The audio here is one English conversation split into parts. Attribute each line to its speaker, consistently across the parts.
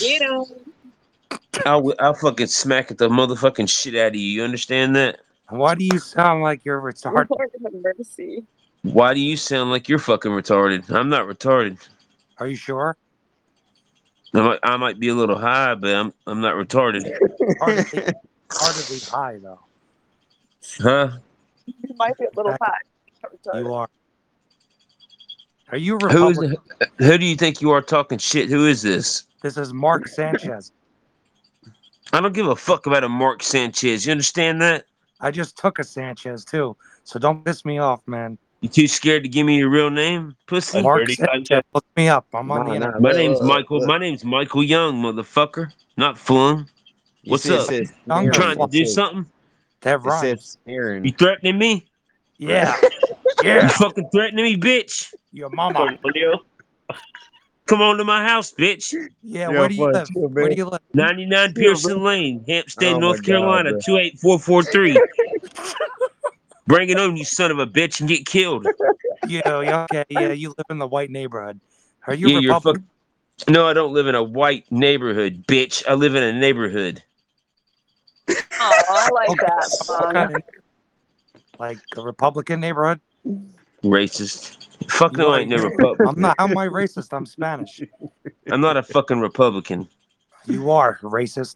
Speaker 1: Get him.
Speaker 2: I would, I fucking smack the motherfucking shit out of you. You understand that?
Speaker 3: Why do you sound like you're
Speaker 1: Lord
Speaker 3: retarded?
Speaker 1: have mercy.
Speaker 2: Why do you sound like you're fucking retarded? I'm not retarded.
Speaker 3: Are you sure?
Speaker 2: I might, I might be a little high, but I'm I'm not retarded,
Speaker 3: Hardly, hardly high though.
Speaker 2: huh?
Speaker 1: You might be a little hot.
Speaker 3: You are. Are you
Speaker 2: Who is
Speaker 3: Republican?
Speaker 2: who do you think you are talking shit? Who is this?
Speaker 3: This is Mark Sanchez.
Speaker 2: I don't give a fuck about a Mark Sanchez. You understand that?
Speaker 3: I just took a Sanchez too, so don't piss me off, man.
Speaker 2: You too scared to give me your real name, pussy?
Speaker 3: Mark
Speaker 4: dirty
Speaker 3: said-
Speaker 4: Sanchez.
Speaker 3: Look me up. I'm on
Speaker 4: Nah,
Speaker 3: the
Speaker 4: nah,
Speaker 3: internet.
Speaker 2: My
Speaker 4: look,
Speaker 2: name's
Speaker 4: look,
Speaker 2: Michael.
Speaker 4: look.
Speaker 2: My name's Michael Young, motherfucker. Not Flum.
Speaker 4: You
Speaker 2: What's
Speaker 4: see, it
Speaker 2: up?
Speaker 4: says
Speaker 3: I'm
Speaker 2: You
Speaker 4: Aaron.
Speaker 2: trying to do
Speaker 4: It says-
Speaker 2: something?
Speaker 3: That
Speaker 4: It
Speaker 3: rhymes.
Speaker 4: says Aaron.
Speaker 2: You threatening me?
Speaker 3: Yeah,
Speaker 2: You
Speaker 3: yeah.
Speaker 2: fucking threatening me, bitch?
Speaker 3: Your mama.
Speaker 4: Cornelio.
Speaker 2: Come on to my house, bitch.
Speaker 3: Yeah.
Speaker 4: Yeah,
Speaker 3: Where do you
Speaker 4: fuck,
Speaker 3: live?
Speaker 4: chill,
Speaker 3: Where do
Speaker 4: man.
Speaker 3: you live?
Speaker 2: 99 Pearson Lane, Hampstead,
Speaker 4: Oh,
Speaker 2: North
Speaker 4: my God,
Speaker 2: Carolina,
Speaker 4: bro.
Speaker 2: 28443. Bring it on, you son of a bitch, and get killed.
Speaker 3: Yeah. yeah, Okay. Yeah. You live in the white neighborhood. Are you
Speaker 2: Yeah, you're
Speaker 3: Republican?
Speaker 2: No, I don't live in a white neighborhood, bitch. I live in a neighborhood.
Speaker 1: Oh, I like that.
Speaker 3: What
Speaker 1: Mom.
Speaker 3: kind of- like the Republican neighborhood?
Speaker 2: Racist. Fuck no, I ain't no Republican.
Speaker 3: I'm not. How am I racist? I'm Spanish.
Speaker 2: I'm not a fucking Republican.
Speaker 3: You are racist.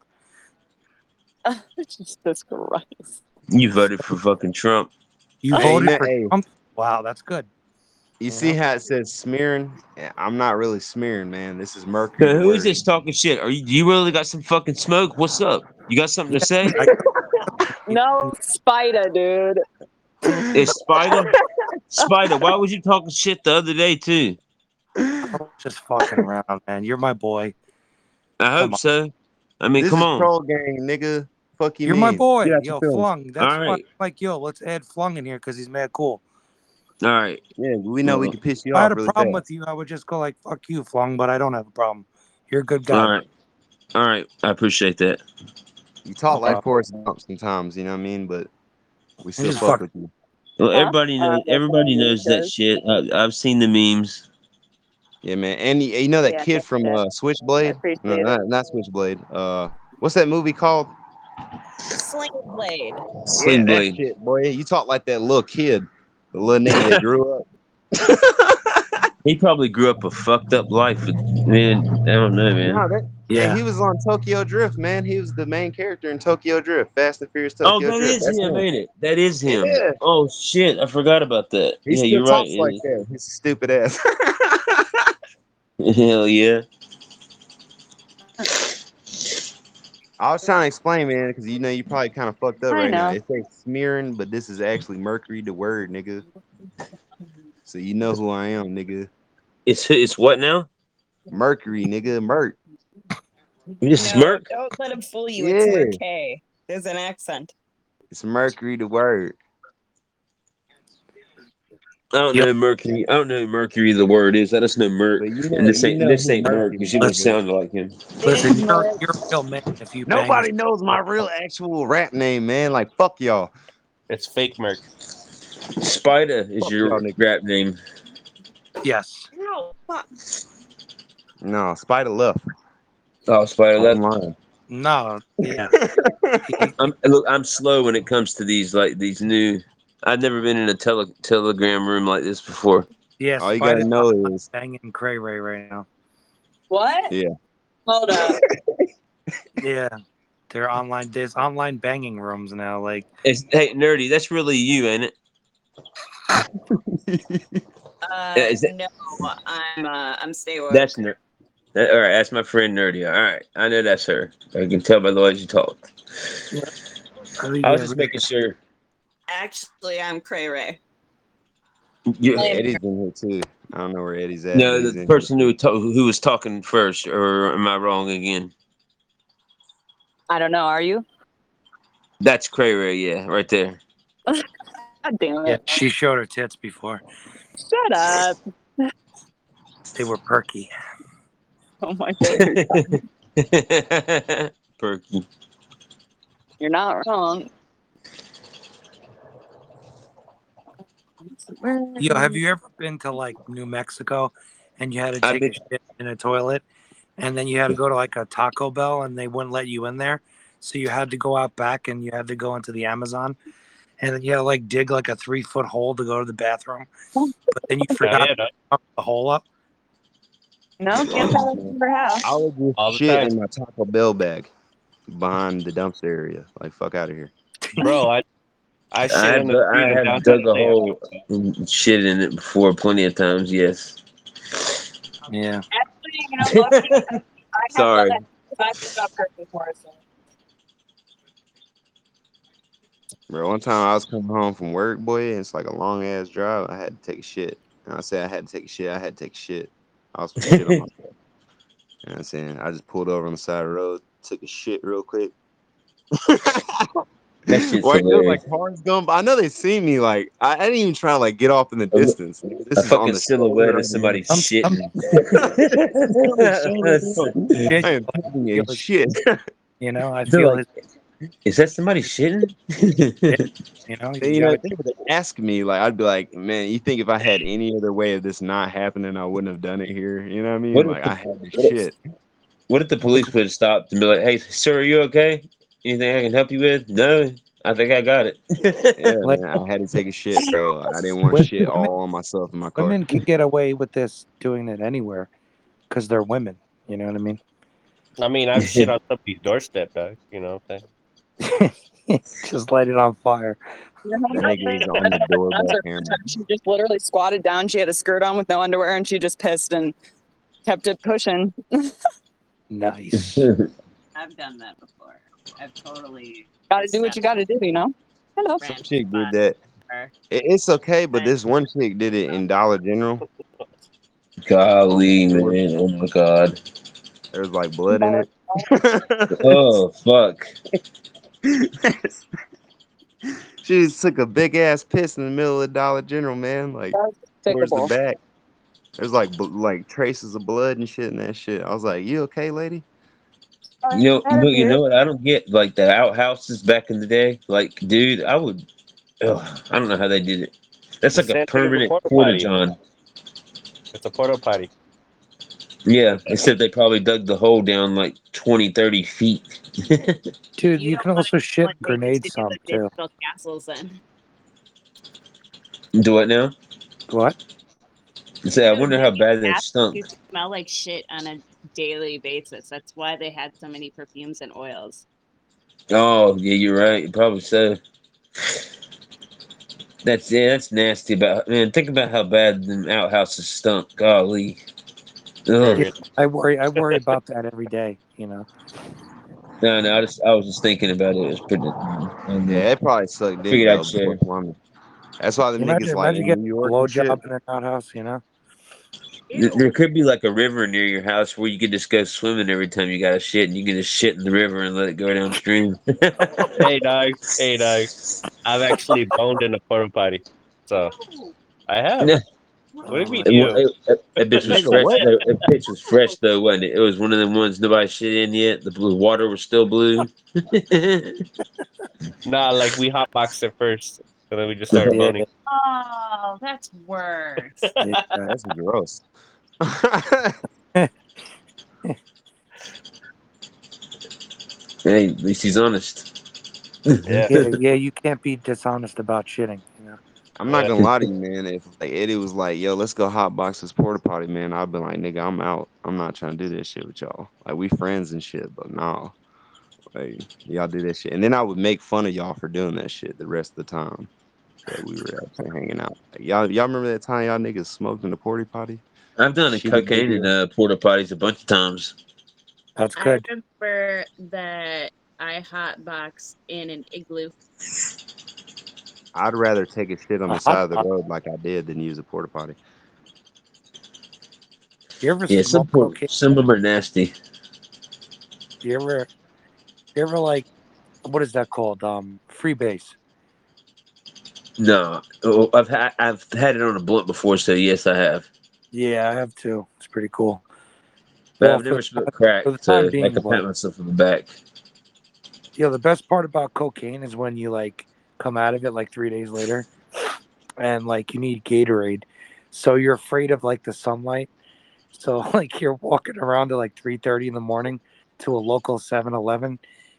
Speaker 1: Jesus Christ.
Speaker 2: You voted for fucking Trump.
Speaker 3: You
Speaker 4: Hey,
Speaker 3: voted
Speaker 4: na-
Speaker 3: for
Speaker 4: hey.
Speaker 3: Trump. Wow, that's good.
Speaker 4: You see how it says smearing? Yeah, I'm not really smearing, man. This is Mercury.
Speaker 2: Now, who is
Speaker 4: word.
Speaker 2: this talking shit? Are you? Do you really got some fucking smoke? What's up? You got something to say?
Speaker 1: No spider, dude.
Speaker 2: It's Spider. Spider, why was you talking shit the other day too?
Speaker 3: I'm Just fucking around, man. You're my boy.
Speaker 2: I
Speaker 3: Come
Speaker 2: hope
Speaker 3: on.
Speaker 2: so. I mean,
Speaker 4: This
Speaker 2: come
Speaker 4: is
Speaker 2: on.
Speaker 4: troll gang, nigga. Fuck you.
Speaker 3: You're my
Speaker 4: mean.
Speaker 3: boy.
Speaker 5: Yeah,
Speaker 3: yo,
Speaker 5: fulfilled.
Speaker 3: Flung. That's
Speaker 2: All
Speaker 3: fun.
Speaker 2: right.
Speaker 3: like, yo, let's add Flung in here because he's mad cool.
Speaker 2: All right.
Speaker 4: Yeah, we know we
Speaker 2: Yeah.
Speaker 4: can piss you
Speaker 3: If I
Speaker 4: off.
Speaker 3: had a
Speaker 4: really
Speaker 3: problem
Speaker 4: fast.
Speaker 3: with you, I would just go like, fuck you, Flung, but I don't have a problem. You're a good guy.
Speaker 2: All right. All right. I appreciate that.
Speaker 4: you talk
Speaker 3: Uh,
Speaker 4: like Forrest Gump sometimes, you know what I mean? But we still
Speaker 3: just
Speaker 4: fuck,
Speaker 3: fuck-
Speaker 4: with you.
Speaker 2: Well,
Speaker 1: Huh?
Speaker 2: everybody knows.
Speaker 1: Uh,
Speaker 2: Everybody knows that
Speaker 1: yes.
Speaker 2: shit. I, I've seen the memes.
Speaker 4: Yeah, man. And you, you know that
Speaker 1: Yeah,
Speaker 4: kid
Speaker 1: that's
Speaker 4: from
Speaker 1: good.
Speaker 4: uh, Switchblade? No,
Speaker 1: Appreciate it.
Speaker 4: not, not Switchblade. Uh, what's that movie called?
Speaker 1: Sling blade.
Speaker 2: Sling
Speaker 4: that
Speaker 2: Blade.
Speaker 4: shit, boy. You talk like that little kid, the little nigga that grew up.
Speaker 2: He probably grew up a fucked up life. but, Man, I don't know, man.
Speaker 4: No, that-
Speaker 3: Yeah.
Speaker 4: he was on Tokyo Drift, man. He was the main character in Tokyo Drift, Fast and Furious
Speaker 2: Oh,
Speaker 4: Tokyo
Speaker 2: that
Speaker 4: Drift.
Speaker 2: is
Speaker 4: That's
Speaker 2: him, ain't it? That is him.
Speaker 4: Yeah.
Speaker 2: Oh shit, I forgot about that.
Speaker 4: He
Speaker 2: yeah,
Speaker 4: still
Speaker 2: you're right.
Speaker 4: talks like that. His stupid ass.
Speaker 2: Hell yeah.
Speaker 4: I was trying to explain, man, because you know you probably kind of fucked up
Speaker 1: I
Speaker 4: right now.
Speaker 1: know.
Speaker 4: It says smearing, but this is actually Mercury, the word, nigga. So you know who I am, nigga.
Speaker 2: It's it's what now?
Speaker 4: Mercury, nigga. Merc.
Speaker 2: You just
Speaker 6: No,
Speaker 2: smirk.
Speaker 6: Don't let him fool you. It's
Speaker 4: Yeah.
Speaker 6: with a K. There's an accent.
Speaker 4: It's Mercury, the word.
Speaker 2: I don't
Speaker 3: Yep.
Speaker 2: know Mercury. I don't know who Mercury. The word is. I just know Merc.
Speaker 4: But you know,
Speaker 2: And this
Speaker 4: you
Speaker 2: ain't
Speaker 4: know
Speaker 2: this
Speaker 4: who
Speaker 2: ain't Merc because you don't
Speaker 4: is.
Speaker 2: sound like him.
Speaker 3: Listen, you're, you're a real man if you bang
Speaker 4: Nobody knows my real actual rap name, man. Like fuck y'all.
Speaker 5: It's fake Merc.
Speaker 2: Spider is
Speaker 4: Fuck
Speaker 2: your
Speaker 4: y'all niggas.
Speaker 2: rap name.
Speaker 3: us. Yes.
Speaker 6: No, fuck.
Speaker 4: No, Spider left.
Speaker 2: Oh, Spider
Speaker 4: I'm
Speaker 2: left.
Speaker 4: lying.
Speaker 3: No. Yeah.
Speaker 2: I'm look. I'm slow when it comes to these like these new. I've never been in a tele, telegram room like this before.
Speaker 3: Yes.
Speaker 4: All you gotta know is
Speaker 3: banging Cray Ray right now.
Speaker 6: What?
Speaker 4: Yeah.
Speaker 6: Hold up.
Speaker 3: Yeah. They're online. There's online banging rooms now. Like,
Speaker 2: It's, hey, nerdy, that's really you, ain't it?
Speaker 6: Uh,
Speaker 2: Yeah, is that-
Speaker 6: no, I'm uh, I'm stay woke.
Speaker 2: That's ner- that, all right. That's my friend Nerdy. All right, I know that's her. I can tell by the way you talk. I was just making sure.
Speaker 6: Actually, I'm Cray Ray.
Speaker 2: You,
Speaker 4: Eddie's in here too. I don't know where Eddie's at.
Speaker 2: no,
Speaker 4: He's
Speaker 2: the
Speaker 4: in
Speaker 2: person who to- who was talking first, or am I wrong again?
Speaker 1: I don't know. Are you?
Speaker 2: That's Cray Ray, yeah, right there.
Speaker 1: God damn
Speaker 3: Yeah,
Speaker 1: it.
Speaker 3: she showed her tits before.
Speaker 1: Shut up.
Speaker 3: They were perky.
Speaker 1: Oh my god.
Speaker 2: Perky.
Speaker 1: You're not wrong. Mm-hmm.
Speaker 3: Yo, have you ever been to like New Mexico and you had to
Speaker 2: I've
Speaker 3: take a
Speaker 2: been-
Speaker 3: shit in a toilet
Speaker 7: and then you had to go to like a Taco Bell, and they wouldn't let you in there, so you had to go out back, and you had to go into the Amazon, and then you had to like dig like a three foot hole to go to the bathroom, but then you
Speaker 8: Yeah,
Speaker 7: forgot
Speaker 8: yeah, no,
Speaker 7: to pump the hole up.
Speaker 9: No, can't tell us your house.
Speaker 4: All of this
Speaker 8: All the
Speaker 4: shit
Speaker 8: time.
Speaker 4: in my Taco Bell bag behind the dumpster area. Like, fuck out of here.
Speaker 8: bro. I I shit
Speaker 2: I
Speaker 8: in the
Speaker 2: have-
Speaker 8: street
Speaker 2: I
Speaker 8: in
Speaker 2: have
Speaker 8: downtown
Speaker 2: dug a
Speaker 8: Atlanta.
Speaker 2: hole. Shit in it before plenty of times. Yes.
Speaker 7: Yeah,
Speaker 9: Actually, you know what? I have
Speaker 2: Sorry.
Speaker 9: done that. I've done that person for us.
Speaker 4: Bro, one time I was coming home from work, boy, and it's like a long ass drive. I had to take a shit. And I said I had to take a shit. I had to take a shit. I was supposed to shit on myself. You know what I'm saying? I just pulled over on the side of the road, took a shit real quick.
Speaker 2: That shit's
Speaker 4: Why you know,
Speaker 2: hilarious.
Speaker 4: like cars going by? I know they see me. Like I, I didn't even try to like get off in the
Speaker 2: look-
Speaker 4: distance. nigga. This
Speaker 2: a
Speaker 4: is on
Speaker 2: fucking
Speaker 4: the
Speaker 2: silhouette
Speaker 4: shoulder.
Speaker 2: of somebody
Speaker 7: I'm-
Speaker 2: shitting.
Speaker 4: I am taking a shit.
Speaker 7: you know, I
Speaker 2: They're
Speaker 7: feel
Speaker 2: like-
Speaker 7: it.
Speaker 2: Is that somebody shitting?
Speaker 7: You know,
Speaker 4: They,
Speaker 7: you
Speaker 4: you know,
Speaker 7: gotta,
Speaker 4: they would ask me, like, I'd be like, man, you think if I had any other way of this not happening, I wouldn't have done it here? You know what I mean?
Speaker 2: What if
Speaker 4: like,
Speaker 2: the-
Speaker 4: I had this
Speaker 2: what if-
Speaker 4: shit.
Speaker 2: What if the police would have stopped and be like, "Hey, sir, are you okay? Anything I can help you with?" No, I think I got it.
Speaker 4: Yeah,
Speaker 3: Like-
Speaker 4: man, I had to take a shit, bro. I didn't want
Speaker 3: Women-
Speaker 4: shit all on myself in my car.
Speaker 3: Women can get away with this doing it anywhere because they're women. You know what I mean?
Speaker 8: I mean, I shit on somebody's doorstep, dog. You know what I'm saying?
Speaker 3: Just light it on fire.
Speaker 9: Your
Speaker 4: That
Speaker 9: homegirl
Speaker 4: nigga was
Speaker 9: said-
Speaker 4: on the door by
Speaker 9: That's
Speaker 4: camera.
Speaker 9: She just literally squatted down. She had a skirt on with no underwear, and she just pissed and kept it pushing.
Speaker 3: Nice.
Speaker 6: I've done that before. I've totally.
Speaker 9: Got to do what you got to do, you know. Hello.
Speaker 4: Some chick did that.
Speaker 6: Her.
Speaker 4: It- it's okay, but this one chick did it in Dollar General.
Speaker 2: Golly, man! Oh my god!
Speaker 4: There was like blood in it.
Speaker 2: Oh fuck!
Speaker 4: She just took a big ass piss in the middle of Dollar General, man. Like, towards the
Speaker 9: Despicable.
Speaker 4: back. There's like bl- like traces of blood and shit and that shit. I was like, "You okay, lady?"
Speaker 2: You know, look, you know what? I don't get like the outhouses back in the day. Like, dude, I would. Ugh, I don't know how they did it. That's like a
Speaker 8: Send it to the
Speaker 2: permanent
Speaker 8: porta
Speaker 2: quarter
Speaker 8: potty.
Speaker 2: john.
Speaker 8: It's a porta potty.
Speaker 2: Yeah, except they probably dug the hole down like 20, 30 feet.
Speaker 3: Dude,
Speaker 6: You
Speaker 3: you,
Speaker 6: don't
Speaker 3: can
Speaker 6: want
Speaker 3: also
Speaker 6: Like,
Speaker 3: shit
Speaker 6: they used
Speaker 3: grenades
Speaker 6: to do
Speaker 3: some
Speaker 6: the
Speaker 3: too.
Speaker 6: digital Castles then.
Speaker 2: Do it now?
Speaker 3: What?
Speaker 2: Say, I wonder how bad that
Speaker 6: Ask-
Speaker 2: stunk.
Speaker 6: You smell like shit on a daily basis. That's why they had so many perfumes and oils.
Speaker 2: Oh, yeah, you're right. Probably so. That's yeah, that's nasty. About man, think about how bad them outhouses stunk. Golly, Ugh.
Speaker 3: I worry. I worry about that every day. You know.
Speaker 2: no, no. I just I was just thinking about it. It was pretty.
Speaker 3: Hmm.
Speaker 2: um,
Speaker 4: Yeah, it probably sucked dick
Speaker 2: Figured I'd
Speaker 4: though.
Speaker 2: share.
Speaker 4: before Kwame. That's why the
Speaker 3: Imagine,
Speaker 4: niggas like
Speaker 3: imagine
Speaker 4: in
Speaker 3: getting
Speaker 4: New
Speaker 3: a
Speaker 4: York. and shit.
Speaker 3: blowjob in an outhouse. You know.
Speaker 2: Th- There could be like a river near your house where you could just go swimming every time you got a shit, and you can just shit in the river and let it go downstream.
Speaker 8: hey, dog. Hey, dog. I've actually boned in a porta potty, so I have.
Speaker 2: Yeah.
Speaker 8: What do you mean?
Speaker 2: It wa-
Speaker 8: you?
Speaker 2: it- it- That bitch was
Speaker 8: Nigga,
Speaker 2: fresh.
Speaker 8: what?
Speaker 2: though. That bitch was fresh though, wasn't it? It was one of them ones nobody shit in yet. The blue water was still blue.
Speaker 8: Nah, like we hotboxed it first, and then we just started
Speaker 3: Yeah.
Speaker 8: boning.
Speaker 6: Oh, that's worse.
Speaker 3: Yeah.
Speaker 4: That's gross.
Speaker 2: hey, at least he's honest.
Speaker 8: Yeah.
Speaker 3: yeah, yeah, you can't be dishonest about shitting. You know.
Speaker 4: I'm not
Speaker 8: Yeah.
Speaker 4: gonna lie to you, man. If like Eddie was like, "Yo, let's go hot box this porta potty," man, I've been like, "Nigga, I'm out. I'm not trying to do that shit with y'all. Like, we friends and shit, but no, like y'all do that shit." And then I would make fun of y'all for doing that shit the rest of the time that we were out there hanging out. Like, y'all, y'all remember that time y'all niggas smoked in the porta potty?
Speaker 2: I've done a
Speaker 4: Shitty
Speaker 2: cocaine in uh, porta potties a bunch of times.
Speaker 3: That's
Speaker 10: I
Speaker 3: good.
Speaker 10: remember that I hotboxed in an igloo.
Speaker 4: I'd rather take a shit on the
Speaker 3: A hot
Speaker 4: side of the
Speaker 3: pot-
Speaker 4: road like I did than use a porta potty.
Speaker 3: You ever
Speaker 2: Yeah, some
Speaker 3: smoke
Speaker 2: por-
Speaker 3: cocaine?
Speaker 2: some of them are nasty.
Speaker 3: You ever, you ever like, what is that called? Um, freebase.
Speaker 2: No, oh, I've ha- I've had it on a blunt before, so yes, I have.
Speaker 3: Yeah, I have too. It's pretty cool.
Speaker 2: But
Speaker 3: Well,
Speaker 2: I've
Speaker 3: for
Speaker 2: never
Speaker 3: the
Speaker 2: smoked
Speaker 3: time-
Speaker 2: crack,
Speaker 3: for the
Speaker 2: so
Speaker 3: time
Speaker 2: I
Speaker 3: being,
Speaker 2: can pat
Speaker 3: well.
Speaker 2: myself on the back.
Speaker 3: Yeah, the best part about cocaine is when you like come out of it like three days later, and like you need Gatorade, so you're afraid of like the sunlight, So like you're walking around at like three thirty in the morning to a local 7-Eleven,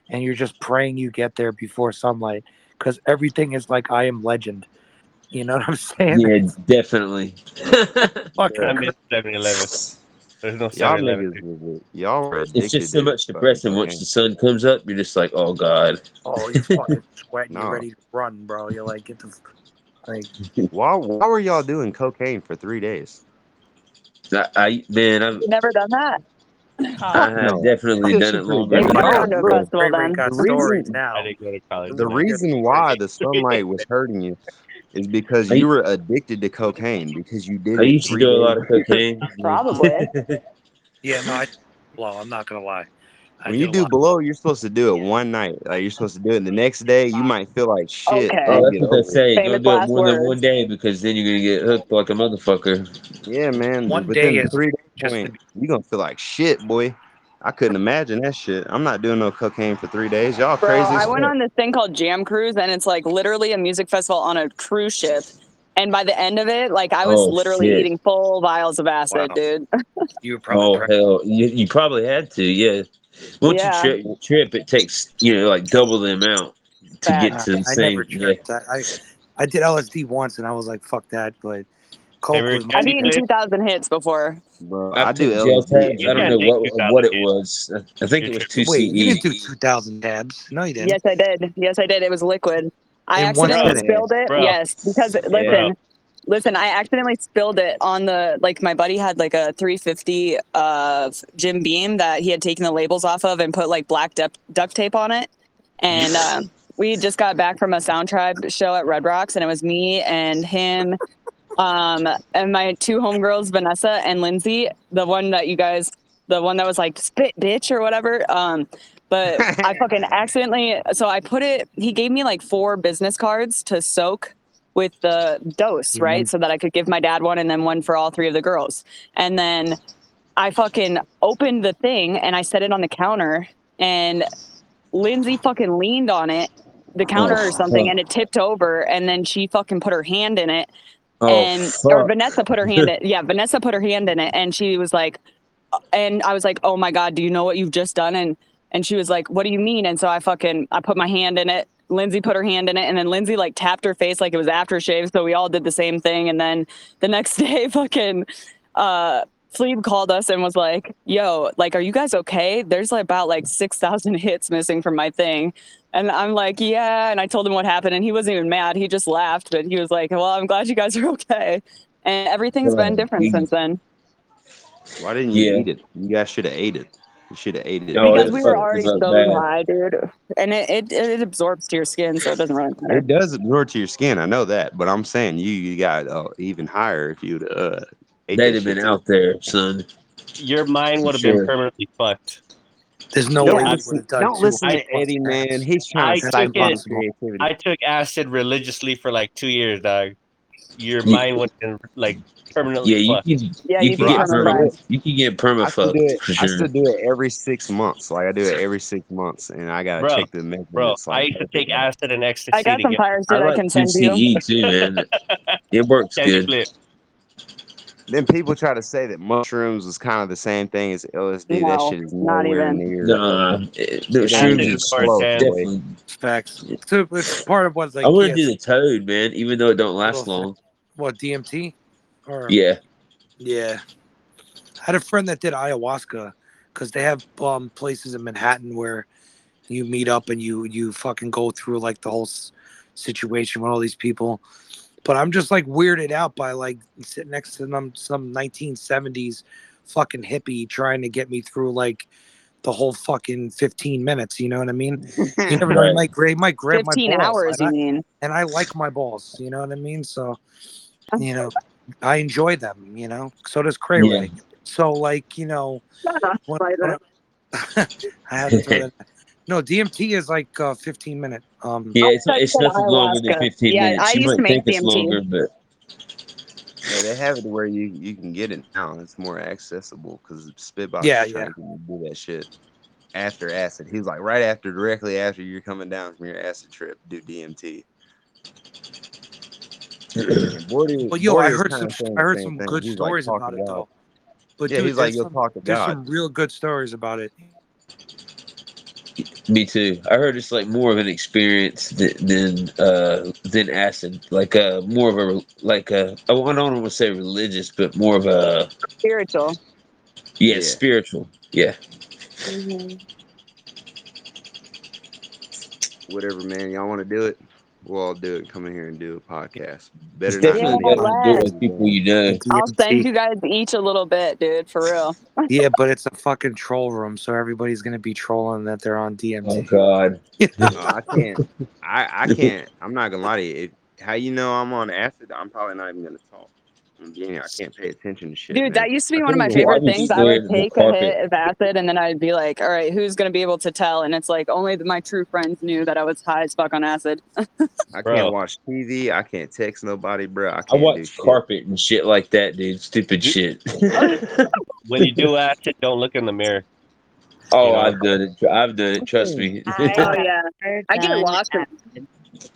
Speaker 3: and you're just praying you get there before sunlight because everything is like I am legend. You know what I'm saying?
Speaker 2: Yeah, definitely.
Speaker 3: Fucking
Speaker 8: I miss 7 Eleven. There's no
Speaker 4: Y'all
Speaker 8: 7
Speaker 4: niggas,
Speaker 8: Eleven.
Speaker 4: is- y'all are addicted.
Speaker 2: it's just so
Speaker 4: to
Speaker 2: much
Speaker 4: fucking
Speaker 2: depressing once
Speaker 4: cocaine.
Speaker 2: the sun comes up. You're just like, oh god.
Speaker 3: Oh, you're fucking sweating.
Speaker 4: No.
Speaker 3: You're ready to run, bro. You're like, get the f- like.
Speaker 4: Why, why were y'all doing cocaine for three days?
Speaker 2: I, I man, I've,
Speaker 9: Never done that. Ah.
Speaker 2: I have
Speaker 4: No.
Speaker 2: definitely done
Speaker 4: Yeah, she
Speaker 2: it
Speaker 4: pretty
Speaker 2: longer than
Speaker 9: Maybe
Speaker 2: that.
Speaker 9: I'll do a festival
Speaker 3: Ray Ray
Speaker 9: then.
Speaker 3: got
Speaker 4: The
Speaker 3: stories
Speaker 4: reason-
Speaker 3: now.
Speaker 8: I didn't go to college.
Speaker 4: The
Speaker 8: man.
Speaker 4: reason why the sunlight was hurting you is because
Speaker 2: Are
Speaker 4: you
Speaker 2: you-
Speaker 4: were addicted to cocaine because you did
Speaker 2: I
Speaker 4: it.
Speaker 2: used to
Speaker 4: three
Speaker 2: do a
Speaker 4: days.
Speaker 2: lot of cocaine.
Speaker 9: Probably.
Speaker 3: Yeah, no, I blow. I'm not gonna lie. I
Speaker 4: When you
Speaker 3: a
Speaker 4: do
Speaker 3: lot.
Speaker 4: below, you're supposed to do it one night. Like you're supposed to do it the next day. You might feel like shit.
Speaker 9: Okay.
Speaker 4: I'll
Speaker 2: Oh, that's what
Speaker 4: get
Speaker 2: they
Speaker 4: over it.
Speaker 2: say.
Speaker 9: Famous
Speaker 2: Don't do it
Speaker 9: last
Speaker 2: more than
Speaker 9: words.
Speaker 2: one day because then you're gonna get hooked like a motherfucker.
Speaker 4: Yeah, man.
Speaker 3: One
Speaker 4: but
Speaker 3: day is
Speaker 4: then the three day
Speaker 3: just
Speaker 4: point, you gonna feel like shit, boy. I couldn't imagine that shit. I'm not doing no cocaine for three days. Y'all
Speaker 9: Bro,
Speaker 4: crazy.
Speaker 9: I
Speaker 4: as
Speaker 9: went
Speaker 4: fuck.
Speaker 9: on this thing called Jam Cruise, and it's like literally a music festival on a cruise ship. And by the end of it, like I was
Speaker 2: Oh,
Speaker 9: literally
Speaker 2: shit.
Speaker 9: eating full vials of acid,
Speaker 3: Wow.
Speaker 9: dude.
Speaker 3: you were probably
Speaker 2: Oh
Speaker 3: pregnant.
Speaker 2: hell, you, you probably had to, yeah. Once
Speaker 9: Yeah.
Speaker 2: you trip, trip, it takes you know like double the amount to get
Speaker 9: Facts.
Speaker 2: to the
Speaker 3: I
Speaker 2: same.
Speaker 3: never
Speaker 2: yeah.
Speaker 3: tripped. I, I I did LSD once and I was like, fuck that. But coke
Speaker 8: Ever
Speaker 3: was my
Speaker 9: I've
Speaker 8: Any
Speaker 9: eaten
Speaker 8: place?
Speaker 9: two thousand hits before.
Speaker 4: Bro, I
Speaker 2: I
Speaker 4: do
Speaker 2: took jail
Speaker 4: LSD.
Speaker 2: tabs. I don't
Speaker 4: every
Speaker 2: know
Speaker 4: day.
Speaker 2: what
Speaker 8: 2000
Speaker 2: what it
Speaker 8: days.
Speaker 2: was. I I think it was two E. CE.
Speaker 3: wait. You didn't do two thousand dabs. No, you didn't.
Speaker 9: Yes, I did. Yes, I did. It was liquid. I
Speaker 3: In one
Speaker 9: accidentally
Speaker 8: sitting.
Speaker 9: spilled it.
Speaker 8: Bro.
Speaker 9: Yes, because
Speaker 8: Bro.
Speaker 9: listen, listen, I accidentally spilled it on the like my buddy had like a 350 of Jim Beam that he had taken the labels off of and put like black duct duct tape on it. And uh, we just got back from a Sound Tribe show at Red Rocks, and it was me and him, um, and my two homegirls, Vanessa and Lindsay, the one that you guys, the one that was like spit bitch or whatever. Um, but I fucking accidentally, so I put it. He gave me like four business cards to soak with the dose, right, so that I could give my dad one and then one for all three of the girls. And then I fucking opened the thing and I set it on the counter, and Lindsay fucking leaned on it. The counter or something,
Speaker 2: fuck.
Speaker 9: and it tipped over, and then she fucking put her hand in it,
Speaker 2: Oh,
Speaker 9: and or
Speaker 2: fuck.
Speaker 9: Vanessa put her hand in yeah Vanessa put her hand in it and she was like and I was like oh my god do you know what you've just done and and she was like what do you mean and so I fucking I put my hand in it Lindsay put her hand in it and then Lindsay like tapped her face like it was aftershave so we all did the same thing and then the next day fucking uh Fleeb called us and was like yo like are you guys okay there's like about like 6000 hits missing from my thing and I'm like, yeah. And I told him what happened, and he wasn't even mad. He just laughed, but he was like, well, I'm glad you guys are okay. And everything's been
Speaker 2: Oh,
Speaker 9: different
Speaker 2: geez.
Speaker 9: since then
Speaker 4: Why didn't you
Speaker 2: Yeah.
Speaker 4: eat it? You guys should have ate it. You should have ate it.
Speaker 2: Oh,
Speaker 9: because
Speaker 2: that
Speaker 9: we were
Speaker 2: fucked
Speaker 9: already
Speaker 2: us up
Speaker 9: so
Speaker 2: bad.
Speaker 9: high, dude. And it, it it absorbs to your skin, so it doesn't really matter.
Speaker 4: It does absorb to your skin. I know that, but I'm saying you you got uh, even higher if you'd uh, ate
Speaker 2: They'd
Speaker 4: that
Speaker 2: have been
Speaker 4: shit.
Speaker 2: out there, son.
Speaker 8: Your mind would have
Speaker 2: Sure.
Speaker 8: been permanently fucked.
Speaker 3: There's no
Speaker 4: Don't
Speaker 3: way
Speaker 9: Yeah.
Speaker 3: we
Speaker 4: listen,
Speaker 3: would have done
Speaker 4: don't
Speaker 3: two
Speaker 4: listen
Speaker 8: I-
Speaker 4: to Eddie, man. He's trying
Speaker 8: I
Speaker 4: to
Speaker 8: took
Speaker 4: stifle
Speaker 8: it-
Speaker 4: his creativity.
Speaker 8: I took acid religiously for like two years, dog. Your
Speaker 2: You-
Speaker 8: mind would have been like permanently
Speaker 2: Yeah, you
Speaker 8: fucked.
Speaker 2: can.
Speaker 9: Yeah,
Speaker 2: you
Speaker 9: you'd
Speaker 2: can
Speaker 4: Bro,
Speaker 9: be
Speaker 4: I
Speaker 2: get
Speaker 4: still
Speaker 2: perma.
Speaker 4: do
Speaker 9: traumatized.
Speaker 4: it.
Speaker 2: You can get perma
Speaker 4: I still do
Speaker 2: fucked
Speaker 4: it.
Speaker 2: for
Speaker 4: I still
Speaker 2: sure.
Speaker 4: do it every six months. Like I do it every six months, and I gotta
Speaker 8: Bro,
Speaker 4: check the measurements.
Speaker 8: Bro,
Speaker 4: like,
Speaker 8: I used to
Speaker 4: every
Speaker 8: take
Speaker 4: day.
Speaker 8: acid and
Speaker 9: I
Speaker 8: ecstasy
Speaker 9: got
Speaker 8: to
Speaker 9: some
Speaker 8: get
Speaker 9: fire
Speaker 2: I
Speaker 9: shit I
Speaker 2: like
Speaker 9: can send you.
Speaker 2: CCE E too, man. It works
Speaker 8: candy
Speaker 2: good.
Speaker 8: flip.
Speaker 4: Then people try to say that mushrooms was kind of the same thing as LSD. that
Speaker 9: No,
Speaker 4: shit is
Speaker 9: not
Speaker 4: nowhere
Speaker 9: even.
Speaker 4: near.
Speaker 2: Nah, it- the
Speaker 4: It ain't
Speaker 2: shrooms
Speaker 8: Acid
Speaker 4: even
Speaker 8: is
Speaker 2: is
Speaker 8: worse
Speaker 4: close,
Speaker 8: than
Speaker 4: boy.
Speaker 2: definitely.
Speaker 3: facts. So it's part of what's like
Speaker 2: I want to do
Speaker 3: kids.
Speaker 2: the toad, man, even though it don't last
Speaker 3: Little-
Speaker 2: long.
Speaker 3: What DMT? Or
Speaker 2: Yeah,
Speaker 3: yeah. I had a friend that did ayahuasca because they have um, places in Manhattan where you meet up and you you fucking go through like the whole s- situation with all these people. But I'm just like weirded out by like sitting next to them some 1970s fucking hippie trying to get me through like the whole fucking 15 minutes. You know what I mean? You never know.
Speaker 2: Right.
Speaker 3: You might grab, might grab my
Speaker 9: Fifteen
Speaker 3: balls,
Speaker 9: hours,
Speaker 3: and,
Speaker 9: you
Speaker 3: I,
Speaker 9: mean?
Speaker 3: and I like my balls. You know what I mean? So you know, I enjoy them. You know, so does Cray
Speaker 2: Yeah.
Speaker 3: Ray. So like you know, when, when I, I had to throw that. No, DMT is like uh, 15 minute. Um,
Speaker 2: yeah.
Speaker 9: I
Speaker 2: It's,
Speaker 9: sucked
Speaker 2: it's
Speaker 9: at
Speaker 2: nothing longer than
Speaker 9: ayahuasca.
Speaker 2: fifteen
Speaker 9: Yeah,
Speaker 2: minutes.
Speaker 9: I
Speaker 2: You
Speaker 9: used to
Speaker 2: might
Speaker 9: make
Speaker 2: think it's
Speaker 9: DMT.
Speaker 2: longer, but
Speaker 4: Yeah, they have it where you you can get it now. It's more accessible because Spitbox
Speaker 3: Yeah,
Speaker 4: is trying to get me to do that shit after acid. He was like, right after, directly after you're coming down from your acid trip, do DMT. And Bordy,
Speaker 3: but yo,
Speaker 4: Bordy
Speaker 3: I
Speaker 4: was
Speaker 3: heard
Speaker 4: kinda
Speaker 3: some.
Speaker 4: saying
Speaker 3: I
Speaker 4: the
Speaker 3: heard
Speaker 4: same
Speaker 3: some
Speaker 4: thing.
Speaker 3: good
Speaker 4: He was, like,
Speaker 3: stories
Speaker 4: talking
Speaker 3: about it
Speaker 4: about-
Speaker 3: though. But
Speaker 4: yeah,
Speaker 3: dude,
Speaker 4: he's like,
Speaker 3: there's
Speaker 4: you'll
Speaker 3: some-
Speaker 4: talk to
Speaker 3: there's
Speaker 4: God.
Speaker 3: some real good stories about it.
Speaker 2: Me too. I heard it's like more of an experience than than, uh, than acid. Like uh, more of a like a I don't want to say religious, but more of a
Speaker 9: Spiritual.
Speaker 2: yeah,
Speaker 4: Yeah.
Speaker 2: spiritual. Yeah,
Speaker 4: Whatever, man. Y'all want to do it? We'll all do it. Come in here and do a podcast.
Speaker 2: it's
Speaker 4: Better not
Speaker 2: definitely got
Speaker 4: be
Speaker 9: Yeah,
Speaker 2: to do it
Speaker 9: let's.
Speaker 2: with people you know.
Speaker 9: I'll send you guys each a little bit, dude, for real.
Speaker 3: Yeah, but it's a fucking troll room, so everybody's gonna be trolling that they're on
Speaker 2: Oh
Speaker 3: DMT.
Speaker 2: God,
Speaker 4: No, I can't. I, I can't. I'm not gonna lie to you. It, how you know I'm on acid? I'm probably not even gonna talk. I'm being, I can't pay attention to shit.
Speaker 9: Dude, that
Speaker 4: man.
Speaker 9: used to be one of
Speaker 2: think
Speaker 9: my
Speaker 2: the
Speaker 9: favorite
Speaker 2: water's
Speaker 9: things.
Speaker 2: just
Speaker 9: I
Speaker 2: there to
Speaker 9: would take a
Speaker 2: carpet.
Speaker 9: hit of acid and then I'd be like, all right, who's going to be able to tell? And it's like only my true friends knew that I was high as fuck on acid.
Speaker 4: I
Speaker 8: Bro.
Speaker 4: can't watch TV. I can't text nobody, bro. I
Speaker 2: I
Speaker 4: can't do
Speaker 2: watch
Speaker 4: shit.
Speaker 2: carpet and shit like that, dude. Stupid
Speaker 8: You-
Speaker 2: shit.
Speaker 8: When you do acid, don't look in the mirror.
Speaker 2: oh,
Speaker 8: know?
Speaker 2: I've done it. I've done it. Trust me.
Speaker 9: Oh, yeah. I get
Speaker 6: done
Speaker 9: lost in-
Speaker 6: acid.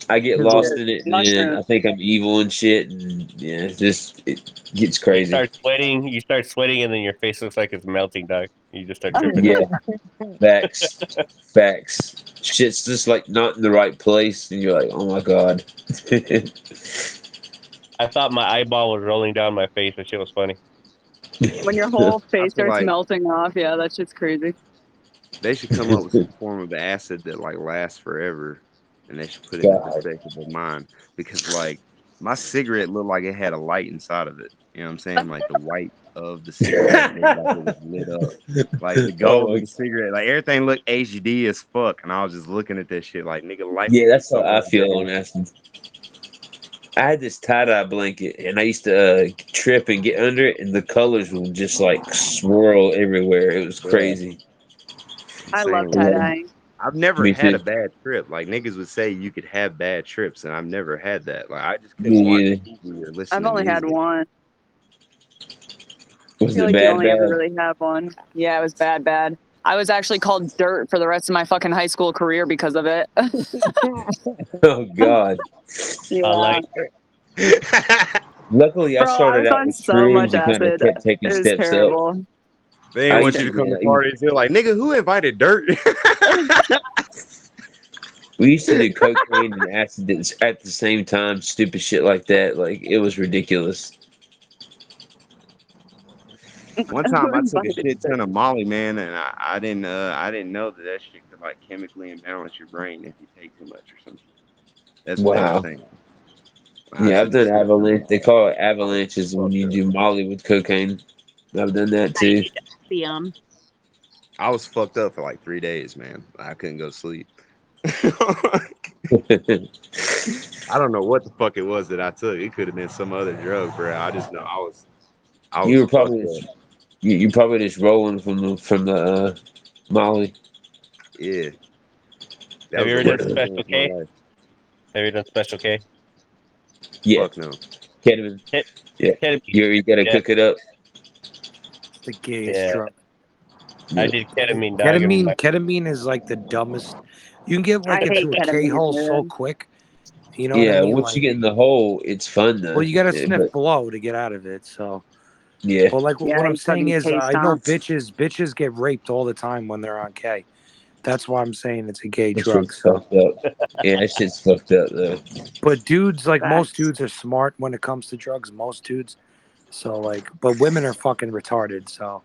Speaker 2: I get
Speaker 9: Dude,
Speaker 2: lost in it, and then
Speaker 9: mushrooms.
Speaker 2: I think I'm evil and shit, and yeah, it's just it gets crazy.
Speaker 8: Start sweating. You start sweating, and then your face looks like it's melting, dog. You just start
Speaker 9: Oh,
Speaker 8: tripping.
Speaker 2: Yeah, facts, facts. Shit's just like not in the right place, and you're like, oh my god.
Speaker 8: I thought my eyeball was rolling down my face. That shit was funny.
Speaker 9: When your whole face starts
Speaker 4: like-
Speaker 9: melting off, yeah, that's just crazy.
Speaker 4: They should come up with some form of acid that like lasts forever, and they should put it
Speaker 2: God.
Speaker 4: in perspective of mine because like my cigarette looked like it had a light inside of it. You know what I'm saying? Like the white of the cigarette looked like it was lit up. Like the gold
Speaker 2: Oh,
Speaker 4: of the cigarette, like everything looked HD as fuck. And I was just looking at that shit, like nigga, light.
Speaker 2: yeah, that's how
Speaker 4: so
Speaker 2: I
Speaker 4: much
Speaker 2: feel
Speaker 4: better.
Speaker 2: on acid. I had this tie dye blanket, and I used to uh, trip and get under it, and the colors would just like swirl everywhere. It was
Speaker 4: Yeah.
Speaker 2: crazy.
Speaker 9: I
Speaker 4: Same
Speaker 9: love
Speaker 4: with-
Speaker 9: tie dyeing.
Speaker 4: I've never
Speaker 2: Me
Speaker 4: had
Speaker 2: too.
Speaker 4: a bad trip. Like niggas would say you could have bad trips, and I've never had that. Like I just couldn't
Speaker 2: Me
Speaker 4: watch
Speaker 2: either.
Speaker 4: TV or listen.
Speaker 9: I've
Speaker 4: to
Speaker 9: only had
Speaker 4: music.
Speaker 9: one. I
Speaker 2: Was
Speaker 9: feel
Speaker 2: it
Speaker 9: like you
Speaker 2: bad?
Speaker 9: only ever
Speaker 2: bad?
Speaker 9: really have one. Yeah, it was bad, bad. I was actually called dirt for the rest of my fucking high school career because of it.
Speaker 2: Oh god.
Speaker 9: yeah.
Speaker 8: I like
Speaker 2: Luckily, I
Speaker 9: Bro, I
Speaker 2: started
Speaker 9: was
Speaker 2: out
Speaker 9: on
Speaker 2: with
Speaker 9: so
Speaker 2: shrooms
Speaker 9: much
Speaker 2: and kind of
Speaker 9: acid.
Speaker 2: kept taking
Speaker 9: It was
Speaker 2: steps up.
Speaker 9: terrible.
Speaker 4: They
Speaker 2: I
Speaker 4: didn't want
Speaker 2: used
Speaker 4: you to
Speaker 2: to
Speaker 4: come
Speaker 2: do
Speaker 4: to
Speaker 2: that.
Speaker 4: parties. They're like, nigga, who invited dirt?
Speaker 2: We used to do cocaine and acid at the- at the same time, stupid shit like that. Like it was ridiculous.
Speaker 4: One time I took a
Speaker 9: Invited
Speaker 4: shit ton of Molly, man, and I, I didn't uh, I didn't know that that shit could like chemically imbalance your brain if you take too much or something. That's what they
Speaker 2: Wow.
Speaker 4: were saying.
Speaker 2: Yeah, I've done avalanche. They call it avalanches when you do Molly with cocaine. I've done that too.
Speaker 6: Opium.
Speaker 4: I was fucked up for like three days, man. I couldn't go to sleep. I don't know what the fuck it was that I took. It could have been some other drug, bro. I just know I was. I was
Speaker 2: you were
Speaker 4: fucked
Speaker 2: probably
Speaker 4: up.
Speaker 2: just, you, you probably just rolling from the from the uh, Molly.
Speaker 4: Yeah. That
Speaker 8: Have
Speaker 4: was
Speaker 8: you
Speaker 4: the
Speaker 8: ever done
Speaker 4: worst
Speaker 8: Special
Speaker 4: experience of my
Speaker 8: K?
Speaker 4: life.
Speaker 8: Have you done special K?
Speaker 2: Yeah,
Speaker 4: Fuck no.
Speaker 2: ketamine.
Speaker 8: Ketamine.
Speaker 2: You you gotta
Speaker 8: Yeah.
Speaker 2: cook it up.
Speaker 3: It's the gayest
Speaker 8: Yeah.
Speaker 3: drug.
Speaker 8: I did ketamine, dog. and
Speaker 3: Ketamine,
Speaker 8: my-
Speaker 3: ketamine is like the dumbest. You can get like
Speaker 9: I hate
Speaker 3: into a K
Speaker 9: ketamine,
Speaker 3: hole so
Speaker 9: dude.
Speaker 3: quick. You know what
Speaker 2: Yeah,
Speaker 3: I mean?
Speaker 2: once
Speaker 3: like,
Speaker 2: you get in the hole, it's fun though.
Speaker 3: well, you gotta
Speaker 2: Yeah,
Speaker 3: sniff
Speaker 2: but-
Speaker 3: blow to get out of it. So,
Speaker 2: yeah.
Speaker 3: but like
Speaker 9: Yeah,
Speaker 3: what I'm
Speaker 9: you
Speaker 3: saying
Speaker 9: fucking
Speaker 3: is,
Speaker 9: taste
Speaker 3: I know
Speaker 9: off.
Speaker 3: bitches, bitches get raped all the time when they're on K. That's why I'm saying it's a gay
Speaker 2: That
Speaker 3: drug.
Speaker 2: shit's
Speaker 3: So,
Speaker 2: fucked up. Yeah, that shit's fucked up though.
Speaker 3: but dudes, like most
Speaker 9: Facts.
Speaker 3: dudes, are smart when it comes to drugs. Most dudes. So like, but women are fucking retarded. So,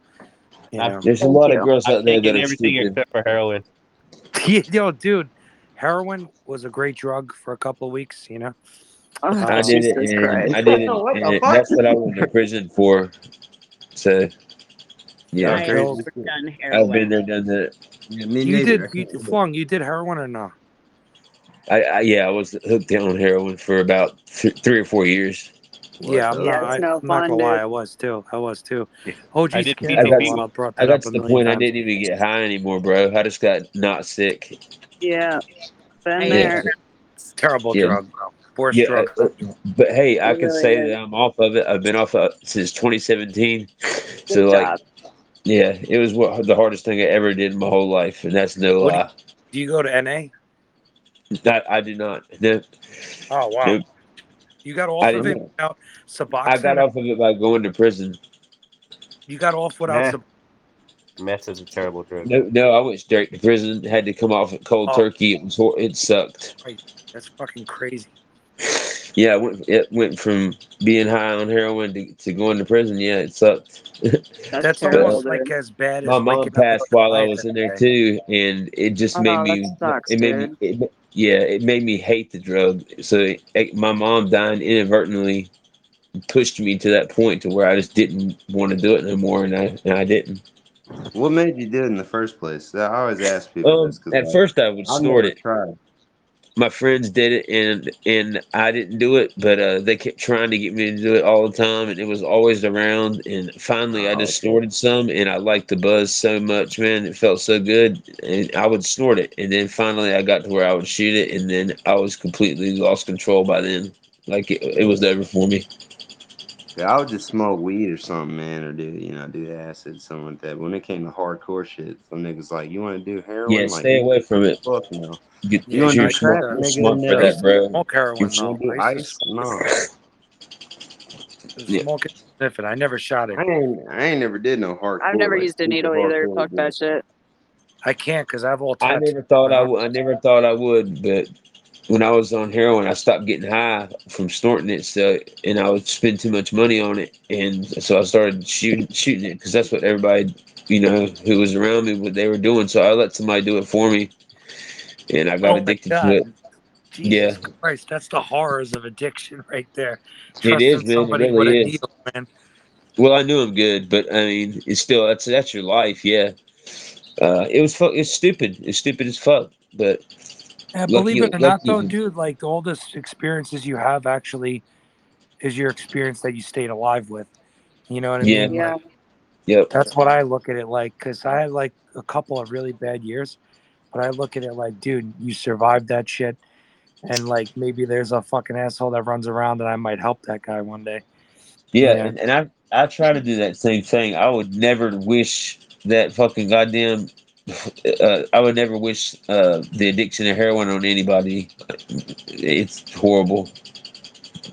Speaker 3: you
Speaker 8: I'm-
Speaker 3: know.
Speaker 2: There's a
Speaker 9: Thank
Speaker 2: lot
Speaker 9: you.
Speaker 2: of girls
Speaker 8: I've
Speaker 2: out there that
Speaker 8: taken
Speaker 2: are
Speaker 8: everything
Speaker 2: stupid.
Speaker 8: except for heroin.
Speaker 3: Yeah, yo, dude, heroin was a great drug for a couple of weeks. You know,
Speaker 9: Oh,
Speaker 2: I
Speaker 3: Uh,
Speaker 2: did it,
Speaker 9: Jesus
Speaker 2: and I
Speaker 9: Christ.
Speaker 2: did it, and that's what I went to prison for. So,
Speaker 4: Sounds
Speaker 2: yeah,
Speaker 6: I've
Speaker 4: crazy.
Speaker 3: Bill-
Speaker 6: never done
Speaker 2: I've
Speaker 6: heroin.
Speaker 2: been there, done that.
Speaker 4: Yeah, me
Speaker 3: you
Speaker 4: neither. I
Speaker 3: did. You,
Speaker 4: can't-
Speaker 3: Flung, you did heroin or no?
Speaker 2: I, I yeah, I was hooked on heroin for about th- three or four years.
Speaker 3: yeah,
Speaker 4: What
Speaker 3: I'm
Speaker 4: the-
Speaker 9: Yeah,
Speaker 3: not.
Speaker 9: it's
Speaker 3: I,
Speaker 9: no
Speaker 3: I'm not
Speaker 9: fun,
Speaker 3: gonna lie.
Speaker 9: dude.
Speaker 3: I was too. I was too.
Speaker 8: Yeah. I
Speaker 3: OG
Speaker 8: did
Speaker 3: Scandal
Speaker 2: PCP.
Speaker 3: uh, brought
Speaker 2: I
Speaker 3: that
Speaker 2: got
Speaker 3: up
Speaker 2: to
Speaker 3: a
Speaker 2: the
Speaker 3: million
Speaker 2: point I
Speaker 3: times.
Speaker 2: didn't even get high anymore, bro. I just got not sick.
Speaker 9: Yeah. Been
Speaker 6: I-
Speaker 2: Yeah,
Speaker 9: there.
Speaker 3: It's a terrible
Speaker 2: Yeah.
Speaker 3: drug, bro. Worst
Speaker 2: yeah.
Speaker 3: drug.
Speaker 2: uh, uh, But hey, I
Speaker 9: It
Speaker 2: can
Speaker 9: really
Speaker 2: say
Speaker 9: is.
Speaker 2: that I'm off of it. I've been off of, since 2017. So
Speaker 9: Good
Speaker 2: like,
Speaker 9: job.
Speaker 2: yeah, it was what, the hardest thing I ever did in my whole life, and that's no
Speaker 3: What do you-
Speaker 2: lie.
Speaker 3: Do you go to NA?
Speaker 2: That I do not. No,
Speaker 3: Oh wow,
Speaker 2: Nope.
Speaker 3: you got
Speaker 2: I
Speaker 3: off of
Speaker 2: didn't.
Speaker 3: it without Suboxone.
Speaker 2: I got off of it by going to prison.
Speaker 3: You got off without
Speaker 8: Nah.
Speaker 3: some.
Speaker 8: Meth is a terrible drug.
Speaker 2: No, no, I went straight to prison. Had to come off at cold
Speaker 3: Oh.
Speaker 2: turkey. It was hor- it sucked.
Speaker 3: That's fucking crazy.
Speaker 2: Yeah, it went, it went from being high on heroin to, to going to prison. Yeah, it sucked.
Speaker 3: That's
Speaker 2: terrible,
Speaker 3: almost
Speaker 9: dude.
Speaker 3: like as bad as
Speaker 2: My mom
Speaker 3: waking up and
Speaker 2: passed
Speaker 3: going to
Speaker 2: while I
Speaker 3: Leviathan
Speaker 2: was in there
Speaker 3: today.
Speaker 2: too, and it just
Speaker 9: Oh,
Speaker 2: made
Speaker 9: that
Speaker 2: me.
Speaker 9: sucks,
Speaker 2: it made
Speaker 9: dude.
Speaker 2: me. It, ma- yeah, it made me hate the drug. So it, it- my mom dying inadvertently pushed me to that point to where I just didn't want to do it no more, and I and I didn't.
Speaker 4: What made you do it in the first place? I always ask people
Speaker 2: Um,
Speaker 4: this 'cause,
Speaker 2: at
Speaker 4: like,
Speaker 2: first I would
Speaker 4: I've
Speaker 2: snort
Speaker 4: never
Speaker 2: it.
Speaker 4: tried.
Speaker 2: my friends did it and and I didn't do it, but uh, they kept trying to get me to do it all the time, and it was always around. And finally, I
Speaker 4: Oh,
Speaker 2: just
Speaker 4: okay.
Speaker 2: snorted some, and I liked the buzz so much, man. It felt so good, and I would snort it, and then finally, I got to where I would shoot it, and then I was completely lost control by then. Like it, it was over for me.
Speaker 4: Yeah, I would just smoke weed or something, man, or do you know do acid, something like that. When it came to hardcore shit, some niggas like, you want to do heroin?
Speaker 2: Yeah,
Speaker 4: like,
Speaker 2: stay away from it.
Speaker 4: Fuck no.
Speaker 2: You,
Speaker 3: Yeah,
Speaker 2: are
Speaker 4: you
Speaker 3: I
Speaker 2: smart,
Speaker 3: tried to-
Speaker 2: you're
Speaker 4: nigga,
Speaker 2: smart for
Speaker 4: no.
Speaker 3: I used
Speaker 2: that,
Speaker 3: to
Speaker 2: bro.
Speaker 3: Smoke heroin
Speaker 9: Oh,
Speaker 4: You
Speaker 3: though.
Speaker 4: want to do
Speaker 3: I used
Speaker 4: ice? No.
Speaker 3: to
Speaker 2: Yeah.
Speaker 3: smoke it, and sniff it. I never shot it.
Speaker 4: I ain't, I ain't never did no hardcore.
Speaker 9: I've never
Speaker 4: like,
Speaker 9: used a
Speaker 4: super
Speaker 9: needle either.
Speaker 4: hardcore
Speaker 9: Fuck that
Speaker 4: shit.
Speaker 9: shit.
Speaker 3: I can't because I have all
Speaker 2: I
Speaker 3: tattoos.
Speaker 2: never thought I would. I never thought I would, but when I was on heroin, I stopped getting high from snorting it. So, and I would spend too much money on it, and so I started shooting shooting it because that's what everybody, you know, who was around me, what they were doing. So I let somebody do it for me, and I got
Speaker 3: Oh my
Speaker 2: addicted
Speaker 3: God.
Speaker 2: to it.
Speaker 3: Jesus Christ, that's the horrors of addiction right there. Trusting
Speaker 2: is, man, it
Speaker 3: somebody
Speaker 2: really
Speaker 3: with a
Speaker 2: is.
Speaker 3: needle, man.
Speaker 2: Well, I knew him good, but I mean, it's still that's that's your life, yeah. Uh, it was fu- it's stupid, it's stupid as fuck, but
Speaker 3: And
Speaker 2: Look,
Speaker 3: believe
Speaker 2: you-
Speaker 3: it or
Speaker 2: look,
Speaker 3: not, though,
Speaker 2: you-
Speaker 3: dude, like all this experiences you have actually is your experience that you stayed alive with. You know what I
Speaker 2: Yeah.
Speaker 3: mean?
Speaker 9: Yeah.
Speaker 3: Like,
Speaker 2: yep,
Speaker 3: that's what I look at it like because I had like a couple of really bad years, but I look at it like, dude, you survived that shit. And like maybe there's a fucking asshole that runs around and I might help that guy one day.
Speaker 2: yeah,
Speaker 3: Yeah.
Speaker 2: and, and I I try to do that same thing. I would never wish that fucking goddamn. Uh, I would never wish uh, the addiction to heroin on anybody. It's horrible.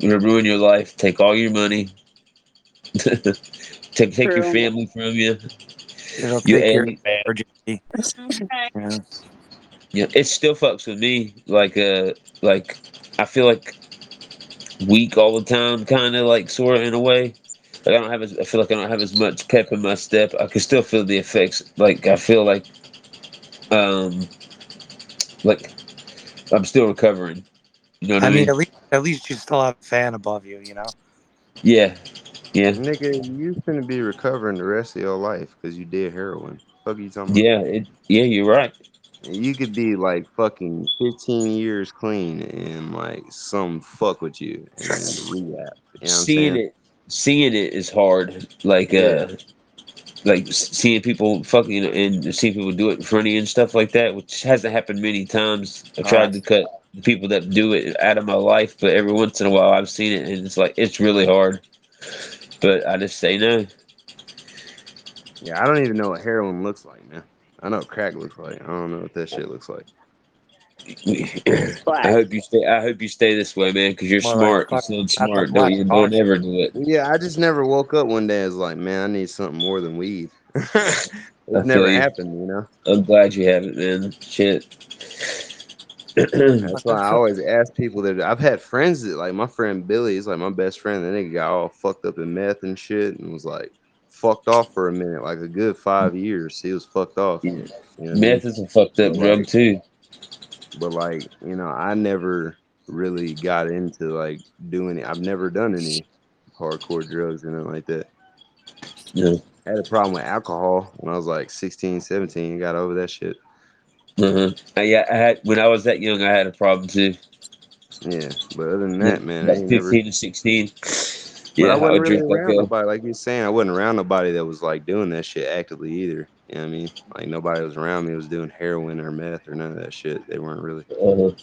Speaker 2: It'll ruin your life. Take all your money. take take your
Speaker 9: True.
Speaker 2: family from you.
Speaker 3: It'll
Speaker 2: You
Speaker 3: take your
Speaker 2: alien-
Speaker 3: virginity.
Speaker 6: Okay.
Speaker 3: Yeah.
Speaker 2: Yeah, it still fucks with me. Like uh, like I feel like weak all the time, kind of like sort of in a way. Like I don't have as I feel like I don't have as much pep in my step. I can still feel the effects. Like I feel like um like I'm still recovering. You know what
Speaker 3: I
Speaker 2: I mean?
Speaker 3: mean, at least, at least you still have a fan above you, you know?
Speaker 2: Yeah, yeah,
Speaker 4: Nigga, you finna be recovering the rest of your life because you did heroin. Fuck you talking
Speaker 2: yeah. It, yeah, you're right.
Speaker 4: about? You could be like fucking 15 years clean and like some fuck with you and then relapse. You know what I'm
Speaker 2: seeing
Speaker 4: saying?
Speaker 2: it, seeing it is hard. Like
Speaker 4: Yeah.
Speaker 2: uh, like s- seeing people fucking and seeing people do it in front of you and stuff like that, which hasn't happened many times. I've
Speaker 3: Ah.
Speaker 2: tried to cut the people that do it out of my life, but every once in a while I've seen it and it's like it's really hard. But I just say no.
Speaker 4: Yeah, I don't even know what heroin looks like, man. I know what crack looks like. I don't know what that shit looks like.
Speaker 2: I hope you stay. I hope you stay this way, man, because you're
Speaker 3: Well, I
Speaker 2: smart. You
Speaker 3: fucking
Speaker 2: sound
Speaker 3: got the
Speaker 2: smart. Don't
Speaker 3: black
Speaker 2: you?
Speaker 3: card.
Speaker 2: Don't ever do it.
Speaker 4: Yeah, I just never woke up one day and was like, man, I need something more than weed. it's
Speaker 2: I feel
Speaker 4: never
Speaker 2: you.
Speaker 4: happened, you know?
Speaker 2: I'm glad you haven't, man. Shit.
Speaker 4: That's
Speaker 3: But
Speaker 4: why I
Speaker 3: that's what-
Speaker 4: always ask people that I've had friends that, like, my friend Billy he's like my best friend. That nigga got all fucked up in meth and shit and was like fucked off for a minute, like a good five years. He was fucked off.
Speaker 2: Yeah.
Speaker 4: You know what I mean?
Speaker 2: Meth is a fucked up
Speaker 4: But,
Speaker 2: drug
Speaker 4: like,
Speaker 2: too.
Speaker 4: but like you know i never really got into like doing i've never done any hardcore drugs or nothing like that
Speaker 2: Yeah.
Speaker 4: i had a problem with alcohol when i was like 16 17 and got over that shit
Speaker 2: Uh-huh.
Speaker 4: Mm-hmm.
Speaker 2: I, yeah, I had when I was that young, I had a problem too.
Speaker 4: yeah but other than
Speaker 2: Like
Speaker 4: that man i ain't never
Speaker 2: fifteen to sixteen.
Speaker 4: but
Speaker 2: Yeah,
Speaker 4: i
Speaker 2: I
Speaker 4: wasn't
Speaker 2: would
Speaker 4: really
Speaker 2: drink like
Speaker 4: around
Speaker 2: a
Speaker 4: nobody like you're saying i wasn't around nobody that was like doing that shit actively either you know what i mean like nobody was around me was doing heroin or meth or none of that shit they weren't really
Speaker 2: uh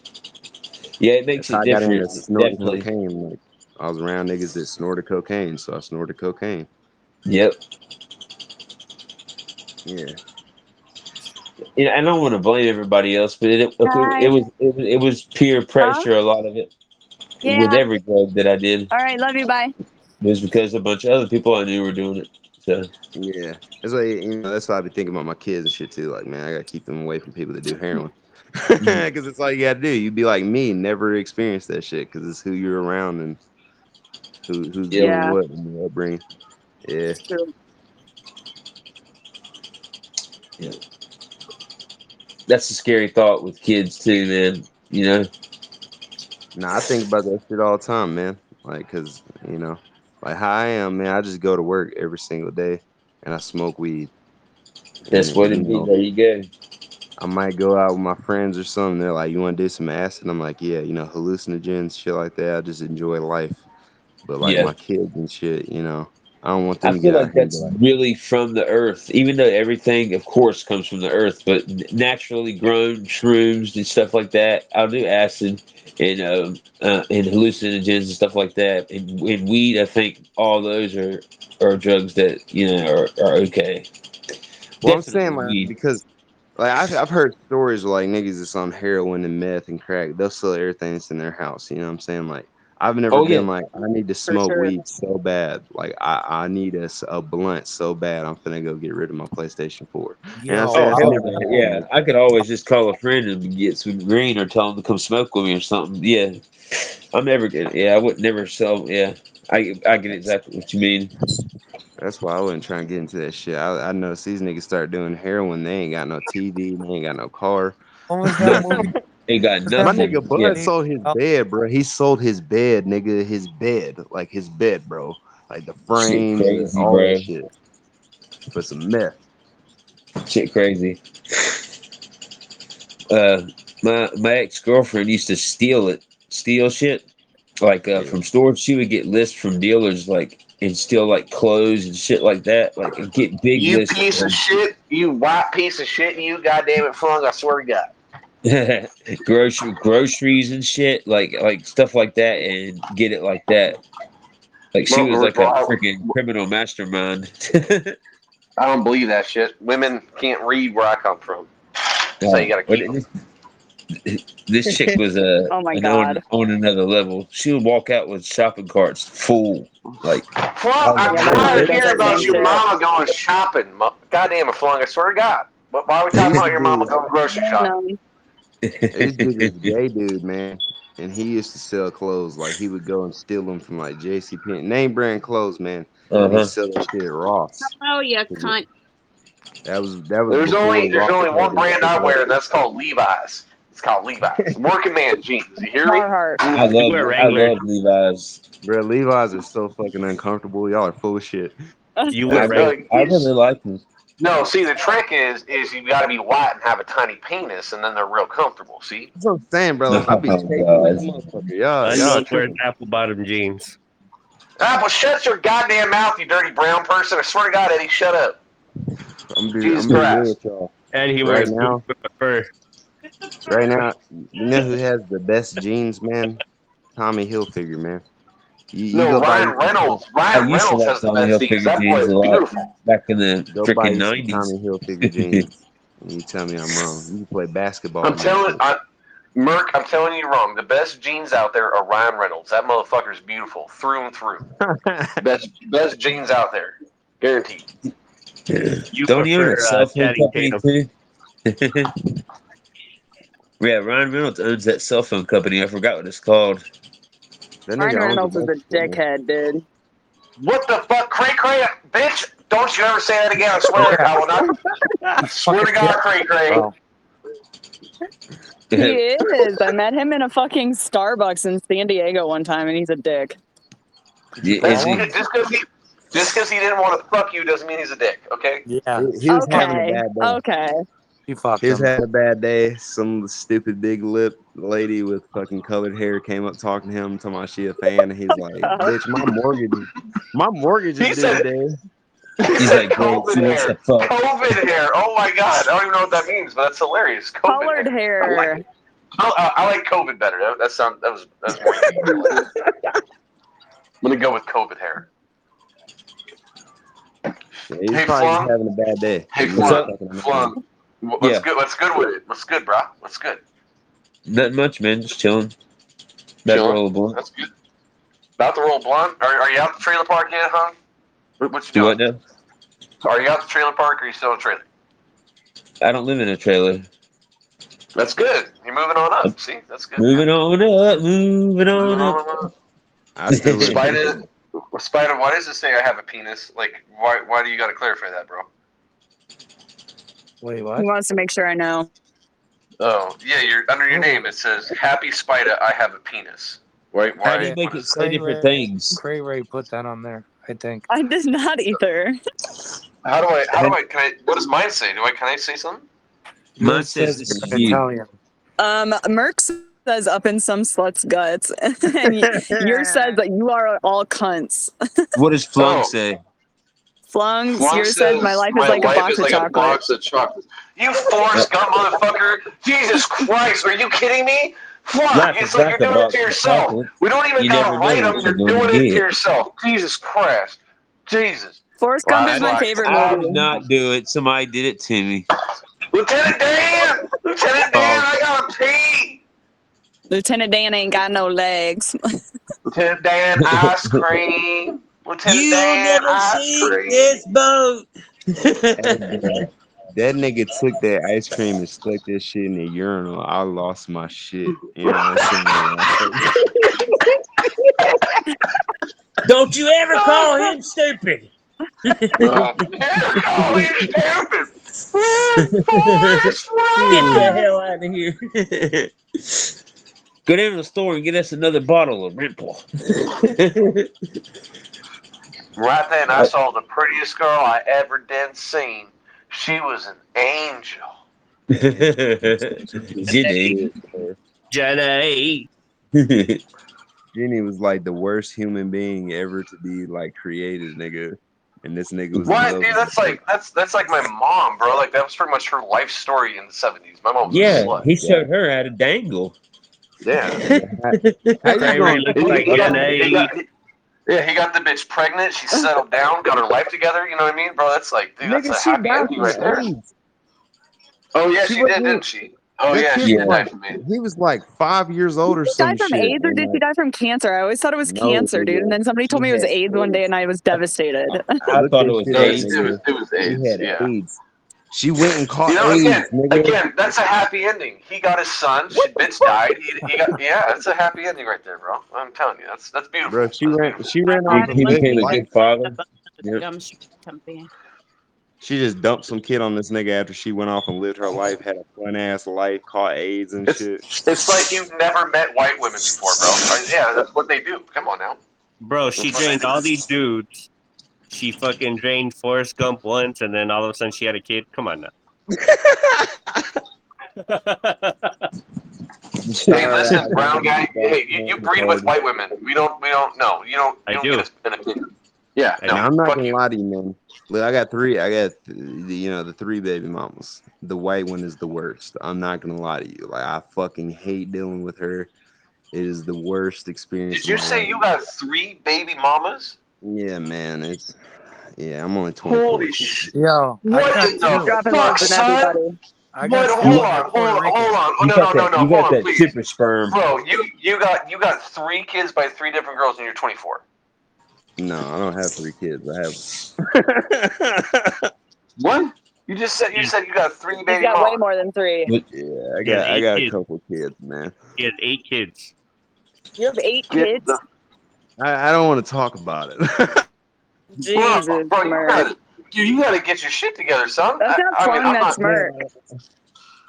Speaker 2: Yeah, it makes
Speaker 4: That's how
Speaker 2: it
Speaker 4: I got
Speaker 2: different.
Speaker 4: into snorting
Speaker 2: Definitely.
Speaker 4: cocaine. Like I was around niggas that snorted cocaine, so I snorted cocaine.
Speaker 2: Yep.
Speaker 4: Yeah.
Speaker 2: And I don't want to blame everybody else, but it
Speaker 6: Guys.
Speaker 2: it, was it, was- it was peer pressure. A lot of it
Speaker 6: Yeah.
Speaker 2: with every drug that I did
Speaker 6: All right. Love you. Bye.
Speaker 2: it was because a bunch of other people I knew were doing it. So
Speaker 4: Yeah, that's why you know that's why I be thinking about my kids and shit too. Like, man, I gotta keep them away from people that
Speaker 2: Mm-hmm.
Speaker 4: do heroin, because it's all you gotta do. You be like me, never experience that shit, because it's who you're around and who who's
Speaker 9: Yeah.
Speaker 4: doing what and your upbringing. Yeah,
Speaker 2: that's a scary thought with kids too, man. You know,
Speaker 4: nah, I think about that shit all the time, man. Like, cause you know, like how I am, man. I just go to work every single day and I smoke weed.
Speaker 2: that's
Speaker 4: And,
Speaker 2: what
Speaker 4: you
Speaker 2: it
Speaker 4: know,
Speaker 2: means. There you go.
Speaker 4: I might go out with my friends or something. They're like, "You want to do some acid?" I'm like, "Yeah, you know, hallucinogens, shit like that. I just enjoy life." But like
Speaker 2: Yeah.
Speaker 4: my kids and shit, you know, I don't want them
Speaker 2: I
Speaker 4: to
Speaker 2: feel
Speaker 4: get out
Speaker 2: like
Speaker 4: here and be
Speaker 2: that's
Speaker 4: like,
Speaker 2: really from the earth, even though everything, of course, comes from the earth, but n- naturally grown shrooms and stuff like that. I'll do acid and um, uh, and hallucinogens and stuff like that. And, and weed, I think all those are, are drugs that, you know, are, are okay.
Speaker 4: "Well, I'm
Speaker 2: Definitely
Speaker 4: saying like
Speaker 2: weed.
Speaker 4: because like I've I've heard stories where like niggas that's on heroin and meth and crack, they'll sell everything that's in their house. You know what I'm saying? Like I've never
Speaker 2: Oh, yeah.
Speaker 4: been like I need to smoke
Speaker 9: sure.
Speaker 4: weed so bad, like I I need a, s- a blunt so bad. I'm finna go get rid of my PlayStation 4. And I'm
Speaker 3: Yo,
Speaker 4: saying
Speaker 2: Oh,
Speaker 4: that's
Speaker 2: hell
Speaker 4: never
Speaker 2: no.
Speaker 4: happened. to
Speaker 2: yeah.
Speaker 4: me.
Speaker 2: I could always just call a friend and get some green or tell them to come smoke with me or something. Yeah. I'm never gonna. Yeah, I would never sell. Yeah. I, I get exactly what you mean.
Speaker 4: That's why I wouldn't try and get into that shit. I, I know these niggas start doing heroin. They ain't got no TV. They ain't got no car.
Speaker 3: what was that movie?
Speaker 2: Nothing. Ain't got
Speaker 3: that
Speaker 4: My
Speaker 2: nothing.
Speaker 4: nigga Bud
Speaker 2: Yeah.
Speaker 4: sold his
Speaker 3: Oh.
Speaker 4: bed, bro. He sold his bed, nigga. His bed, like his bed, bro. Like the
Speaker 2: Shit
Speaker 4: frame, the,
Speaker 2: crazy,
Speaker 4: all
Speaker 2: bro.
Speaker 4: that shit for some meth.
Speaker 2: Shit crazy. Uh, my my ex girlfriend used to steal it, steal shit, like uh,
Speaker 4: Yeah.
Speaker 2: from stores. She would get lists from dealers, like and steal like clothes and shit like that. Like and get big
Speaker 11: You
Speaker 2: lists.
Speaker 11: piece of shit. You white piece of shit. You goddamn it, Fung. I swear to God.
Speaker 2: grocery groceries and shit, like like stuff like that, and get it like that. Like she
Speaker 11: Bro,
Speaker 2: was
Speaker 11: bro,
Speaker 2: like a
Speaker 11: bro, I-
Speaker 2: freaking criminal mastermind.
Speaker 11: I don't believe that shit. Women can't read where I come from. So you gotta
Speaker 2: But
Speaker 11: keep 'em.
Speaker 2: this, this chick was a
Speaker 9: Oh my
Speaker 2: an on,
Speaker 9: God.
Speaker 2: on another level. She would walk out with shopping carts full, like Oh,
Speaker 11: Flunk, I'm
Speaker 9: Yeah, my mother
Speaker 11: tired
Speaker 9: does
Speaker 11: of hearing
Speaker 9: that
Speaker 11: about
Speaker 9: same
Speaker 11: your
Speaker 9: shit.
Speaker 11: mama going shopping. Mo- Goddamn it, Flunk. I swear to God. But why are we talking about your mama going grocery shopping?
Speaker 9: No.
Speaker 4: This dude was a gay dude, man, and he used to sell clothes. Like he would go and steal them from like J.C. Penney, name brand clothes, man. And
Speaker 2: uh-huh.
Speaker 4: he'd sell that shit at Ross.
Speaker 10: Oh, you cunt.
Speaker 4: That was that was
Speaker 11: There's
Speaker 4: before
Speaker 11: only there's
Speaker 4: Ross
Speaker 11: only
Speaker 4: had
Speaker 11: one
Speaker 4: this
Speaker 11: brand
Speaker 4: shit
Speaker 11: I
Speaker 4: up.
Speaker 11: wear, and that's called Levi's. It's called Levi's. Working man jeans. You hear me?
Speaker 2: Uh-huh.
Speaker 9: Carhartt.
Speaker 2: I
Speaker 8: You
Speaker 2: love
Speaker 8: wear
Speaker 2: I
Speaker 8: Wrangler.
Speaker 2: love Levi's.
Speaker 4: Bro, Levi's are so fucking uncomfortable. Y'all are full of shit.
Speaker 8: You
Speaker 2: I
Speaker 8: wear Wrangler.
Speaker 2: really,
Speaker 11: Like,
Speaker 2: I
Speaker 11: it's-
Speaker 2: really like them.
Speaker 11: No, see, the trick is is you got to be white and have a tiny penis, and then they're real comfortable. See,
Speaker 4: That's what I'm saying, bro. Like, I be
Speaker 2: Oh
Speaker 4: chasing
Speaker 2: god.
Speaker 4: this motherfucker. Y'all, y'all
Speaker 8: Unknown wears
Speaker 4: tripping.
Speaker 8: apple bottom jeans.
Speaker 11: Apple, Ah, shut your goddamn mouth, you dirty brown person! I swear to God, Eddie, shut up.
Speaker 4: I'm be,
Speaker 11: Jesus
Speaker 4: I'm be real
Speaker 11: Christ!
Speaker 4: with y'all.
Speaker 8: And he
Speaker 4: Right
Speaker 8: wears boots
Speaker 4: now,
Speaker 8: with the fur.
Speaker 4: right now, you know who has the best jeans, man? Tommy Hilfiger, man. You, you
Speaker 11: No,
Speaker 4: go buy
Speaker 11: Ryan
Speaker 4: you some
Speaker 11: Reynolds.
Speaker 2: I
Speaker 11: Ryan
Speaker 2: used to
Speaker 11: Reynolds
Speaker 2: like
Speaker 11: has the
Speaker 2: Tommy
Speaker 11: best jeans.
Speaker 2: Hilfiger
Speaker 11: That boy
Speaker 2: jeans
Speaker 11: is
Speaker 2: a lot
Speaker 11: beautiful.
Speaker 2: back in the
Speaker 4: go buy
Speaker 2: freaking
Speaker 4: you some
Speaker 2: nineties.
Speaker 4: Tommy Hilfiger jeans, and you tell me I'm wrong. You can play basketball
Speaker 11: I'm
Speaker 4: in that
Speaker 11: telling,
Speaker 4: shit.
Speaker 11: I, Merc, I'm telling you wrong. The best jeans out there are Ryan Reynolds. That motherfucker's beautiful through and through. Best best jeans out there, guaranteed.
Speaker 8: You
Speaker 2: Don't he own
Speaker 8: prefer
Speaker 2: a
Speaker 8: uh,
Speaker 2: cell phone
Speaker 8: Channing
Speaker 2: company
Speaker 8: Tatum.
Speaker 2: too? yeah, Ryan Reynolds owns that cell phone company. I forgot what it's called.
Speaker 4: That nigga
Speaker 9: Ryan
Speaker 4: owns a
Speaker 9: Reynolds is
Speaker 4: bunch of
Speaker 9: a
Speaker 4: shit, man.
Speaker 9: dickhead, dude.
Speaker 11: What the fuck, cray cray, bitch? Don't you ever say that again? I swear,
Speaker 3: Yeah,
Speaker 11: I will not.
Speaker 3: he's
Speaker 11: Swear
Speaker 3: fucking
Speaker 11: to
Speaker 3: dick,
Speaker 11: God, cray cray.
Speaker 3: bro.
Speaker 9: He is. I met him in a fucking Starbucks in San Diego one time, and he's a dick.
Speaker 3: Did you
Speaker 2: Yeah,
Speaker 3: call
Speaker 2: is
Speaker 11: That's
Speaker 2: he?
Speaker 3: him?
Speaker 11: just because he just because he didn't want to fuck you doesn't mean he's a dick. Okay.
Speaker 3: Yeah,
Speaker 4: He, he was having a
Speaker 9: Okay.
Speaker 4: bad day.
Speaker 9: Okay.
Speaker 3: he fucked
Speaker 4: He was
Speaker 3: him.
Speaker 4: having a bad day. Some stupid big lip lady with fucking colored hair came up talking to him, talking about she a fan, and he's like, "Bitch, my mortgage, is- my mortgage is
Speaker 11: He
Speaker 4: due
Speaker 11: said
Speaker 4: today."
Speaker 11: he
Speaker 2: He's
Speaker 11: said
Speaker 2: like, girl,
Speaker 11: COVID
Speaker 2: she wants to
Speaker 11: hair.
Speaker 2: fuck.
Speaker 11: COVID hair. Oh my god. I don't even know what that means, but that's hilarious. COVID
Speaker 9: Colored
Speaker 11: hair. I like
Speaker 9: hair.
Speaker 11: it. I, uh, I, I like COVID better. That, that sound that was that's more unique. I like it. I'm gonna go with COVID hair.
Speaker 4: Yeah, he was
Speaker 11: Hey
Speaker 4: probably just
Speaker 11: Flum.
Speaker 4: having a bad day.
Speaker 11: Hey
Speaker 4: You
Speaker 2: What's
Speaker 4: know,
Speaker 2: up?
Speaker 11: Flum.
Speaker 4: fucking
Speaker 11: Flum.
Speaker 4: annoying.
Speaker 11: Wh-
Speaker 2: Yeah.
Speaker 11: What's good? What's good with it? What's good, bro? What's good?
Speaker 2: Nothing much, man. Just chilling. About to
Speaker 11: Chilling.
Speaker 2: roll a blunt.
Speaker 11: That's good. About to roll blunt. Are, are you out the trailer park yet, huh? What, what you
Speaker 2: Do
Speaker 11: doing?
Speaker 2: what now?
Speaker 11: So are you out the trailer park or are you still in a trailer?
Speaker 2: I don't live in a trailer.
Speaker 11: That's good. You're moving on up. See, that's good.
Speaker 2: Moving on up, moving on
Speaker 11: Moving
Speaker 2: up.
Speaker 11: on up.
Speaker 4: I still live-
Speaker 11: Spider, Spider, why does it say I have a penis? Like, why? Why do you got to clarify that, bro?
Speaker 3: Wait,
Speaker 9: He
Speaker 3: what?
Speaker 9: wants to make sure I know.
Speaker 11: Oh, yeah. You're under your name. It says Happy Spider. I have a penis. Right?
Speaker 2: How
Speaker 11: Why?
Speaker 2: do you make it say
Speaker 3: Cray
Speaker 2: different
Speaker 3: Ray.
Speaker 2: things?
Speaker 3: Cray Ray put that on there, I think.
Speaker 9: I did not either.
Speaker 11: How do I? How do I? Can I? What does mine say? Do I? Can I say something?
Speaker 2: Mine
Speaker 3: Yours
Speaker 2: says this
Speaker 3: you're
Speaker 2: is you.
Speaker 3: Italian.
Speaker 9: Um, Merck's says up in some sluts guts, and y- yours says that you are all cunts.
Speaker 2: What does Flung
Speaker 11: Oh.
Speaker 2: say?
Speaker 9: Flunks,
Speaker 11: Juan
Speaker 9: yours Um, says my life is
Speaker 11: "My
Speaker 9: like a
Speaker 11: life
Speaker 9: box
Speaker 11: is
Speaker 9: of
Speaker 11: like
Speaker 9: chocolate.
Speaker 11: box of chocolates. You Forrest Gump motherfucker! Jesus Christ, are you kidding me? Fuck,
Speaker 2: Life
Speaker 11: it's
Speaker 2: is
Speaker 11: like
Speaker 2: like
Speaker 11: you're
Speaker 2: a
Speaker 11: doing it
Speaker 2: box
Speaker 11: to
Speaker 2: of
Speaker 11: yourself.
Speaker 2: chocolate.
Speaker 11: We don't even
Speaker 2: You
Speaker 11: gotta
Speaker 2: never know
Speaker 11: write them,
Speaker 2: what you're
Speaker 11: you're
Speaker 2: going
Speaker 11: doing
Speaker 2: to
Speaker 11: it to
Speaker 2: get.
Speaker 11: yourself. Jesus Christ. Jesus.
Speaker 9: Forrest
Speaker 11: Wow,
Speaker 9: Gump
Speaker 11: I-
Speaker 9: is my
Speaker 11: I-
Speaker 9: favorite
Speaker 2: I did
Speaker 9: movie.
Speaker 2: not do it. Somebody did it to me.
Speaker 11: Lieutenant Dan! Lieutenant Dan, I gotta pee!
Speaker 9: Lieutenant Dan ain't got no legs.
Speaker 11: Lieutenant Dan, ice cream! Lieutenant
Speaker 2: You'll
Speaker 11: Dan,
Speaker 2: never
Speaker 11: ice
Speaker 2: see
Speaker 11: cream!
Speaker 2: this boat.
Speaker 4: Hey, bro. That nigga took that ice cream and stuck that shit in the urinal. I lost my shit. You know what I'm saying?
Speaker 12: Don't you ever call him stupid.
Speaker 11: Uh, yeah, call me stupid! Forrest,
Speaker 12: Get
Speaker 11: Forrest!
Speaker 12: the hell out of here.
Speaker 2: Go down to the store and get us another bottle of Red Bull.
Speaker 11: Right then, I saw the prettiest girl I ever did seen. She was an angel.
Speaker 2: Jenny.
Speaker 8: Jenny.
Speaker 4: Jenny was like the worst human being ever to be like created, nigga. And this nigga was in love
Speaker 11: What, dude?
Speaker 4: with
Speaker 11: That's
Speaker 4: her.
Speaker 11: like that's that's like my mom, bro. Like that was pretty much her life story in the seventies. My mom was
Speaker 2: yeah,
Speaker 11: a slut.
Speaker 2: he showed her how to dangle.
Speaker 11: Yeah.
Speaker 4: How you
Speaker 8: Cray Ray
Speaker 4: going?
Speaker 8: looks
Speaker 11: He,
Speaker 8: like
Speaker 11: he got, he
Speaker 8: Jenny.
Speaker 11: got, yeah, he got the bitch pregnant. She settled down, got her life together. You know what I mean, bro? That's like, dude, that's
Speaker 4: Nigga,
Speaker 11: a
Speaker 4: she
Speaker 11: happy
Speaker 4: died
Speaker 11: ending
Speaker 4: from
Speaker 11: right there.
Speaker 4: AIDS.
Speaker 11: Oh yeah,
Speaker 4: She
Speaker 11: she did,
Speaker 4: wasn't even-
Speaker 11: didn't she? Oh
Speaker 4: that
Speaker 11: yeah,
Speaker 4: kid
Speaker 11: she
Speaker 2: Yeah.
Speaker 4: was
Speaker 11: did die
Speaker 4: like,
Speaker 11: from it.
Speaker 4: he was like five years old or
Speaker 9: Did she die
Speaker 4: some
Speaker 9: from
Speaker 4: shit.
Speaker 9: AIDS or
Speaker 4: And
Speaker 9: did she
Speaker 4: like,
Speaker 9: die from cancer? I always thought it was
Speaker 4: no,
Speaker 9: cancer, dude. And
Speaker 4: nigga,
Speaker 9: then somebody
Speaker 4: she
Speaker 9: told me it was
Speaker 4: had
Speaker 9: AIDS one day,
Speaker 4: AIDS.
Speaker 9: and I was devastated.
Speaker 2: I
Speaker 4: Look
Speaker 2: thought it
Speaker 4: that
Speaker 2: was
Speaker 4: shit
Speaker 11: No,
Speaker 4: up,
Speaker 11: it,
Speaker 2: AIDS.
Speaker 11: it was
Speaker 4: nigga.
Speaker 11: it was
Speaker 4: She
Speaker 11: AIDS.
Speaker 4: had
Speaker 11: Yeah.
Speaker 4: AIDS. She went and
Speaker 11: You
Speaker 4: caught
Speaker 11: know, again,
Speaker 4: AIDS, nigga.
Speaker 11: again, that's a happy ending. He got his son. She bitch died. He, he got yeah, that's a happy ending right there, bro. I'm telling you, that's that's beautiful.
Speaker 4: Bro, she
Speaker 11: That's
Speaker 4: ran
Speaker 11: beautiful.
Speaker 4: she
Speaker 6: I
Speaker 4: ran
Speaker 2: He,
Speaker 4: off
Speaker 6: thought
Speaker 4: a
Speaker 6: it
Speaker 2: he
Speaker 6: was
Speaker 4: good
Speaker 2: became a
Speaker 4: life.
Speaker 2: good father.
Speaker 6: the
Speaker 2: Yep.
Speaker 6: gum company.
Speaker 4: She just dumped some kid on this nigga after she went off and lived her life, had a fun ass life, caught AIDS and
Speaker 11: It's
Speaker 4: shit.
Speaker 11: it's like you've never met white women before, bro. Like, yeah, that's what they do. Come on now.
Speaker 8: Bro, she
Speaker 11: That's what they
Speaker 8: drained
Speaker 11: do.
Speaker 8: all these dudes. She fucking drained Forrest Gump once, and then all of a sudden she had a kid. Come on now.
Speaker 11: Hey,
Speaker 4: Tired
Speaker 11: listen,
Speaker 4: out nigga
Speaker 11: brown guy.
Speaker 4: just got
Speaker 11: Hey, you, you
Speaker 4: fucking
Speaker 11: breed with
Speaker 4: hard.
Speaker 11: white women. We don't. We don't. No, you don't.
Speaker 8: I
Speaker 11: You don't
Speaker 8: do.
Speaker 11: get a, an opinion. Yeah.
Speaker 8: I
Speaker 11: No.
Speaker 8: do.
Speaker 4: Now I'm not
Speaker 11: Fuck
Speaker 4: gonna
Speaker 11: you.
Speaker 4: lie to you, man. Look, I got three. I got th- the you know the three baby mamas. The white one is the worst. I'm not gonna lie to you. Like I fucking hate dealing with her. It is the worst experience
Speaker 11: Did
Speaker 4: of
Speaker 11: you
Speaker 4: my
Speaker 11: say
Speaker 4: life.
Speaker 11: you got three baby mamas?
Speaker 4: Yeah, man. It's yeah. I'm only 24.
Speaker 11: Holy sh!
Speaker 3: Yo, I
Speaker 11: What
Speaker 3: got
Speaker 11: in
Speaker 9: He's
Speaker 11: the
Speaker 3: two.
Speaker 9: dropping
Speaker 11: fuck,
Speaker 9: loads on
Speaker 11: son?
Speaker 9: everybody.
Speaker 3: I
Speaker 11: What?
Speaker 3: got
Speaker 11: Hold
Speaker 3: two and they're
Speaker 11: on. Hold
Speaker 3: Puerto
Speaker 11: on. Hold
Speaker 3: Rican.
Speaker 11: on. Oh
Speaker 2: You
Speaker 11: no
Speaker 2: got
Speaker 11: no
Speaker 2: that.
Speaker 11: no no.
Speaker 2: You
Speaker 11: Hold
Speaker 2: got
Speaker 11: on,
Speaker 2: that
Speaker 11: please,
Speaker 2: super sperm.
Speaker 11: bro. You you got you got three kids by three different girls, and you're 24.
Speaker 4: No, I don't have three kids. I have
Speaker 11: What? You just said you
Speaker 8: He's-
Speaker 11: said you got three
Speaker 9: He's
Speaker 11: baby
Speaker 9: got way
Speaker 11: mamas.
Speaker 9: more than three.
Speaker 4: yeah. I
Speaker 8: He has
Speaker 4: got I
Speaker 8: eight
Speaker 4: got a
Speaker 8: kids.
Speaker 4: couple kids, man.
Speaker 8: He has eight kids.
Speaker 9: You have eight
Speaker 11: Get
Speaker 9: kids?
Speaker 11: the
Speaker 4: I, I don't want to talk about it.
Speaker 9: Jesus,
Speaker 11: bro, bro. You
Speaker 9: Merck.
Speaker 11: gotta, dude, you gotta get your shit together, son.
Speaker 9: That's
Speaker 11: I,
Speaker 9: not
Speaker 11: I mean,
Speaker 9: flung,
Speaker 11: I'm
Speaker 9: that's
Speaker 11: not,
Speaker 9: Merck.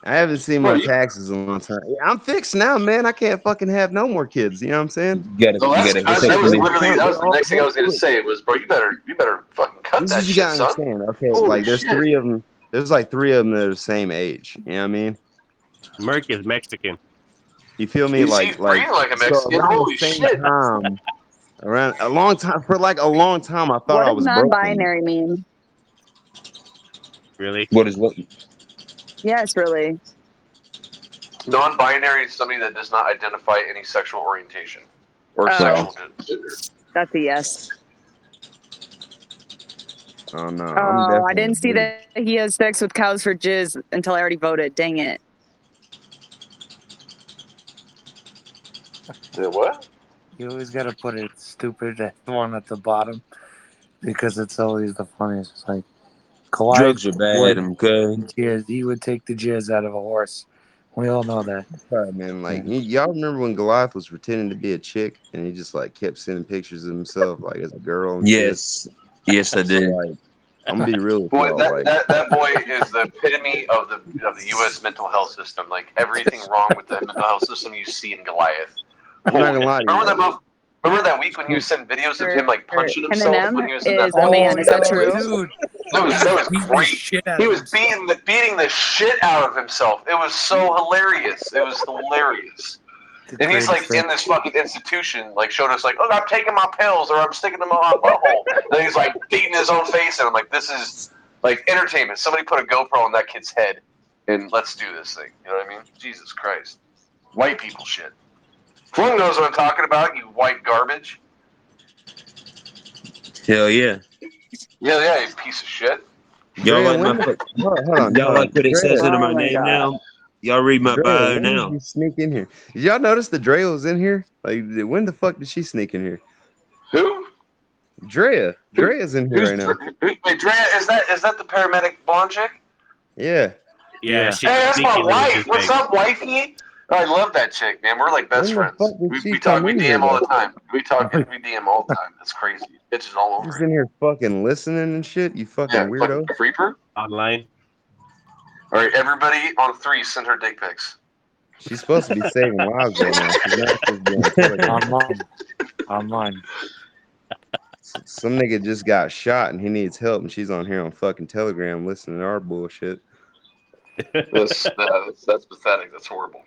Speaker 4: I haven't seen
Speaker 11: bro.
Speaker 4: my
Speaker 11: You,
Speaker 4: taxes in a long time. I'm fixed now, man. I can't fucking have no more kids. You know what I'm saying?
Speaker 2: You gotta.
Speaker 11: well,
Speaker 2: You
Speaker 11: that's
Speaker 2: gotta
Speaker 11: I,
Speaker 4: It's
Speaker 11: that
Speaker 4: like
Speaker 11: was
Speaker 4: we're
Speaker 2: protect
Speaker 11: literally
Speaker 4: done.
Speaker 11: that
Speaker 4: We're
Speaker 11: was the
Speaker 4: all
Speaker 11: next thing I
Speaker 4: look,
Speaker 11: was gonna
Speaker 4: look,
Speaker 11: say was, bro, you better you better fucking cut
Speaker 4: this is
Speaker 11: that
Speaker 4: what you
Speaker 11: shit,
Speaker 4: gotta
Speaker 11: son.
Speaker 4: understand. Okay,
Speaker 11: Holy
Speaker 4: like there's
Speaker 11: shit.
Speaker 4: three of them. There's like three of them that are the same age. You know what I mean?
Speaker 8: Merc is Mexican.
Speaker 4: You feel me?
Speaker 11: He's,
Speaker 4: Like
Speaker 11: he's
Speaker 4: like
Speaker 11: breathing like a
Speaker 4: so
Speaker 11: Mexican.
Speaker 4: around the
Speaker 11: Holy
Speaker 4: same
Speaker 11: shit.
Speaker 4: time, around a long time for like a long time, I thought
Speaker 9: What
Speaker 4: I
Speaker 9: does
Speaker 4: was broken.
Speaker 9: non-binary mean?
Speaker 8: Really?
Speaker 2: What is what?
Speaker 9: Yes, really.
Speaker 11: Non-binary is somebody that does not identify any sexual orientation or
Speaker 9: Oh.
Speaker 11: sexual gender.
Speaker 9: That's a yes.
Speaker 4: Oh no, I'm
Speaker 9: Oh, I
Speaker 4: definitely.
Speaker 9: didn't see that he has sex with cows for jizz until I already voted. Dang it.
Speaker 11: Yeah, what?
Speaker 3: You always got to put it stupid one at the bottom because it's always the funniest. It's like,
Speaker 7: Kawhi
Speaker 2: Drugs are bad, okay?
Speaker 7: Jizz. He would take the jizz out of a horse. We all know that.
Speaker 4: man. Like y- y'all remember when Goliath was pretending to be a chick and he just like kept sending pictures of himself like as a girl. And shit?
Speaker 2: Yes. Yes, I did.
Speaker 4: I'm gonna be real with
Speaker 11: Boy,
Speaker 4: y'all.
Speaker 11: that,
Speaker 4: Like
Speaker 11: that, that boy is the epitome of the of the U.S. mental health system. Like everything wrong with the mental health system you see in Goliath.
Speaker 4: I'm not gonna lie to
Speaker 11: Remember that?
Speaker 4: you.
Speaker 11: mo- Remember that week when he was sending videos of him like punching himself when he was in that
Speaker 9: is a man. Is that
Speaker 11: Oh,
Speaker 9: true?
Speaker 7: Dude,
Speaker 11: That was, that was great.
Speaker 7: shit out
Speaker 11: He
Speaker 7: of
Speaker 11: was beating the beating the shit out of himself. It was so hilarious. It was hilarious. And he's like in this fucking institution, like showed us like, oh, I'm taking my pills or I'm sticking them in my butthole. And he's like beating his own face, and I'm like, this is like entertainment. Somebody put a GoPro on that kid's head, and let's do this thing. You know what I mean? Jesus Christ, white people shit. Who knows what I'm talking about? You white garbage.
Speaker 2: Hell yeah.
Speaker 11: Yeah, yeah, you piece of shit.
Speaker 2: Y'all
Speaker 4: Drea,
Speaker 2: like my
Speaker 4: when
Speaker 2: fuck-
Speaker 4: Hold on, hold on,
Speaker 2: y'all
Speaker 4: hold on.
Speaker 2: like what it
Speaker 4: Drea,
Speaker 2: says under my
Speaker 4: oh my
Speaker 2: name
Speaker 4: God.
Speaker 2: now? Y'all read my
Speaker 4: Drea,
Speaker 2: bio
Speaker 4: when did
Speaker 2: now.
Speaker 4: you sneak in here? Did y'all notice the Drea was in here? Like when the fuck did she sneak in here?
Speaker 11: Who?
Speaker 4: Drea, Drea's in here
Speaker 11: Who's
Speaker 4: right now.
Speaker 11: Wait, Drea, is that is that the paramedic blonde chick?
Speaker 4: Yeah.
Speaker 8: Yeah,
Speaker 11: Hey,
Speaker 8: she's
Speaker 11: that's my
Speaker 8: sneaking into
Speaker 11: wife.
Speaker 8: this
Speaker 11: What's
Speaker 8: thing.
Speaker 11: up, wifey? I love that chick, man. We're like best
Speaker 4: When the
Speaker 11: friends.
Speaker 4: fuck did
Speaker 11: We,
Speaker 4: she
Speaker 11: we talk,
Speaker 4: come
Speaker 11: we
Speaker 4: in here,
Speaker 11: DM all the
Speaker 4: though?
Speaker 11: time. We talk, we DM all the time. It's crazy. It's just all
Speaker 4: She's
Speaker 11: over.
Speaker 4: in here fucking listening and shit. You fucking
Speaker 11: Yeah, fucking
Speaker 4: weirdo.
Speaker 11: creeper.
Speaker 8: online.
Speaker 11: All right, everybody on three, send her dick pics.
Speaker 4: She's supposed to be saving lives right now. She's not supposed to be on Telegram.
Speaker 7: Online. Online.
Speaker 4: S- Some nigga just got shot and he needs help, and she's on here on fucking Telegram listening to our bullshit.
Speaker 11: That's, that's, that's pathetic. That's horrible.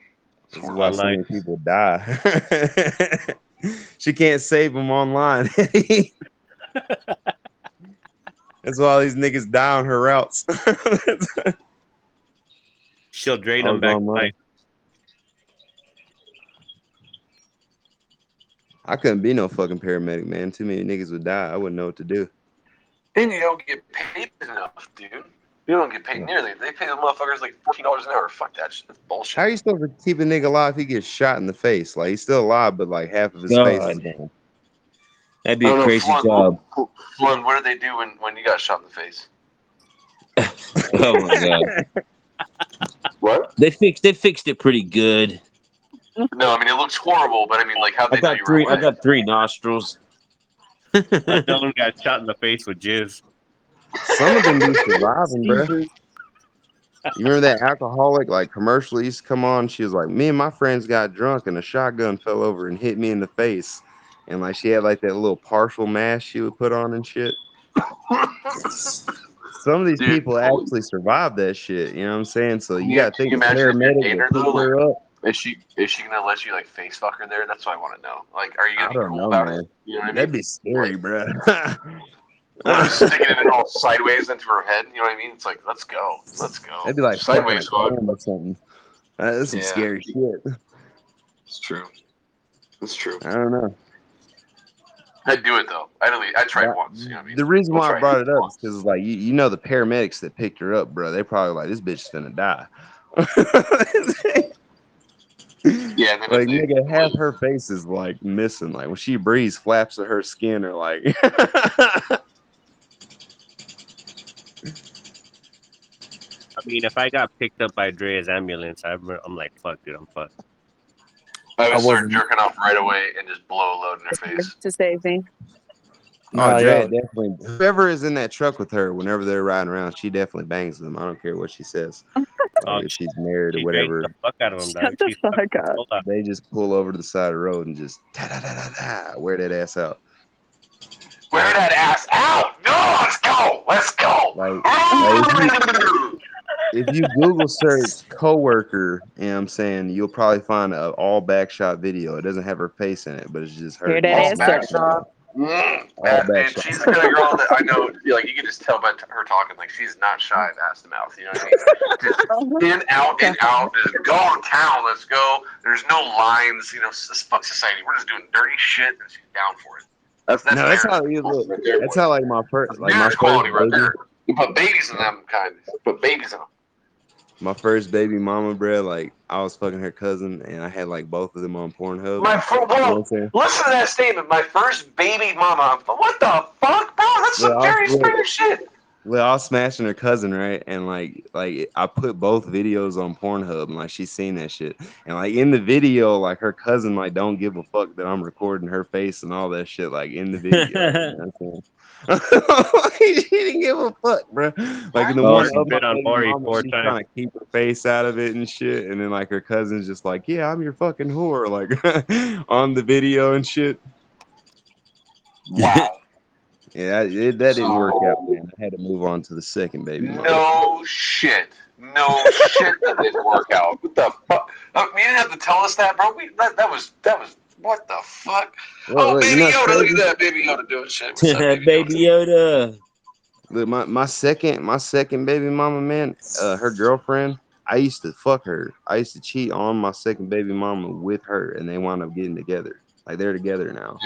Speaker 4: This is why so
Speaker 8: Online.
Speaker 4: many people die. she can't save them online. That's why all these niggas die on her routes.
Speaker 8: She'll drain
Speaker 4: I
Speaker 8: them
Speaker 4: was
Speaker 8: back.
Speaker 4: online.
Speaker 8: Like,
Speaker 4: I couldn't be no fucking paramedic, man. Too many niggas would die. I wouldn't know what to do.
Speaker 11: And you don't get paid enough, dude. You don't get paid nearly. They pay the motherfuckers like $14 an hour. Fuck that shit. That's bullshit.
Speaker 4: How are you supposed to keep a nigga alive if he gets shot in the face? Like he's still alive, but like half of his face is
Speaker 2: God.
Speaker 4: gone.
Speaker 2: That'd
Speaker 11: I
Speaker 2: be
Speaker 11: don't
Speaker 2: a
Speaker 11: know,
Speaker 2: crazy
Speaker 11: Floyd,
Speaker 2: job.
Speaker 11: what- Floyd, what did they do when, when you got shot in the face?
Speaker 2: Oh my god.
Speaker 11: What?
Speaker 2: They fixed they fixed it pretty good.
Speaker 11: No, I mean, it looks horrible, but I mean, like, how'd
Speaker 2: I
Speaker 11: they know
Speaker 2: got
Speaker 11: you were
Speaker 2: three I
Speaker 11: away?
Speaker 2: got three nostrils.
Speaker 8: my son got shot in the face with jizz.
Speaker 4: Some of them be surviving, bro. You remember that alcoholic like commercial used to come on? She was like, "Me and my friends got drunk, and a shotgun fell over and hit me in the face." And like she had like that little partial mask she would put on and shit. Some of these
Speaker 11: Dude,
Speaker 4: people
Speaker 11: Floyd,
Speaker 4: actually survived that shit. You know what I'm saying? So
Speaker 11: Can
Speaker 4: you
Speaker 11: you,
Speaker 4: gotta
Speaker 11: can
Speaker 4: think
Speaker 11: you
Speaker 4: the
Speaker 11: imagine if you're
Speaker 4: paramedic
Speaker 11: dating
Speaker 4: will
Speaker 11: her
Speaker 4: pick
Speaker 11: though? Like,
Speaker 4: her up.
Speaker 11: is she is she gonna let you like face fuck her there? That's what I want to know. Like, are you
Speaker 4: I
Speaker 11: gonna be
Speaker 4: don't
Speaker 11: cool
Speaker 4: know,
Speaker 11: about it?
Speaker 4: man.
Speaker 11: You know what I
Speaker 4: That'd
Speaker 11: mean?
Speaker 4: be scary, bro.
Speaker 11: Or just sticking it all sideways into her head. You know what I mean? It's like, let's go, let's go,
Speaker 4: That'd be like fucking a
Speaker 11: sideways hug.
Speaker 4: clam or something. Uh, that's some
Speaker 11: Yeah.
Speaker 4: scary shit.
Speaker 11: It's true. It's true.
Speaker 4: I don't know.
Speaker 11: I'd do it though. I'd at least I tried
Speaker 4: That-
Speaker 11: once. You know what I mean?
Speaker 4: the reason
Speaker 11: We'll
Speaker 4: why I
Speaker 11: try
Speaker 4: brought it up
Speaker 11: once.
Speaker 4: is because, like, you, you know, the paramedics that picked her up, bro, they probably like, this bitch is gonna die.
Speaker 11: Yeah, and then if
Speaker 4: like,
Speaker 11: they
Speaker 4: nigga, half her face is like missing. Like, when she breathes, flaps of her skin are like,
Speaker 8: I mean, if I got picked up by Drea's ambulance, I'm, I'm like, fuck, dude, I'm fucked.
Speaker 11: I
Speaker 7: I
Speaker 11: would start
Speaker 7: wasn't.
Speaker 11: jerking off right away and just blow a load in her face.
Speaker 9: To save me.
Speaker 4: oh,
Speaker 7: No,
Speaker 4: Drea
Speaker 7: yo,
Speaker 4: definitely. Whoever is in that truck with her, whenever they're riding around, she definitely bangs them. I don't care what she says.
Speaker 8: Oh,
Speaker 4: Like, if
Speaker 8: she,
Speaker 4: she's married or
Speaker 8: she drank the
Speaker 4: whatever,
Speaker 8: fuck out of him, dog.
Speaker 9: Shut the
Speaker 8: She fucked
Speaker 9: fuck up.
Speaker 8: hold on.
Speaker 4: they just pull over to the side of the road and just da da da da da wear that ass out.
Speaker 11: Wear that ass out! No, let's go! Let's go!
Speaker 4: Like, like if you if you Google search coworker, you know what I'm saying you'll probably find a all back shot video. It doesn't have her face in it, but it's just her
Speaker 9: Here that
Speaker 11: All
Speaker 4: just
Speaker 9: ass
Speaker 11: back
Speaker 9: up.
Speaker 4: back shot.
Speaker 11: shot. Mm,
Speaker 4: All
Speaker 11: that,
Speaker 4: back
Speaker 11: and
Speaker 4: shot.
Speaker 11: she's the kind of girl that I know. Like you can just tell by t- her talking, like she's not shy of ass to mouth. You know what I mean? Just in, out, in, out. Just go on town. Let's go. There's no lines. You know, s- this fuck society. We're just doing dirty shit, and she's down for it. That's that's
Speaker 4: No, that's
Speaker 11: marriage
Speaker 4: how you look.
Speaker 11: right there,
Speaker 4: That's
Speaker 11: boys.
Speaker 4: how like my first
Speaker 11: That's
Speaker 4: like my
Speaker 11: marriage
Speaker 4: first
Speaker 11: quality right
Speaker 4: baby
Speaker 11: there. You put babies in them kind. Put babies in them.
Speaker 4: my first baby mama, bro. Like I was fucking her cousin, and I had like both of them on Pornhub.
Speaker 11: My fir-
Speaker 4: You know what
Speaker 11: well,
Speaker 4: I'm saying?
Speaker 11: listen to that statement. My first baby mama. What the fuck, bro? That's
Speaker 4: But
Speaker 11: some
Speaker 4: I,
Speaker 11: Jerry
Speaker 4: look,
Speaker 11: Springer shit.
Speaker 4: Well, I was smashing her cousin, right? And like, like I put both videos on Pornhub, and like she's seen that shit. And like in the video, like her cousin, like don't give a fuck that I'm recording her face and all that shit. Like in the video, you know what I'm saying? she didn't give a fuck, bro. Like in the
Speaker 8: Oh,
Speaker 4: one
Speaker 8: she
Speaker 4: of
Speaker 8: bit on Maury four
Speaker 4: she's
Speaker 8: times.
Speaker 4: trying to keep her face out of it and shit. And then like her cousin's just like, yeah, I'm your fucking whore, like on the video and shit.
Speaker 11: Wow.
Speaker 4: Yeah, that- it, that didn't work out, man. I had to move on to the second baby. mama.
Speaker 11: No shit. No shit that didn't work out. What the fuck? Uh, you didn't have to tell us that, bro. We that, that was that was what the fuck?
Speaker 4: Wait,
Speaker 11: oh,
Speaker 4: wait,
Speaker 11: baby
Speaker 4: you're not
Speaker 11: Yoda, look
Speaker 4: crazy?
Speaker 11: at that baby Yoda doing shit. What's up, baby?
Speaker 12: Baby Yoda.
Speaker 4: Look, my, my second my second baby mama man, uh, her girlfriend. I used to fuck her. I used to cheat on my second baby mama with her, and they wound up getting together. Like they're together now.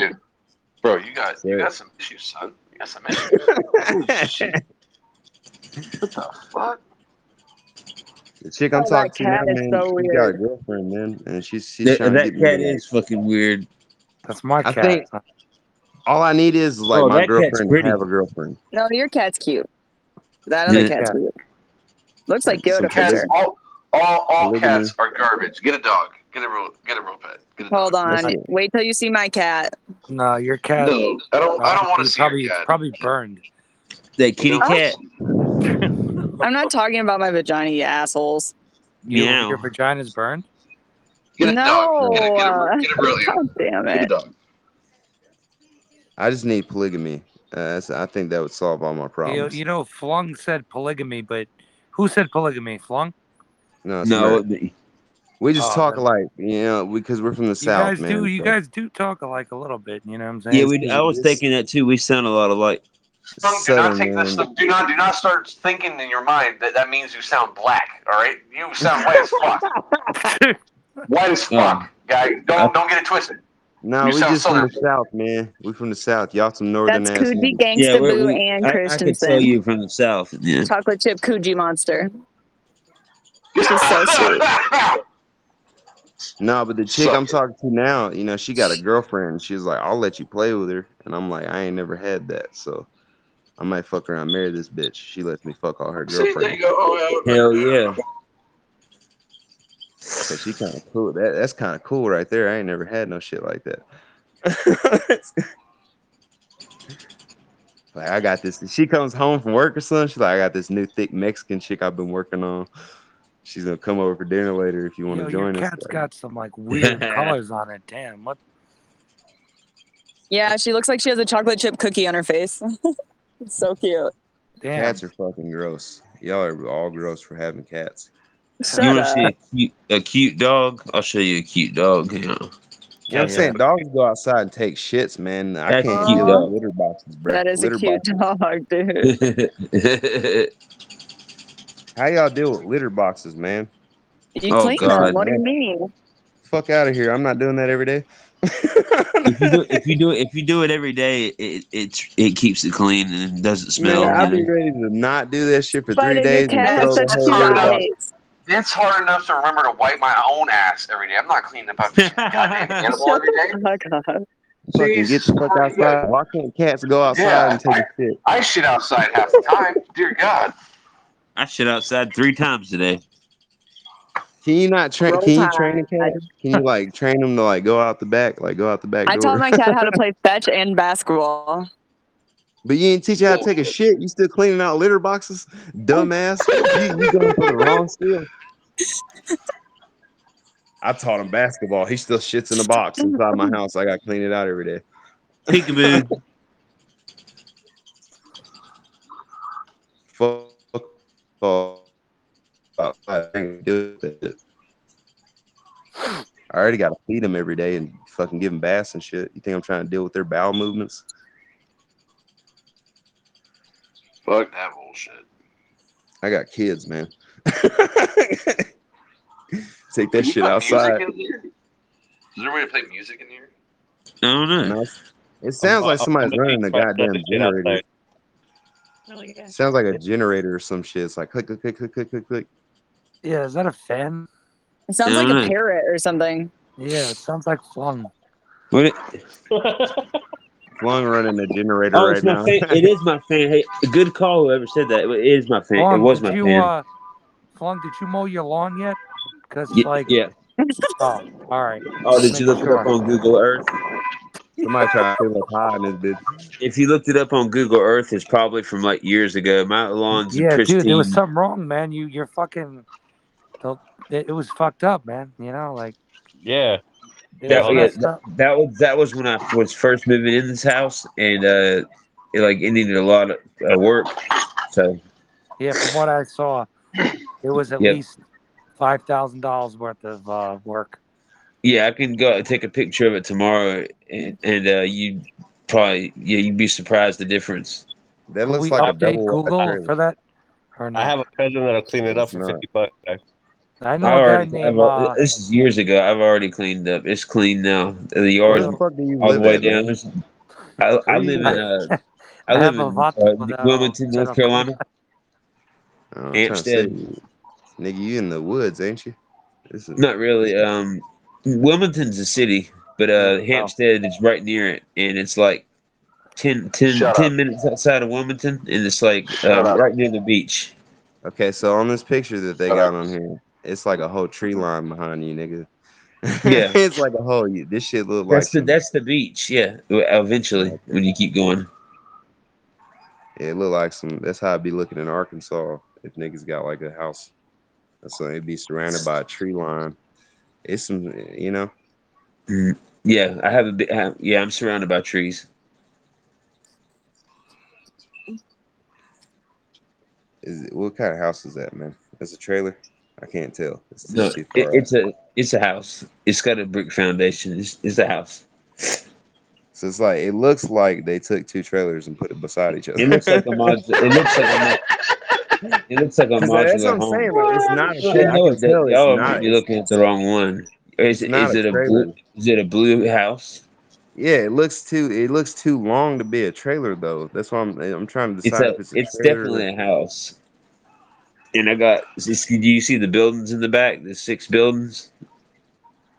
Speaker 11: Bro, you got you
Speaker 4: Yeah.
Speaker 11: got some issues, son. You got some issues. Oh, shit. What the fuck?
Speaker 4: The chick I'm
Speaker 9: Oh, that
Speaker 4: talking to now,
Speaker 9: cat is
Speaker 4: man,
Speaker 9: so
Speaker 4: she got a
Speaker 9: weird.
Speaker 4: girlfriend, man, and she's she's
Speaker 2: That,
Speaker 4: trying
Speaker 2: that
Speaker 4: to get
Speaker 2: cat
Speaker 4: me.
Speaker 2: is fucking weird.
Speaker 3: That's my
Speaker 4: I
Speaker 3: cat.
Speaker 4: think all I need is like
Speaker 12: Oh,
Speaker 4: my
Speaker 12: that cat's
Speaker 4: girlfriend to
Speaker 12: pretty.
Speaker 4: have a girlfriend.
Speaker 9: No, your cat's cute. That other
Speaker 2: Yeah.
Speaker 9: cat's
Speaker 3: Yeah.
Speaker 9: weird. Looks like
Speaker 4: Some
Speaker 9: Yoda for
Speaker 11: Cats,
Speaker 9: sure.
Speaker 4: polygamy.
Speaker 11: all all, all
Speaker 4: Polygamy.
Speaker 11: cats are garbage. Get a dog. Get a real get a real pet. Get a
Speaker 9: Hold
Speaker 11: dog.
Speaker 9: on.
Speaker 4: Listen.
Speaker 9: Wait till you see my cat.
Speaker 3: No, your cat.
Speaker 11: No, I don't. I
Speaker 3: uh,
Speaker 11: don't want to
Speaker 3: it's
Speaker 11: see your
Speaker 3: probably it's
Speaker 11: cat.
Speaker 3: probably burned.
Speaker 2: That kitty
Speaker 11: No.
Speaker 2: cat.
Speaker 9: I'm not talking about my vagina, you assholes.
Speaker 3: You
Speaker 2: Meow.
Speaker 3: your vagina's burned.
Speaker 11: Get a dog. Get a,
Speaker 9: No.
Speaker 11: get a,
Speaker 9: uh,
Speaker 11: get a real animal.
Speaker 9: God damn
Speaker 11: Get a
Speaker 9: it.
Speaker 11: dog.
Speaker 4: I just need polygamy. Uh, that's, I think that would solve all my
Speaker 3: You,
Speaker 4: problems.
Speaker 3: you know, Flung said polygamy, but who said polygamy? Flung.
Speaker 4: No, it's
Speaker 2: No,
Speaker 4: Mert.
Speaker 2: it be-
Speaker 4: We just
Speaker 3: Oh,
Speaker 4: talk
Speaker 3: then-
Speaker 4: alike, you know, because we're from the
Speaker 3: You
Speaker 4: South,
Speaker 3: guys
Speaker 4: man.
Speaker 3: do. You
Speaker 4: so-
Speaker 3: guys do talk alike a little bit. You know what I'm saying?
Speaker 2: yeah. We. I was thinking that too. We sound a lot alike.
Speaker 11: Don't- do not
Speaker 4: Southern
Speaker 11: take this.
Speaker 4: man.
Speaker 11: Do not do not start thinking in your mind that that means you sound black. All right, you sound white as fuck. White as fuck, guy. Don't don't get it twisted.
Speaker 4: No,
Speaker 11: You
Speaker 4: we
Speaker 11: sound
Speaker 4: just from the
Speaker 11: southern.
Speaker 4: South, man. We from the South. Y'all some northern
Speaker 9: That's
Speaker 4: ass
Speaker 9: Coogee
Speaker 4: niggas.
Speaker 2: Yeah,
Speaker 9: Gangsta
Speaker 2: we're,
Speaker 9: Boo
Speaker 2: we.
Speaker 9: and
Speaker 2: I, I could tell
Speaker 9: Christensen.
Speaker 2: you from the south. Yeah.
Speaker 9: Chocolate chip Coogee monster. She's so sweet.
Speaker 4: No, but the chick I'm
Speaker 11: Sucker.
Speaker 4: talking to now, you know, she got a girlfriend. She's like, I'll let you play with her. And I'm like, I ain't never had that. So I might fuck around, marry this bitch. She lets me fuck all her
Speaker 11: See, there you
Speaker 4: girlfriends.
Speaker 11: go. Oh, yeah.
Speaker 2: Hell yeah.
Speaker 4: So she kind of cool. That, that's kind of cool right there. I ain't never had no shit like that. Like I got this. She comes home from work or something. She's like, I got this new thick Mexican chick I've been working on. She's gonna come over for dinner later if you want
Speaker 3: Yo,
Speaker 4: to
Speaker 3: your
Speaker 4: join us.
Speaker 3: cat's
Speaker 4: Like,
Speaker 3: got some like weird colors on it. Damn, what?
Speaker 9: Yeah, she looks like she has a chocolate chip cookie on her face. it's so cute.
Speaker 3: Damn.
Speaker 4: cats are fucking gross. Y'all are all gross for having cats.
Speaker 2: You
Speaker 9: Shut
Speaker 2: want to see
Speaker 9: up.
Speaker 2: a cute, a cute dog? I'll show you a cute dog. You know.
Speaker 4: You know what
Speaker 3: Yeah,
Speaker 4: I'm
Speaker 3: yeah.
Speaker 4: saying? Dogs go outside and take shits, man. I
Speaker 2: That's a
Speaker 4: can't
Speaker 2: cute
Speaker 4: deal with
Speaker 9: Aw,
Speaker 2: dog.
Speaker 4: litter boxes, bro.
Speaker 9: that is a
Speaker 4: Litter
Speaker 9: cute
Speaker 4: boxes.
Speaker 9: dog, dude.
Speaker 2: oh
Speaker 4: How y'all deal with litter boxes, man?
Speaker 9: You clean them.
Speaker 2: oh, God.
Speaker 9: What do you
Speaker 4: Man,
Speaker 9: mean?
Speaker 4: fuck out of here. I'm not doing that every day.
Speaker 2: If you do if you do if you do it every day, it it it keeps it clean and doesn't smell
Speaker 4: man, I'll
Speaker 2: either.
Speaker 4: be ready to not do that shit for
Speaker 9: Why
Speaker 4: three
Speaker 9: does your
Speaker 4: days and
Speaker 9: cat have
Speaker 4: throw
Speaker 11: That's
Speaker 4: the
Speaker 9: such
Speaker 11: that's
Speaker 4: whole
Speaker 9: cute
Speaker 11: hard
Speaker 4: litter
Speaker 11: enough.
Speaker 4: box.
Speaker 9: eyes?
Speaker 11: It's hard enough to remember to wipe my own ass every day. I'm not cleaning up after some goddamn animal
Speaker 9: Shut
Speaker 11: every day.
Speaker 9: the fuck up.
Speaker 4: Fucking get
Speaker 11: Jesus
Speaker 4: the fuck
Speaker 11: Christ.
Speaker 4: outside. Why can't cats go outside
Speaker 11: Yeah,
Speaker 4: and take a shit?
Speaker 11: I shit outside half the time. Dear God.
Speaker 2: I shit outside three times today.
Speaker 4: Can you not train?
Speaker 9: Roll
Speaker 4: Can you
Speaker 9: tide.
Speaker 4: train a cat? Can you like train them to like go out the back, like go out the back
Speaker 9: I taught
Speaker 4: door?
Speaker 9: my cat how to play fetch and basketball.
Speaker 4: but you ain't teach her how to take a shit. You still cleaning out litter boxes, dumbass. You you going for the wrong seal. I taught him basketball. He still shits in the box inside my house. I got to clean it out every day.
Speaker 2: Peekaboo.
Speaker 4: Fuck all. I ain't do it. I already got to feed them every day and fucking give them baths and shit. You think I'm trying to deal with their bowel movements?
Speaker 11: Fuck that bullshit.
Speaker 4: I got kids, man. Take that
Speaker 11: Can you
Speaker 4: shit
Speaker 11: put
Speaker 4: outside.
Speaker 11: music in here? Is there a way to play music in here?
Speaker 2: I don't know.
Speaker 4: Nice. It
Speaker 8: I'm,
Speaker 4: sounds like
Speaker 8: I'm
Speaker 4: somebody's
Speaker 8: gonna
Speaker 4: running
Speaker 8: teach
Speaker 4: a
Speaker 8: my brother
Speaker 4: goddamn
Speaker 8: shit outside.
Speaker 4: generator. Sounds like a generator or some shit. It's like click, click, click, click, click, click, click.
Speaker 3: Yeah, is that a fan?
Speaker 2: I
Speaker 9: It sounds like
Speaker 2: don't
Speaker 9: a
Speaker 2: know.
Speaker 9: parrot or something.
Speaker 3: Yeah, it sounds like Flung.
Speaker 2: What it,
Speaker 4: Long running a generator
Speaker 2: Oh,
Speaker 4: right
Speaker 2: it's my
Speaker 4: now.
Speaker 2: fan. It is my fan. Hey, good call. Whoever said that. It is my fan. it
Speaker 3: Flung,
Speaker 2: was
Speaker 3: did
Speaker 2: my
Speaker 3: you,
Speaker 2: fan.
Speaker 3: Uh, Flung, did you mow your lawn yet? Because
Speaker 2: Ye-
Speaker 3: like,
Speaker 2: yeah.
Speaker 3: oh, all right.
Speaker 2: Oh, did
Speaker 3: Make
Speaker 2: you look it up
Speaker 3: sure.
Speaker 2: on Google Earth?
Speaker 4: Somebody trying to fill up high in this bitch.
Speaker 2: If you looked it up on Google Earth, it's probably from like years ago. My lawn's
Speaker 3: Yeah,
Speaker 2: pristine.
Speaker 3: dude, there was something wrong, man. You, you're fucking. the- It it was fucked up, man. You know, like
Speaker 8: Yeah.
Speaker 3: it
Speaker 2: that,
Speaker 3: was
Speaker 2: yeah,
Speaker 3: messed
Speaker 2: that,
Speaker 3: up.
Speaker 2: that was that was when I was first moving in this house, and uh, it like it needed a lot of uh, work. So
Speaker 3: Yeah, from what I saw, it was at
Speaker 2: Yep.
Speaker 3: least five thousand dollars worth of uh, work.
Speaker 2: yeah, I can go out and take a picture of it tomorrow, and, and uh, you probably yeah you'd be surprised the difference.
Speaker 4: That
Speaker 3: Can
Speaker 4: looks
Speaker 3: we
Speaker 4: like a
Speaker 3: update
Speaker 4: double wide
Speaker 3: Google
Speaker 4: trailer.
Speaker 3: for that or
Speaker 8: I
Speaker 3: not?
Speaker 8: have a cousin that'll clean it
Speaker 4: No,
Speaker 8: up
Speaker 4: it's
Speaker 8: for
Speaker 4: not.
Speaker 8: fifty bucks. Like,
Speaker 3: I
Speaker 2: I
Speaker 3: know a guy
Speaker 2: already I've,
Speaker 3: named
Speaker 2: al-
Speaker 3: uh,
Speaker 2: this is years ago. I've already cleaned up. It's clean now. The
Speaker 4: Where
Speaker 2: yard
Speaker 4: the
Speaker 3: dude.
Speaker 4: fuck do you
Speaker 2: all the
Speaker 4: live
Speaker 2: way
Speaker 4: at,
Speaker 2: down.
Speaker 4: man?
Speaker 2: There's- I, I
Speaker 4: Where you
Speaker 2: live
Speaker 4: live
Speaker 2: in
Speaker 4: at?
Speaker 2: uh, I
Speaker 3: I
Speaker 2: live
Speaker 3: have a
Speaker 2: in
Speaker 3: vato
Speaker 2: uh,
Speaker 3: that'll
Speaker 2: Wilmington, North
Speaker 3: that'll clean.
Speaker 2: Carolina,
Speaker 4: Oh, I'm trying to say,
Speaker 2: Hampstead.
Speaker 4: nigga, you in the woods, ain't you? This is
Speaker 2: Not really. Um, Wilmington's a city, but uh,
Speaker 3: Oh.
Speaker 2: Hampstead is right near it, and it's like 10, 10,
Speaker 11: Shut
Speaker 2: 10
Speaker 11: up.
Speaker 2: minutes outside of Wilmington, and it's like
Speaker 11: Shut
Speaker 2: uh,
Speaker 11: up.
Speaker 2: right near the beach.
Speaker 4: okay. So on this picture that they
Speaker 11: Shut
Speaker 4: got
Speaker 11: up.
Speaker 4: on here, it's like a whole tree line behind you, nigga.
Speaker 2: Yeah.
Speaker 4: it's like a whole. You, this shit look like
Speaker 2: That's the
Speaker 4: some.
Speaker 2: that's the beach. Yeah, w- eventually when you keep going.
Speaker 4: It look like some. That's how it be looking in Arkansas if niggas got like a house. So it'd be surrounded by a tree line. It's some, you know.
Speaker 2: Mm, Yeah, I have a bit. ha- Yeah, I'm surrounded by trees.
Speaker 4: Is it, what kind of house is that, man? That's a trailer. I can't tell. It's too,
Speaker 2: No,
Speaker 4: too
Speaker 2: it,
Speaker 4: far out.
Speaker 2: it's a it's a house. It's got a brick foundation. It's, it's a house.
Speaker 4: So it's like it looks like they took two trailers and put it beside each other.
Speaker 2: It looks like a mod. It looks like a mod- it looks like a
Speaker 4: Because that's
Speaker 2: modular
Speaker 4: what I'm
Speaker 2: home.
Speaker 4: saying. Like it's not a
Speaker 2: I
Speaker 4: tra- I
Speaker 2: know
Speaker 4: can
Speaker 2: it. That
Speaker 4: tell it's
Speaker 2: y'all might
Speaker 4: not.
Speaker 2: be
Speaker 4: It's,
Speaker 2: looking at the wrong one. Is
Speaker 4: it's not
Speaker 2: is
Speaker 4: a
Speaker 2: it a
Speaker 4: trailer.
Speaker 2: blue? Is it a blue house?
Speaker 4: Yeah, it looks too. It looks too long to be a trailer though. That's why I'm. I'm trying to
Speaker 2: It's
Speaker 4: decide
Speaker 2: a.
Speaker 4: if it's a
Speaker 2: It's
Speaker 4: trailer.
Speaker 2: definitely
Speaker 4: Or,
Speaker 2: a house. And I got. is- Do you see the buildings in the back? The six buildings.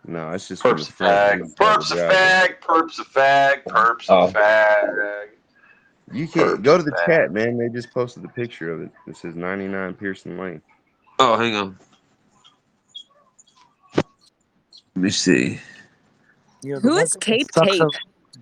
Speaker 4: no, it's just from the
Speaker 11: Perps a
Speaker 4: front. I'm
Speaker 11: fag.
Speaker 4: gonna try to
Speaker 11: Perps a
Speaker 4: drive it.
Speaker 11: fag. Perps a fag. Perps a
Speaker 2: Oh,
Speaker 11: fag.
Speaker 4: You can't
Speaker 11: Perps
Speaker 4: go to
Speaker 11: a
Speaker 4: the
Speaker 11: fag.
Speaker 4: chat, man. They just posted a picture of it. It says 99 Pearson Lane.
Speaker 2: oh, hang on. Let me see.
Speaker 3: Yeah, the
Speaker 9: Who
Speaker 3: one
Speaker 9: is
Speaker 3: thing that
Speaker 9: Cape
Speaker 3: sucks.
Speaker 9: Tape?
Speaker 3: Of,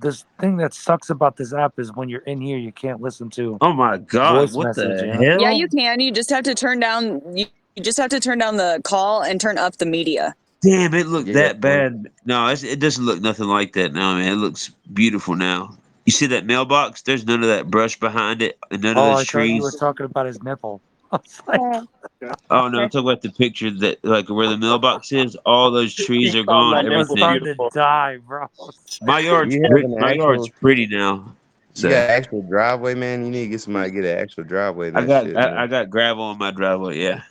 Speaker 3: this thing that sucks about this app is when you're in here, you can't listen to
Speaker 2: Oh my God!
Speaker 3: voice
Speaker 2: What
Speaker 3: message.
Speaker 2: the
Speaker 3: You know?
Speaker 9: Yeah,
Speaker 2: hell?
Speaker 9: you can. You just have to turn down. You, you just have to turn down the call and turn up the media.
Speaker 2: Damn, it looked
Speaker 4: Yeah,
Speaker 2: that
Speaker 4: Flunk.
Speaker 2: bad. No, it's, it doesn't look nothing like that now, man. It looks beautiful now. You see that mailbox? There's none of that brush behind it, and none of
Speaker 3: Oh,
Speaker 2: those
Speaker 3: I thought you were
Speaker 2: trees.
Speaker 3: talking about his nipple. I was like,
Speaker 2: Oh no, I'm talking about the picture that, like, where the mailbox is. All those trees
Speaker 8: he
Speaker 2: are
Speaker 8: called
Speaker 2: gone.
Speaker 8: my
Speaker 3: I was
Speaker 2: Everything.
Speaker 8: nipple
Speaker 3: starting to
Speaker 8: beautiful.
Speaker 3: die, bro. I was like,
Speaker 2: My yard's
Speaker 4: You have
Speaker 2: pretty.
Speaker 4: an
Speaker 2: My yard's
Speaker 4: actual.
Speaker 2: pretty now.
Speaker 4: You
Speaker 2: So
Speaker 4: got an actual driveway, man. You need to get somebody to get an actual driveway in
Speaker 2: I
Speaker 4: that
Speaker 2: got
Speaker 4: shit,
Speaker 2: I, I
Speaker 4: man.
Speaker 2: got gravel on my driveway. Yeah.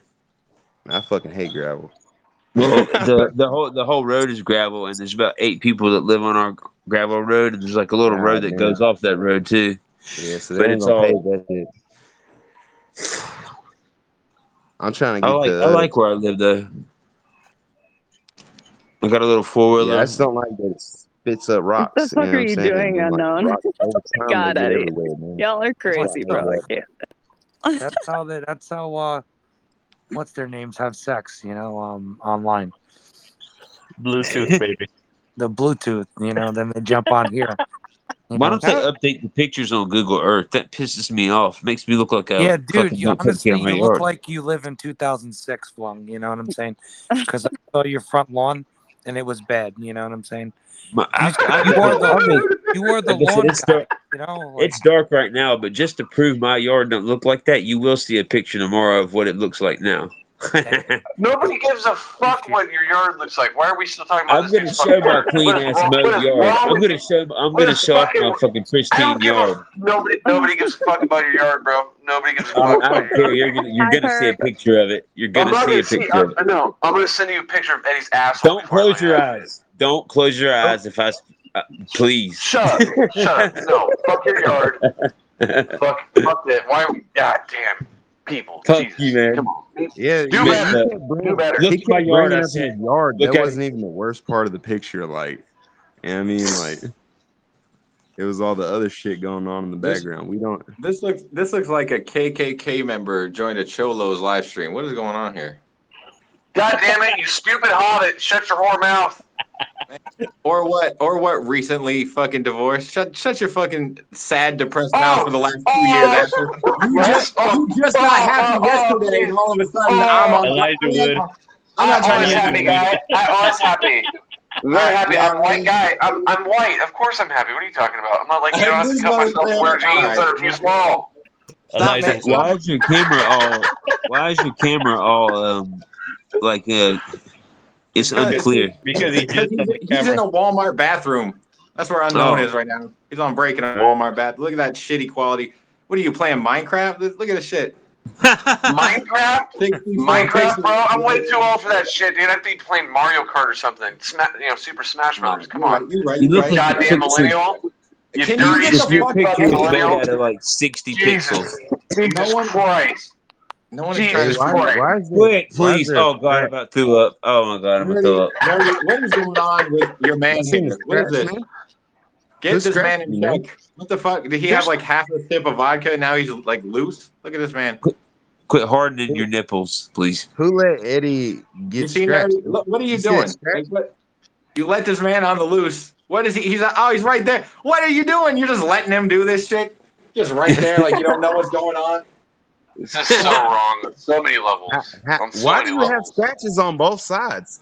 Speaker 4: I fucking hate gravel.
Speaker 2: Well, the the whole the whole road is gravel, and there's about eight people that live on our gravel road, and there's like a little
Speaker 4: nah,
Speaker 2: road that
Speaker 4: Ah, man.
Speaker 2: goes off that road too.
Speaker 4: Yeah, so they
Speaker 2: But
Speaker 4: ain't
Speaker 2: it's
Speaker 4: gonna
Speaker 2: all
Speaker 4: pave that shit. I'm trying to
Speaker 2: I
Speaker 4: get
Speaker 2: like
Speaker 4: the
Speaker 2: I
Speaker 4: other.
Speaker 2: like where I live though. I got a little four
Speaker 4: Yeah, I
Speaker 2: wheeler.
Speaker 4: just don't like that it spits up
Speaker 9: What the
Speaker 4: rocks. You know
Speaker 9: fuck
Speaker 4: what
Speaker 9: are
Speaker 4: I'm
Speaker 9: you
Speaker 4: saying?
Speaker 9: doing,
Speaker 4: And like
Speaker 9: unknown?
Speaker 4: rocks over time, they
Speaker 9: God,
Speaker 4: get
Speaker 9: out of here.
Speaker 4: everywhere, man.
Speaker 9: Y'all are
Speaker 4: That's why
Speaker 3: that's
Speaker 4: I
Speaker 9: crazy,
Speaker 4: hate
Speaker 9: bro.
Speaker 3: how
Speaker 9: I
Speaker 4: that.
Speaker 9: can't.
Speaker 3: that's how they that's how uh what's their names have sex, you know, um online.
Speaker 8: Bluetooth, baby.
Speaker 3: The Bluetooth, you know, then they jump on here. You
Speaker 2: Why
Speaker 3: know,
Speaker 2: don't they
Speaker 3: it's-
Speaker 4: How?
Speaker 2: update the pictures on Google Earth? That pisses me off. Makes me look like I
Speaker 3: yeah, dude,
Speaker 2: fucking
Speaker 3: you
Speaker 2: don't take care
Speaker 3: honestly
Speaker 2: of my
Speaker 3: you look
Speaker 2: yard.
Speaker 3: like you live in 2006, Flung, you know what I'm saying? Cuz I saw your front lawn and it was bad, you know what I'm saying?
Speaker 2: My,
Speaker 3: You
Speaker 2: I, I
Speaker 3: you
Speaker 2: live
Speaker 3: are
Speaker 2: in,
Speaker 3: the
Speaker 2: I live,
Speaker 3: you are the
Speaker 2: like I said,
Speaker 3: lawn
Speaker 2: it's
Speaker 3: guy,
Speaker 2: dark.
Speaker 3: you know, like
Speaker 2: It's dark right now, but just to prove my yard don't look like that, you will see a picture tomorrow of what it looks like now.
Speaker 3: damn,
Speaker 11: Nobody gives a fuck
Speaker 3: dude.
Speaker 11: what your yard looks like. Why are we still talking about
Speaker 2: I'm
Speaker 11: this
Speaker 2: gonna
Speaker 11: dude's fucking
Speaker 2: show my
Speaker 11: yard?
Speaker 2: clean
Speaker 11: What is
Speaker 2: ass
Speaker 11: wrong?
Speaker 2: mowed
Speaker 11: What is
Speaker 2: yard.
Speaker 11: wrong
Speaker 2: I'm
Speaker 11: with
Speaker 2: gonna
Speaker 11: you?
Speaker 2: show. I'm
Speaker 11: What
Speaker 2: gonna
Speaker 11: is
Speaker 2: show off
Speaker 11: fucking?
Speaker 2: my fucking
Speaker 11: I
Speaker 2: pristine
Speaker 11: don't give a
Speaker 2: yard.
Speaker 11: f- nobody. Nobody gives a fuck about your yard, bro. Nobody gives a
Speaker 2: I,
Speaker 11: fuck
Speaker 2: I
Speaker 11: about
Speaker 2: don't
Speaker 11: your
Speaker 2: care.
Speaker 11: yard.
Speaker 2: You're gonna you're
Speaker 9: I
Speaker 2: gonna see a
Speaker 9: heard.
Speaker 2: picture of it. You're
Speaker 11: I'm
Speaker 2: gonna
Speaker 11: not
Speaker 2: see
Speaker 11: gonna
Speaker 2: a
Speaker 11: see.
Speaker 2: picture
Speaker 11: I'm,
Speaker 2: of it.
Speaker 11: no, I'm gonna send you a picture of Eddie's asshole
Speaker 2: Don't
Speaker 11: before I
Speaker 2: close
Speaker 11: look
Speaker 2: your
Speaker 11: at it.
Speaker 2: eyes. Don't close your
Speaker 11: Don't
Speaker 2: eyes. If I s- uh, please.
Speaker 11: shut up. Shut up. No, fuck your yard. Fuck, fuck that. Why are we? Goddamn people.
Speaker 2: Fuck you,
Speaker 11: Jesus, come
Speaker 2: man.
Speaker 11: on. Do
Speaker 4: Yeah,
Speaker 11: do
Speaker 2: But
Speaker 4: you you
Speaker 11: better.
Speaker 2: look,
Speaker 4: kept
Speaker 11: Do
Speaker 4: bringing
Speaker 11: better.
Speaker 2: look
Speaker 4: he
Speaker 2: at my
Speaker 4: kept
Speaker 2: yard.
Speaker 4: bringing
Speaker 2: I
Speaker 4: up his
Speaker 2: said,
Speaker 4: yard.
Speaker 2: look
Speaker 4: That
Speaker 2: at it.
Speaker 4: wasn't even the worst part of the picture. Like, you know what I mean, like It was all the other shit going on in the
Speaker 13: This-
Speaker 4: background. We don't.
Speaker 13: This looks this looks like a KKK member joined a Cholos live stream. What is going on here?
Speaker 11: God damn it, you stupid hobbit! Shut your whore mouth.
Speaker 13: Or what? Or what? Recently fucking divorced. Shut shut your fucking sad, depressed
Speaker 11: Oh,
Speaker 13: mouth for the last two
Speaker 11: oh,
Speaker 13: years. Asher. You just you just got happy yesterday, and all of a sudden I'm on.
Speaker 8: Elijah Wood.
Speaker 13: I'm not
Speaker 11: oh, I
Speaker 13: trying
Speaker 11: was
Speaker 13: to
Speaker 11: happy, guy. I was happy. I'm very happy. I'm a white guy. I'm, I'm white. Of course I'm happy. What are you talking about? I'm not like you know, I have to cut myself to wear jeans that are too small.
Speaker 8: Elijah,
Speaker 2: Why is your camera all? Why is your camera all? Um, like uh, it's
Speaker 13: Because-
Speaker 2: unclear.
Speaker 8: because he
Speaker 13: Because
Speaker 8: just
Speaker 13: he's,
Speaker 8: on the
Speaker 13: he's in
Speaker 8: camera.
Speaker 13: a Walmart bathroom. That's where unknown
Speaker 2: Oh.
Speaker 13: is right now. He's on break in a Walmart bath. Look at that shitty quality. What are you playing Minecraft? Look look at the shit.
Speaker 11: Minecraft?
Speaker 13: 64
Speaker 11: Minecraft,
Speaker 13: pixels.
Speaker 11: bro? I'm way too old for that shit, dude. I'd be playing Mario Kart or something. Sma- you know, Super Smash Brothers. Come on.
Speaker 13: You're right.
Speaker 2: You
Speaker 13: You're
Speaker 2: look
Speaker 13: right.
Speaker 2: like a
Speaker 11: Goddamn
Speaker 2: picture.
Speaker 11: millennial. You
Speaker 13: Can you
Speaker 11: dirty
Speaker 13: get
Speaker 2: Your-
Speaker 13: the
Speaker 2: your
Speaker 11: stupid
Speaker 13: fuck
Speaker 2: picture is
Speaker 11: fucking
Speaker 13: out?
Speaker 2: made
Speaker 11: millennial.
Speaker 2: out of like sixty pixels.
Speaker 11: Jesus. Jesus
Speaker 13: one-
Speaker 11: Christ.
Speaker 13: No one is trying
Speaker 11: Jesus
Speaker 13: to.
Speaker 11: Christ.
Speaker 4: is
Speaker 2: Wait,
Speaker 4: why is
Speaker 2: please.
Speaker 4: there a
Speaker 2: Oh god, I'm
Speaker 4: scratch?
Speaker 2: about to throw up. Oh my god, I'm about to
Speaker 13: Nerdy,
Speaker 2: throw up.
Speaker 13: nerdy, what is going on with your man
Speaker 4: You seen the
Speaker 13: here? What is
Speaker 4: scratch,
Speaker 13: this?
Speaker 4: man?
Speaker 13: Get
Speaker 4: Who's
Speaker 13: this man
Speaker 4: scratching
Speaker 13: in
Speaker 4: you, man?
Speaker 13: check. What the fuck? Did he have
Speaker 11: There's-
Speaker 13: like half a sip of vodka and now he's like loose? Look at this man.
Speaker 2: Quit hardening your nipples, please.
Speaker 4: Who let Eddie
Speaker 13: You
Speaker 4: get
Speaker 13: see,
Speaker 4: scratched?
Speaker 13: nerdy? Look, what are you,
Speaker 4: You see that
Speaker 13: doing?
Speaker 4: scratch?
Speaker 13: Like, what? You let this man on the loose. What is he? He's oh, he's right there. What are you doing? You're just letting him do this shit. Just right there, like you don't know what's going on.
Speaker 11: This is so wrong on so many
Speaker 4: Ha-
Speaker 11: levels.
Speaker 4: ha-
Speaker 11: On so
Speaker 4: Why do
Speaker 11: many
Speaker 4: you have
Speaker 11: levels.
Speaker 4: scratches on both sides?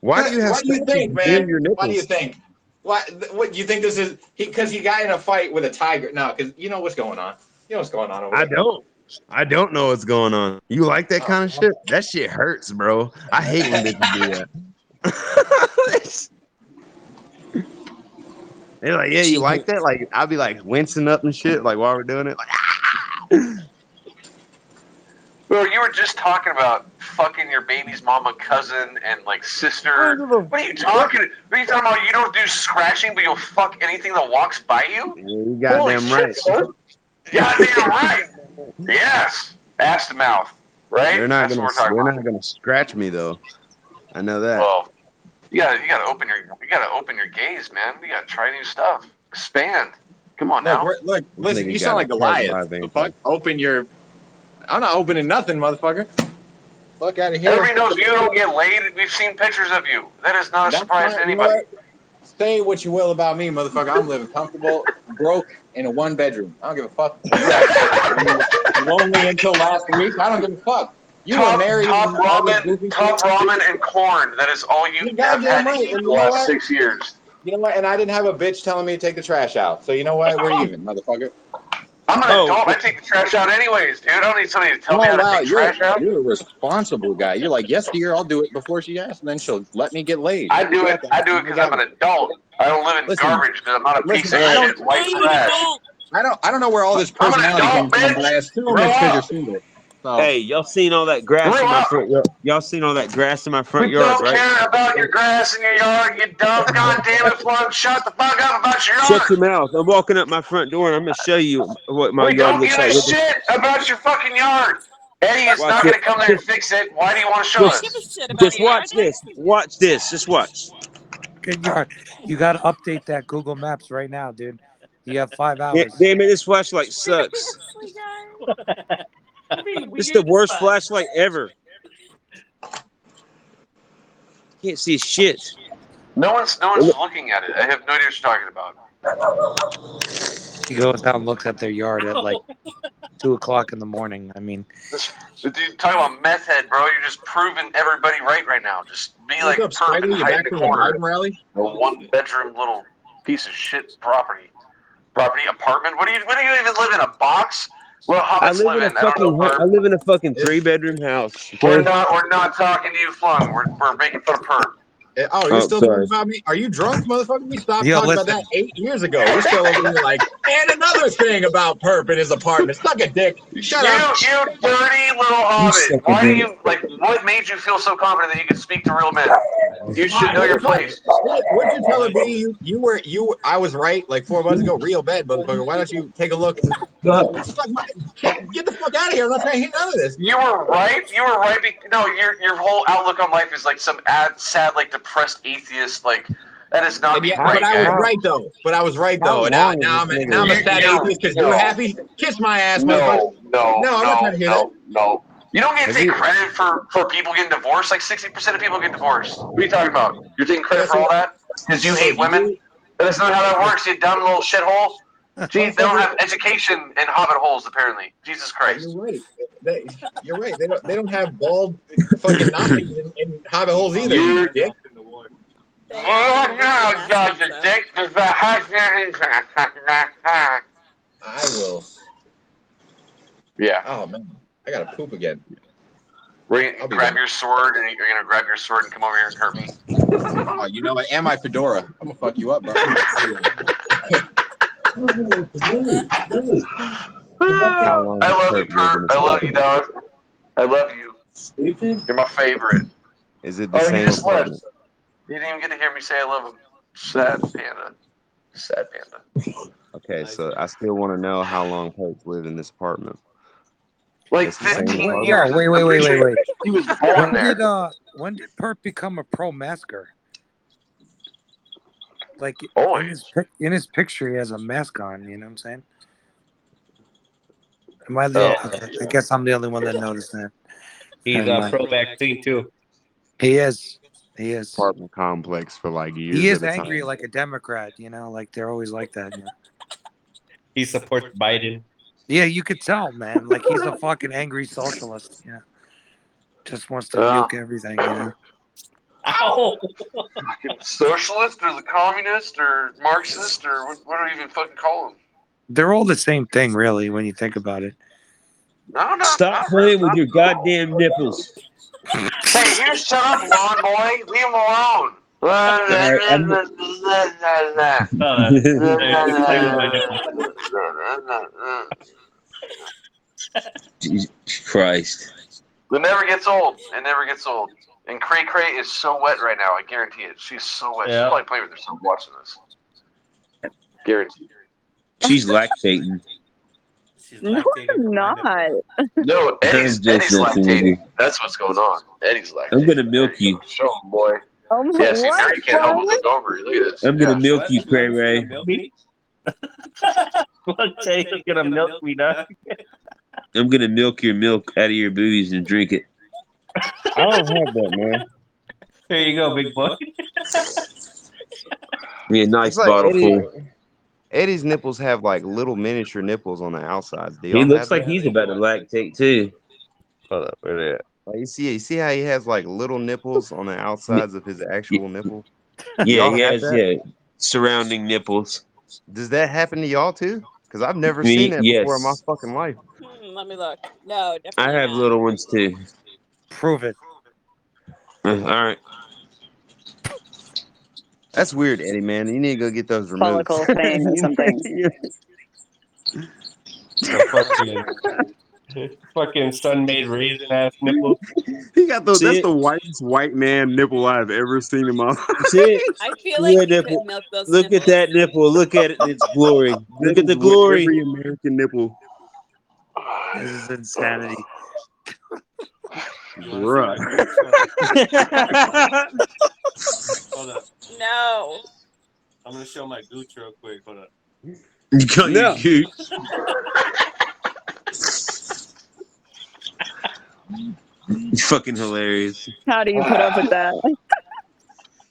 Speaker 4: Why do you have
Speaker 13: What do you
Speaker 4: scratches
Speaker 13: think,
Speaker 4: in
Speaker 13: man?
Speaker 4: your
Speaker 13: What do you
Speaker 4: nipples?
Speaker 13: think? What? th- What you think this is? He because he got in a fight with a tiger. No, because you know what's going on. You know what's going on over
Speaker 4: I
Speaker 13: there.
Speaker 4: don't. I don't know what's going on. You like that
Speaker 13: Oh,
Speaker 4: kind of
Speaker 13: okay.
Speaker 4: shit? That shit hurts, bro. I hate when bitches do that. They're like, yeah, you like that? Like, I'll be like wincing up and shit, like while we're doing it. Like,
Speaker 11: Bro, you were just talking about fucking your baby's mama, cousin, and like
Speaker 4: I don't
Speaker 11: sister.
Speaker 4: give a-
Speaker 11: What are you talking? What are you talking about? You don't do scratching, but you'll fuck anything that walks by you.
Speaker 4: Yeah, you
Speaker 11: Holy
Speaker 4: goddamn right.
Speaker 11: shit, son! Goddamn right. Yes, ass to mouth, right?
Speaker 4: They're not
Speaker 11: That's what
Speaker 4: gonna.
Speaker 11: we're talking
Speaker 4: They're
Speaker 11: about.
Speaker 4: not gonna scratch me though. I know that.
Speaker 11: Well, you gotta you gotta open your you gotta open your gaze, man. You gotta try new stuff, expand. Come on
Speaker 13: Look,
Speaker 11: now.
Speaker 13: we're, look,
Speaker 4: This
Speaker 13: listen.
Speaker 4: nigga
Speaker 13: You
Speaker 4: got
Speaker 13: sound like
Speaker 4: a tight
Speaker 13: Goliath.
Speaker 4: live
Speaker 13: The
Speaker 4: ankle.
Speaker 13: fuck? Open your. I'm not opening nothing, motherfucker. Fuck out of here.
Speaker 11: Everybody knows you don't get laid. We've seen pictures of you. That is not a
Speaker 13: That's
Speaker 11: surprise
Speaker 13: fine.
Speaker 11: to
Speaker 13: You know
Speaker 11: anybody.
Speaker 13: what? Say what you will about me, motherfucker. I'm living comfortable, broke, in a one bedroom. I don't give a fuck. You guys were lonely until last week. I don't give a fuck. You were
Speaker 11: Top
Speaker 13: married
Speaker 11: top
Speaker 13: and all this
Speaker 11: ramen,
Speaker 13: goofy shit.
Speaker 11: top ramen and corn. That is all you
Speaker 13: You're
Speaker 11: have
Speaker 13: goddamn
Speaker 11: had to
Speaker 13: right.
Speaker 11: eat
Speaker 13: And
Speaker 11: the
Speaker 13: you know
Speaker 11: last
Speaker 13: what?
Speaker 11: six years.
Speaker 13: You know what? And I didn't have a bitch telling me to take the trash out. So you know what? We're even, motherfucker.
Speaker 11: I'm an
Speaker 8: Oh,
Speaker 11: adult. I take the trash out anyways, dude. I don't need somebody to tell
Speaker 13: Oh
Speaker 11: me how to
Speaker 13: wow,
Speaker 11: take
Speaker 13: you're
Speaker 11: trash out.
Speaker 13: you're a responsible guy. You're like, yes, dear, I'll do it before she asks, and then she'll let me get laid.
Speaker 11: I do it.
Speaker 13: Fuck,
Speaker 11: I do it
Speaker 13: I
Speaker 11: because
Speaker 13: got
Speaker 11: I'm an adult. I don't live in
Speaker 13: listen,
Speaker 11: garbage because I'm not a piece
Speaker 13: listen.
Speaker 11: of
Speaker 13: I don't
Speaker 11: shit white
Speaker 12: I'm an
Speaker 11: trash.
Speaker 12: adult.
Speaker 13: I don't I don't know where all this
Speaker 11: I'm an
Speaker 13: personality
Speaker 11: adult,
Speaker 13: comes from, but I
Speaker 11: bitch.
Speaker 13: assume
Speaker 11: Grow
Speaker 13: it's because you're
Speaker 11: up.
Speaker 13: single. So
Speaker 2: Hey, y'all seen all that grass
Speaker 11: Grow
Speaker 2: in my
Speaker 11: up.
Speaker 2: front yard? Y'all seen all that grass in my front
Speaker 11: We
Speaker 2: yard,
Speaker 11: don't
Speaker 2: right?
Speaker 11: care about your grass in your yard, you dumb goddamn it, Plum. Shut the fuck up about your
Speaker 2: Shut
Speaker 11: yard.
Speaker 2: your mouth. I'm walking up my front door and I'm gonna show you what my
Speaker 11: We
Speaker 2: yard
Speaker 11: don't
Speaker 2: looks
Speaker 11: give
Speaker 2: like
Speaker 11: a
Speaker 2: with the
Speaker 11: shit about your fucking yard. Eddie is
Speaker 2: watch
Speaker 11: not
Speaker 2: it.
Speaker 11: going to come there and
Speaker 2: Just
Speaker 11: fix it. Why do you want to show
Speaker 2: just
Speaker 11: us?
Speaker 2: just watch this. Watch this. Just watch.
Speaker 3: Good yard. You got to update that Google Maps right now, dude. You have five
Speaker 2: Da-
Speaker 3: hours.
Speaker 2: Damn it, this flashlight sucks. This is the worst flashlight ever. Can't see shit.
Speaker 11: No one's no one's looking at it. I have no idea what you're talking about.
Speaker 3: He goes out and looks at their yard at like two o'clock in the morning. I mean,
Speaker 11: This, dude, talking about meth head, bro. You're just proving everybody right right now. Just be
Speaker 13: what's
Speaker 11: like
Speaker 13: up,
Speaker 11: perp and
Speaker 13: Spidey? You
Speaker 11: hide in
Speaker 13: back
Speaker 11: the
Speaker 13: from the
Speaker 11: corner.
Speaker 13: Biden rally?
Speaker 11: A one bedroom little piece of shit property, property apartment. What do you what do you even live in? A box? Where
Speaker 2: I
Speaker 11: hobbits
Speaker 2: live in
Speaker 11: live
Speaker 2: a
Speaker 11: in? I don't
Speaker 2: fucking
Speaker 11: know,
Speaker 2: hu-
Speaker 11: perp.
Speaker 2: I live in a fucking
Speaker 13: It,
Speaker 2: three bedroom house.
Speaker 11: We're
Speaker 2: Okay.
Speaker 11: not we're not talking to you, Flung. We're we're making fun of perp.
Speaker 13: it- oh, you're
Speaker 2: Oh,
Speaker 13: still talking
Speaker 2: sorry.
Speaker 13: about me? Are you drunk, motherfucker? We stopped
Speaker 3: yo,
Speaker 13: talking about that
Speaker 3: listen,
Speaker 13: eight years ago. We're still over here like, and another thing about Perp in his apartment. Suck a dick. Shut
Speaker 11: You,
Speaker 13: up.
Speaker 11: you dirty
Speaker 2: You
Speaker 11: little hobbit.
Speaker 2: suck a
Speaker 11: Why do
Speaker 2: dick.
Speaker 11: you like? What made you feel so confident that you could speak to real men? You should know your
Speaker 13: Motherfucker.
Speaker 11: place.
Speaker 13: Shit, what'd you tell her, B? You, you were, you, were- I was right like four months ago. Real bad, motherfucker. Why don't you take a look? Suck my- Get, get the fuck out of here. I'm not trying to hear none of this.
Speaker 11: You were right. You were right. Be- no, your your whole outlook on life is like some ad, sad, like depressed atheist, like That is not
Speaker 13: And yeah,
Speaker 11: great.
Speaker 13: but I was right though. But I was right though. And now, now I'm now I'm a sad atheist because you're happy. Kiss my ass,
Speaker 11: No,
Speaker 13: motherfucker.
Speaker 11: no,
Speaker 13: no, I'm
Speaker 11: no,
Speaker 13: not trying to hear
Speaker 11: no, no. You don't get to
Speaker 13: Have
Speaker 11: take
Speaker 13: you-
Speaker 11: credit for, for people getting divorced. Like sixty percent of people get divorced. What are you talking about? You're taking credit for all that because you hate women. That's not how that works. You dumb little shithole. Gee, they don't have education in hobbit holes apparently. Jesus Christ.
Speaker 13: You're right. They, you're right. They don't. They don't have bald fucking Nazis in, in hobbit holes either. You dick.
Speaker 11: Oh no, God, the dick is the
Speaker 13: I will.
Speaker 11: Yeah.
Speaker 13: Oh man, I gotta poop again.
Speaker 11: We're
Speaker 13: I'll
Speaker 11: gonna
Speaker 13: be
Speaker 11: grab
Speaker 13: back.
Speaker 11: your sword and you're gonna grab your sword and come over here and hurt me.
Speaker 13: Oh, you know what? And my fedora. I'm gonna fuck you up, bro.
Speaker 11: I love you, Kurt. I love you, dog. I love you. You're my favorite.
Speaker 4: Is it the
Speaker 11: Oh, he
Speaker 4: same
Speaker 11: just left.
Speaker 4: apartment?
Speaker 11: You didn't even get to hear me say I love him. Sad panda. Sad panda.
Speaker 4: Okay, so I still want to know how long Pope's lived in this apartment.
Speaker 11: Like
Speaker 4: It's the same
Speaker 7: Wait,
Speaker 4: apartment?
Speaker 7: yo, wait, wait, wait, wait, wait.
Speaker 11: He was
Speaker 7: When
Speaker 11: born there.
Speaker 7: did uh when did Perp become a pro masker? Like in his pic- in his picture, he has a mask on. You know what I'm saying? Am I the?
Speaker 8: Oh.
Speaker 7: okay, I guess I'm the only one that noticed that.
Speaker 8: He's
Speaker 7: Never
Speaker 8: a
Speaker 7: mind.
Speaker 8: pro vaccine too.
Speaker 7: He is. He is.
Speaker 4: Apartment complex for like years.
Speaker 7: He is
Speaker 4: at a
Speaker 7: angry
Speaker 4: Time.
Speaker 7: like a Democrat. You know, like they're always like that. you know?
Speaker 8: He supports Biden.
Speaker 7: Yeah, you could tell, man. Like he's a fucking angry socialist. Yeah, just wants to
Speaker 11: Yeah.
Speaker 7: nuke everything. You know.
Speaker 8: Ow!
Speaker 11: Socialist or the communist or Marxist or what, what do you even fucking call him?
Speaker 7: They're all the same thing, really, when you think about it.
Speaker 11: No, no.
Speaker 8: Stop playing with your goddamn nipples.
Speaker 11: Hey, you shut up, lawn boy. Leave him alone.
Speaker 8: Sorry, I'm- Uh, I was playing with my nipples.
Speaker 2: Jesus Christ.
Speaker 11: It never gets old. It never gets old. And Cray Cray is so wet right now. I guarantee it. She's so wet. She's
Speaker 8: Yeah.
Speaker 11: probably playing with herself watching this. Guaranteed.
Speaker 2: She's lactating.
Speaker 9: No, I'm not.
Speaker 11: No, Eddie's
Speaker 2: I'm just
Speaker 11: Eddie's
Speaker 2: messing with
Speaker 11: lactating.
Speaker 2: you.
Speaker 11: That's what's going on. Eddie's lactating.
Speaker 2: I'm gonna milk you.
Speaker 11: Show him, boy.
Speaker 9: Oh my,
Speaker 11: Yeah, see, now
Speaker 9: what?
Speaker 11: you can't help but look over. Look at this.
Speaker 2: I'm gonna
Speaker 11: Yeah.
Speaker 2: milk you, Cray Ray.
Speaker 8: Fuck, Taylor's gonna milk me, dog.
Speaker 2: I'm gonna milk your milk out of your boobies and drink it. I don't have that, man.
Speaker 8: Here you go, big boy.
Speaker 2: Be a nice
Speaker 4: It's like
Speaker 2: bottle
Speaker 4: Eddie,
Speaker 2: full.
Speaker 4: Eddie's nipples have like little miniature nipples on the outside. Do
Speaker 2: He
Speaker 4: y'all
Speaker 2: looks
Speaker 4: have
Speaker 2: like
Speaker 4: that?
Speaker 2: he's about to lactate too.
Speaker 8: Hold up, where they at?
Speaker 4: Like, you see, you see how he has like little nipples on the outsides of his actual nipple. Do
Speaker 2: Yeah,
Speaker 4: y'all
Speaker 2: he
Speaker 4: have
Speaker 2: has
Speaker 4: that?
Speaker 2: yeah surrounding nipples.
Speaker 4: Does that happen to y'all too? Because I've never
Speaker 2: Me,
Speaker 4: seen that before in my
Speaker 2: yes,
Speaker 4: fucking life.
Speaker 1: Hmm, let me look. No,
Speaker 2: I
Speaker 1: definitely
Speaker 2: have
Speaker 1: not.
Speaker 2: little ones too.
Speaker 7: Prove it.
Speaker 2: Uh, All right,
Speaker 4: That's weird, Eddie man. You need to go get those removed.
Speaker 9: Follicle thing or something.
Speaker 8: The fucking, fucking sun-made raisin ass nipples.
Speaker 4: he got those. That's
Speaker 2: see it,
Speaker 4: the whitest white man nipple I've ever seen in my life.
Speaker 2: see it.
Speaker 1: I feel
Speaker 2: Look
Speaker 1: like
Speaker 2: at
Speaker 1: you
Speaker 2: nipple.
Speaker 1: could milk those
Speaker 2: Look at
Speaker 1: nipples.
Speaker 2: that nipple. Look at it in its glory. Look at
Speaker 4: That
Speaker 2: the
Speaker 4: is what
Speaker 2: glory.
Speaker 4: every American nipple,
Speaker 7: This is insanity.
Speaker 4: bruh.
Speaker 8: Hold up.
Speaker 1: No.
Speaker 8: I'm gonna show my gooch real quick. Hold up.
Speaker 2: You got your
Speaker 4: No.
Speaker 2: gooch. Fucking hilarious.
Speaker 9: How do you put up with that?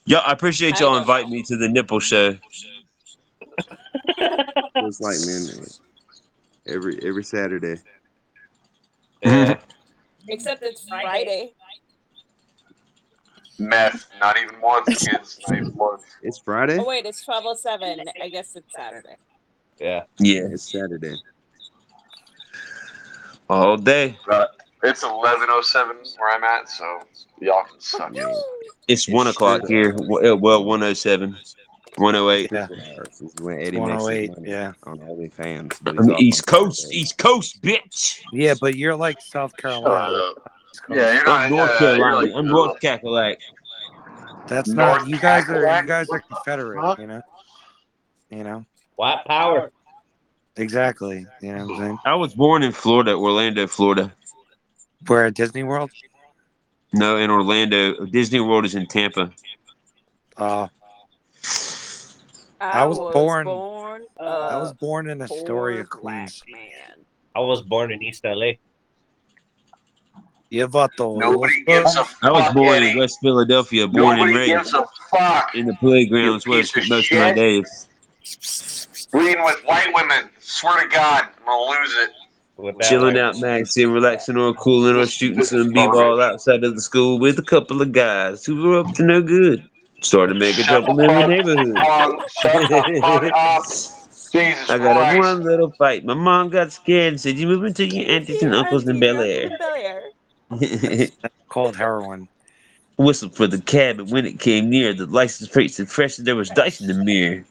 Speaker 2: Yo, I appreciate
Speaker 1: I
Speaker 2: y'all
Speaker 1: don't
Speaker 2: inviting me to the nipple show.
Speaker 4: It's like man, every every Saturday.
Speaker 8: Yeah.
Speaker 1: except it's Friday.
Speaker 11: Meth. Not even once, kids. Not even once.
Speaker 4: It's
Speaker 1: Oh
Speaker 4: Friday.
Speaker 1: wait, it's twelve oh seven. I guess it's Saturday.
Speaker 8: Yeah.
Speaker 2: Yeah,
Speaker 4: It's Saturday.
Speaker 2: all day.
Speaker 11: Uh, it's 11.07 where I'm at, so y'all can suck it.
Speaker 4: Yeah,
Speaker 2: It's
Speaker 4: it's
Speaker 2: one o'clock
Speaker 4: Saturday.
Speaker 2: here. W- uh, Well, one oh seven, one oh eight.
Speaker 7: Yeah,
Speaker 4: This is when
Speaker 7: it's
Speaker 4: Eddie
Speaker 3: oh
Speaker 4: makes his
Speaker 7: 108.
Speaker 4: money
Speaker 7: Yeah,
Speaker 4: on OnlyFans, but
Speaker 2: I'm
Speaker 4: he's off on
Speaker 2: East Coast,
Speaker 4: Saturdays.
Speaker 2: East Coast, bitch.
Speaker 7: yeah, but you're like South
Speaker 11: Shut
Speaker 7: Carolina.
Speaker 11: up.
Speaker 7: East
Speaker 11: Uh, Yeah,
Speaker 7: Coast.
Speaker 11: you're
Speaker 2: I'm
Speaker 11: not,
Speaker 2: North
Speaker 11: uh, you're like,
Speaker 2: Carolina. I'm
Speaker 11: ugh.
Speaker 2: North Cackalack.
Speaker 7: That's not.
Speaker 11: North
Speaker 7: You guys are. You
Speaker 11: Cackalack?
Speaker 7: guys are
Speaker 11: What the
Speaker 7: Confederate.
Speaker 11: fuck?
Speaker 7: You know. You know.
Speaker 8: White power.
Speaker 7: Exactly. You know what I'm saying?
Speaker 2: I was born in Florida, Orlando, Florida.
Speaker 7: We're at Disney World.
Speaker 2: No, in Orlando. Disney World is in Tampa.
Speaker 7: Oh,
Speaker 3: I was born- I
Speaker 1: uh,
Speaker 3: was born in Astoria, Queens.
Speaker 8: I was born in East LA.
Speaker 3: Yeah, vato.
Speaker 11: uh, Nobody gives a
Speaker 2: I was
Speaker 11: fuck,
Speaker 2: born
Speaker 11: Eddie.
Speaker 2: in West Philadelphia, born and
Speaker 11: Nobody
Speaker 2: raised
Speaker 11: gives a fuck.
Speaker 2: in the playgrounds
Speaker 11: You
Speaker 2: where I
Speaker 11: piece
Speaker 2: spent
Speaker 11: of
Speaker 2: most of my
Speaker 11: shit.
Speaker 2: days.
Speaker 11: Lean with white women. Swear to God, I'm gonna lose it.
Speaker 2: Chilling out, maxing, relaxing, or cooling, or shooting some b-ball outside of the school with a couple of guys who were up to no good. Started making trouble in the
Speaker 11: Um, shut the fuck up.
Speaker 2: neighborhood.
Speaker 11: Jesus
Speaker 2: I got in
Speaker 11: Christ.
Speaker 2: one little fight. My mom got scared and said, "You moving to your aunties and uncles in Bel Air."
Speaker 3: Called heroin.
Speaker 2: Whistled for the cab, and when it came near, the license plate said fresh, and there was dice in the mirror.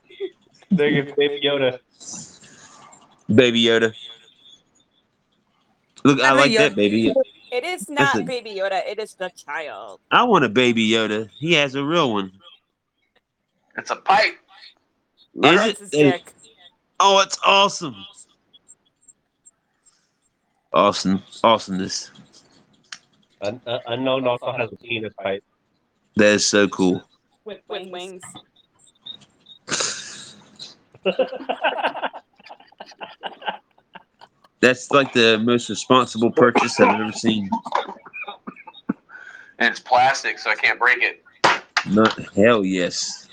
Speaker 8: Nigga, baby Yoda.
Speaker 2: Baby Yoda. Look, I
Speaker 1: Baby
Speaker 2: like
Speaker 1: Yoda.
Speaker 2: that baby. Yoda.
Speaker 1: It is
Speaker 2: That's
Speaker 1: not
Speaker 2: a-
Speaker 1: Baby Yoda. It is the child.
Speaker 2: I want a baby Yoda. He has a real one.
Speaker 11: It's a pipe.
Speaker 2: Is
Speaker 1: It's
Speaker 2: it?
Speaker 1: his
Speaker 2: Hey,
Speaker 1: dick.
Speaker 2: Oh, it's awesome. Awesome. Awesomeness.
Speaker 8: Un- uh, unknown also has a penis pipe.
Speaker 2: That is so cool.
Speaker 1: With wings.
Speaker 2: That's like the most responsible purchase I've ever seen.
Speaker 11: And it's plastic, so I can't break it.
Speaker 2: Not, hell yes.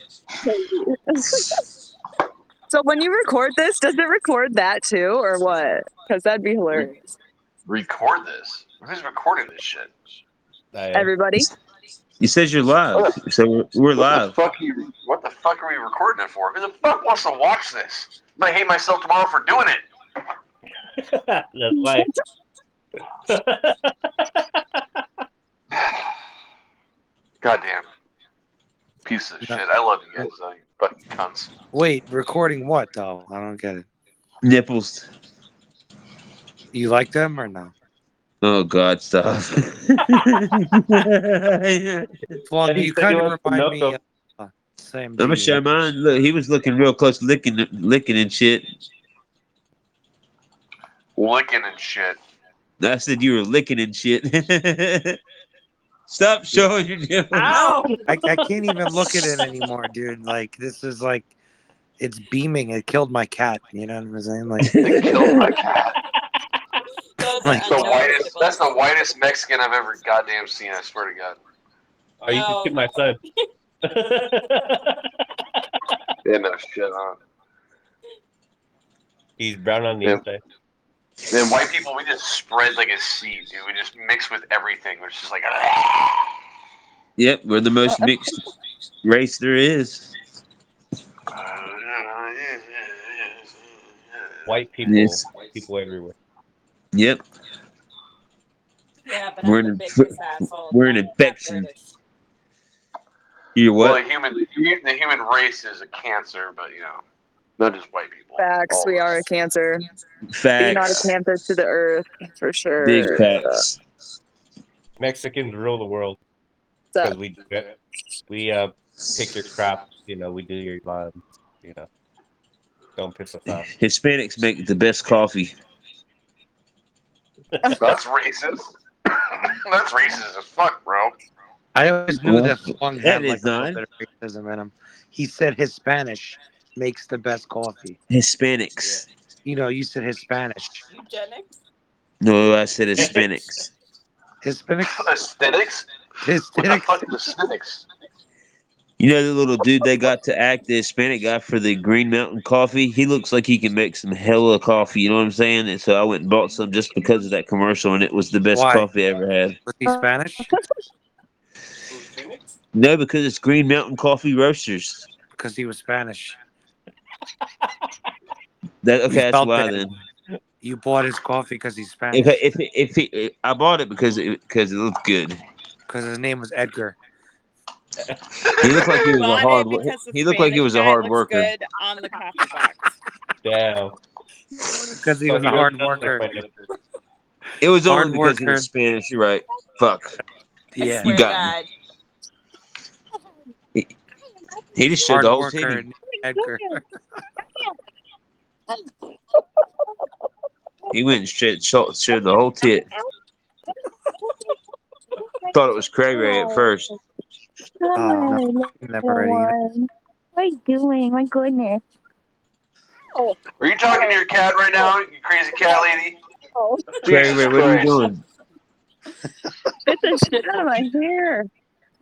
Speaker 9: so when you record this, does it record that too, or what? Because that'd be hilarious.
Speaker 11: Record this. Who's recording this shit?
Speaker 9: Everybody,
Speaker 2: You says you're live, so we're, we're live.
Speaker 11: Fuck you. What the fuck are we recording it for? Who the fuck wants to watch this? I'm gonna hate myself tomorrow for doing it.
Speaker 8: That's why.
Speaker 11: Goddamn. Piece of shit. I love you guys, though, you fucking cunts.
Speaker 3: Wait, recording what though? I don't get it.
Speaker 2: Nipples.
Speaker 3: You like them or no?
Speaker 2: Oh God, stop.
Speaker 3: Well,
Speaker 2: And he
Speaker 3: you
Speaker 2: said
Speaker 3: kind
Speaker 2: he
Speaker 3: of
Speaker 2: wants to
Speaker 3: remind
Speaker 2: milk
Speaker 3: me.
Speaker 2: them.
Speaker 3: of, uh, same.
Speaker 2: I'm gonna
Speaker 3: dude.
Speaker 2: show mine. Look, he was looking real close, licking, licking and shit.
Speaker 11: Licking and shit.
Speaker 2: I said you were licking and shit. Stop showing your nipples.
Speaker 3: I, I can't even look at it anymore, dude. Like this is like, it's beaming. It killed my cat. You know what I'm saying? Like,
Speaker 11: Killed my cat.
Speaker 1: Those
Speaker 3: Like-
Speaker 11: That's the
Speaker 1: are
Speaker 11: whitest.
Speaker 1: unnoticeable.
Speaker 11: That's the whitest Mexican I've ever goddamn seen. I swear to God.
Speaker 8: Or you can shoot my son.
Speaker 11: Yeah, no shit on.
Speaker 8: He's brown on the
Speaker 11: Yeah.
Speaker 8: inside.
Speaker 11: Then white people, we just spread like a seed, dude. We just mix with everything. We're just like, "Ah."
Speaker 2: Yep, we're the most mixed race there is.
Speaker 8: White people.
Speaker 2: Yes.
Speaker 8: White people everywhere.
Speaker 2: Yep,
Speaker 1: Yeah, but
Speaker 2: We're
Speaker 1: I'm the
Speaker 2: in-
Speaker 1: biggest asshole.
Speaker 2: we're an
Speaker 1: I'm not
Speaker 2: infection.
Speaker 1: British.
Speaker 2: You
Speaker 11: well, the
Speaker 2: what?
Speaker 11: human, the human race is a cancer, but you know, not just white people.
Speaker 9: facts. We are a cancer. Be not a
Speaker 2: Facts.
Speaker 9: cancer to the earth for sure.
Speaker 2: Big facts.
Speaker 8: Mexicans rule the world
Speaker 9: What's
Speaker 8: because
Speaker 9: up?
Speaker 8: we we uh pick your crap. You know, we do your lines. You know, don't piss us off.
Speaker 2: Hispanics make the best coffee.
Speaker 11: That's racist. That's racist as fuck, bro.
Speaker 3: I always knew
Speaker 2: Well,
Speaker 3: that Fung
Speaker 2: that
Speaker 3: had
Speaker 2: is
Speaker 3: like a little
Speaker 2: not.
Speaker 3: bit of racism in him. He said his Spanish makes the best coffee.
Speaker 2: Hispanics.
Speaker 3: You know, you said Hispanish.
Speaker 1: Eugenics?
Speaker 2: No, I said Hispanics.
Speaker 3: Hispanic.
Speaker 11: Aesthetics? What the
Speaker 3: Hispanic.
Speaker 11: fuck is aesthetics?
Speaker 2: You know the little dude they got to act the Hispanic guy for the Green Mountain Coffee. He looks like he can make some hella coffee. You know what I'm saying? And so I went and bought some just because of that commercial, and it was the best
Speaker 3: Why?
Speaker 2: coffee I ever had.
Speaker 3: Was he Spanish?
Speaker 2: No, because it's Green Mountain Coffee Roasters.
Speaker 3: Because he was Spanish.
Speaker 2: That
Speaker 3: You
Speaker 2: okay? That's
Speaker 3: felt
Speaker 2: why
Speaker 3: that.
Speaker 2: then.
Speaker 3: You bought his coffee because he's Spanish.
Speaker 2: If I- if if, he, I bought it because it because it looked good.
Speaker 3: Because his name was Edgar.
Speaker 2: He looked like he was a
Speaker 1: Bought
Speaker 2: hard.
Speaker 1: it
Speaker 2: wo-
Speaker 1: because the
Speaker 2: He looked like he
Speaker 1: Spanish
Speaker 2: was a
Speaker 1: guy
Speaker 2: hard
Speaker 1: looks
Speaker 2: worker.
Speaker 1: good on the coffee box.
Speaker 8: Damn.
Speaker 3: Because he
Speaker 8: So
Speaker 3: was a
Speaker 8: really
Speaker 3: hard
Speaker 8: does look
Speaker 3: worker.
Speaker 8: like it.
Speaker 2: It was
Speaker 3: Hard
Speaker 2: only because he
Speaker 3: worker.
Speaker 2: was Spanish. You're right. Fuck.
Speaker 1: I
Speaker 3: Yeah.
Speaker 1: swear
Speaker 2: You
Speaker 1: to God.
Speaker 2: got me. He, he just showed
Speaker 3: Hard
Speaker 2: the whole
Speaker 3: worker.
Speaker 2: titty.
Speaker 3: named Edgar.
Speaker 2: He went and showed, showed showed the whole tit. Thought it was Cray Ray at first.
Speaker 3: Oh, no. I've seen that already.
Speaker 14: What are you doing? My goodness. Oh,
Speaker 11: Are you talking to your cat right now, you crazy cat lady?
Speaker 14: oh.
Speaker 2: Clary, wait, what are you doing?
Speaker 9: Get the shit out of my hair.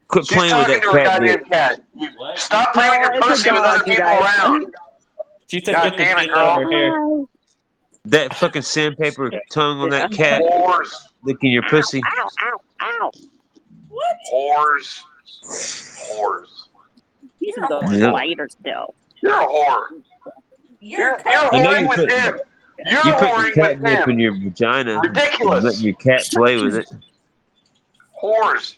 Speaker 2: Quit
Speaker 11: She's
Speaker 2: playing with
Speaker 11: talking
Speaker 2: that
Speaker 11: to her
Speaker 2: crap.
Speaker 11: goddamn
Speaker 2: dude.
Speaker 11: cat. You stop playing with your
Speaker 9: it's a
Speaker 11: pussy with
Speaker 9: dog,
Speaker 11: other
Speaker 9: you
Speaker 11: people
Speaker 9: guys.
Speaker 11: around.
Speaker 8: She said,
Speaker 11: God
Speaker 8: "Get the
Speaker 11: damn it,
Speaker 8: shit out of
Speaker 11: girl.
Speaker 8: her hair."
Speaker 2: That fucking sandpaper tongue on that cat
Speaker 11: Whores.
Speaker 2: licking your pussy.
Speaker 11: What? Whores. Whores.
Speaker 14: He's a
Speaker 2: Yeah.
Speaker 14: lighter still.
Speaker 11: You're a whore. You're, you're
Speaker 2: You know
Speaker 11: whoring
Speaker 2: you
Speaker 11: with
Speaker 2: put-
Speaker 11: him. You're
Speaker 2: You put your
Speaker 11: whoring with
Speaker 2: catnip
Speaker 11: him.
Speaker 2: in your vagina.
Speaker 11: Ridiculous.
Speaker 2: And let your cat play with it.
Speaker 11: Whores.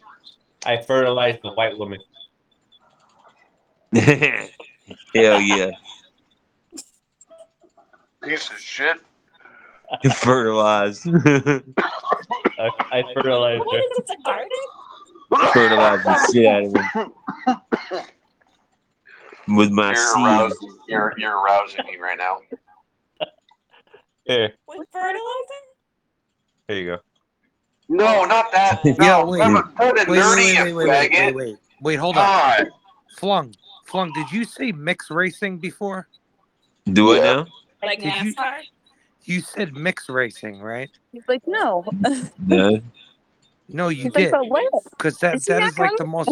Speaker 8: I fertilized the white woman.
Speaker 2: Hell yeah.
Speaker 11: Piece of shit.
Speaker 2: Fertilized.
Speaker 8: I, I fertilized her.
Speaker 1: What is this, a garden?
Speaker 2: Fertilized the shit out of him with my
Speaker 11: You're
Speaker 2: seed.
Speaker 11: arousing. You're, you're arousing me right now.
Speaker 8: Here,
Speaker 1: With fertilizer?
Speaker 8: here you go.
Speaker 11: No, not that.
Speaker 3: Yeah,
Speaker 11: No,
Speaker 3: wait.
Speaker 11: I'm a, put
Speaker 3: Wait,
Speaker 11: a
Speaker 3: wait,
Speaker 11: nerdy
Speaker 3: wait, wait, wait, wait,
Speaker 11: faggot.
Speaker 3: wait, wait. Wait, hold on.
Speaker 11: God.
Speaker 3: Flung. Flung, did you say mixed racing before?
Speaker 2: Do what
Speaker 11: Yeah.
Speaker 2: now?
Speaker 1: Like
Speaker 3: Did you-
Speaker 1: NASCAR?
Speaker 3: You said mixed racing, right?
Speaker 9: He's like, no.
Speaker 2: No.
Speaker 3: No, you
Speaker 9: He's like,
Speaker 3: did.
Speaker 9: but what?
Speaker 3: Because that,
Speaker 9: Is he
Speaker 3: that
Speaker 9: not
Speaker 3: is like the
Speaker 9: coming?
Speaker 3: most,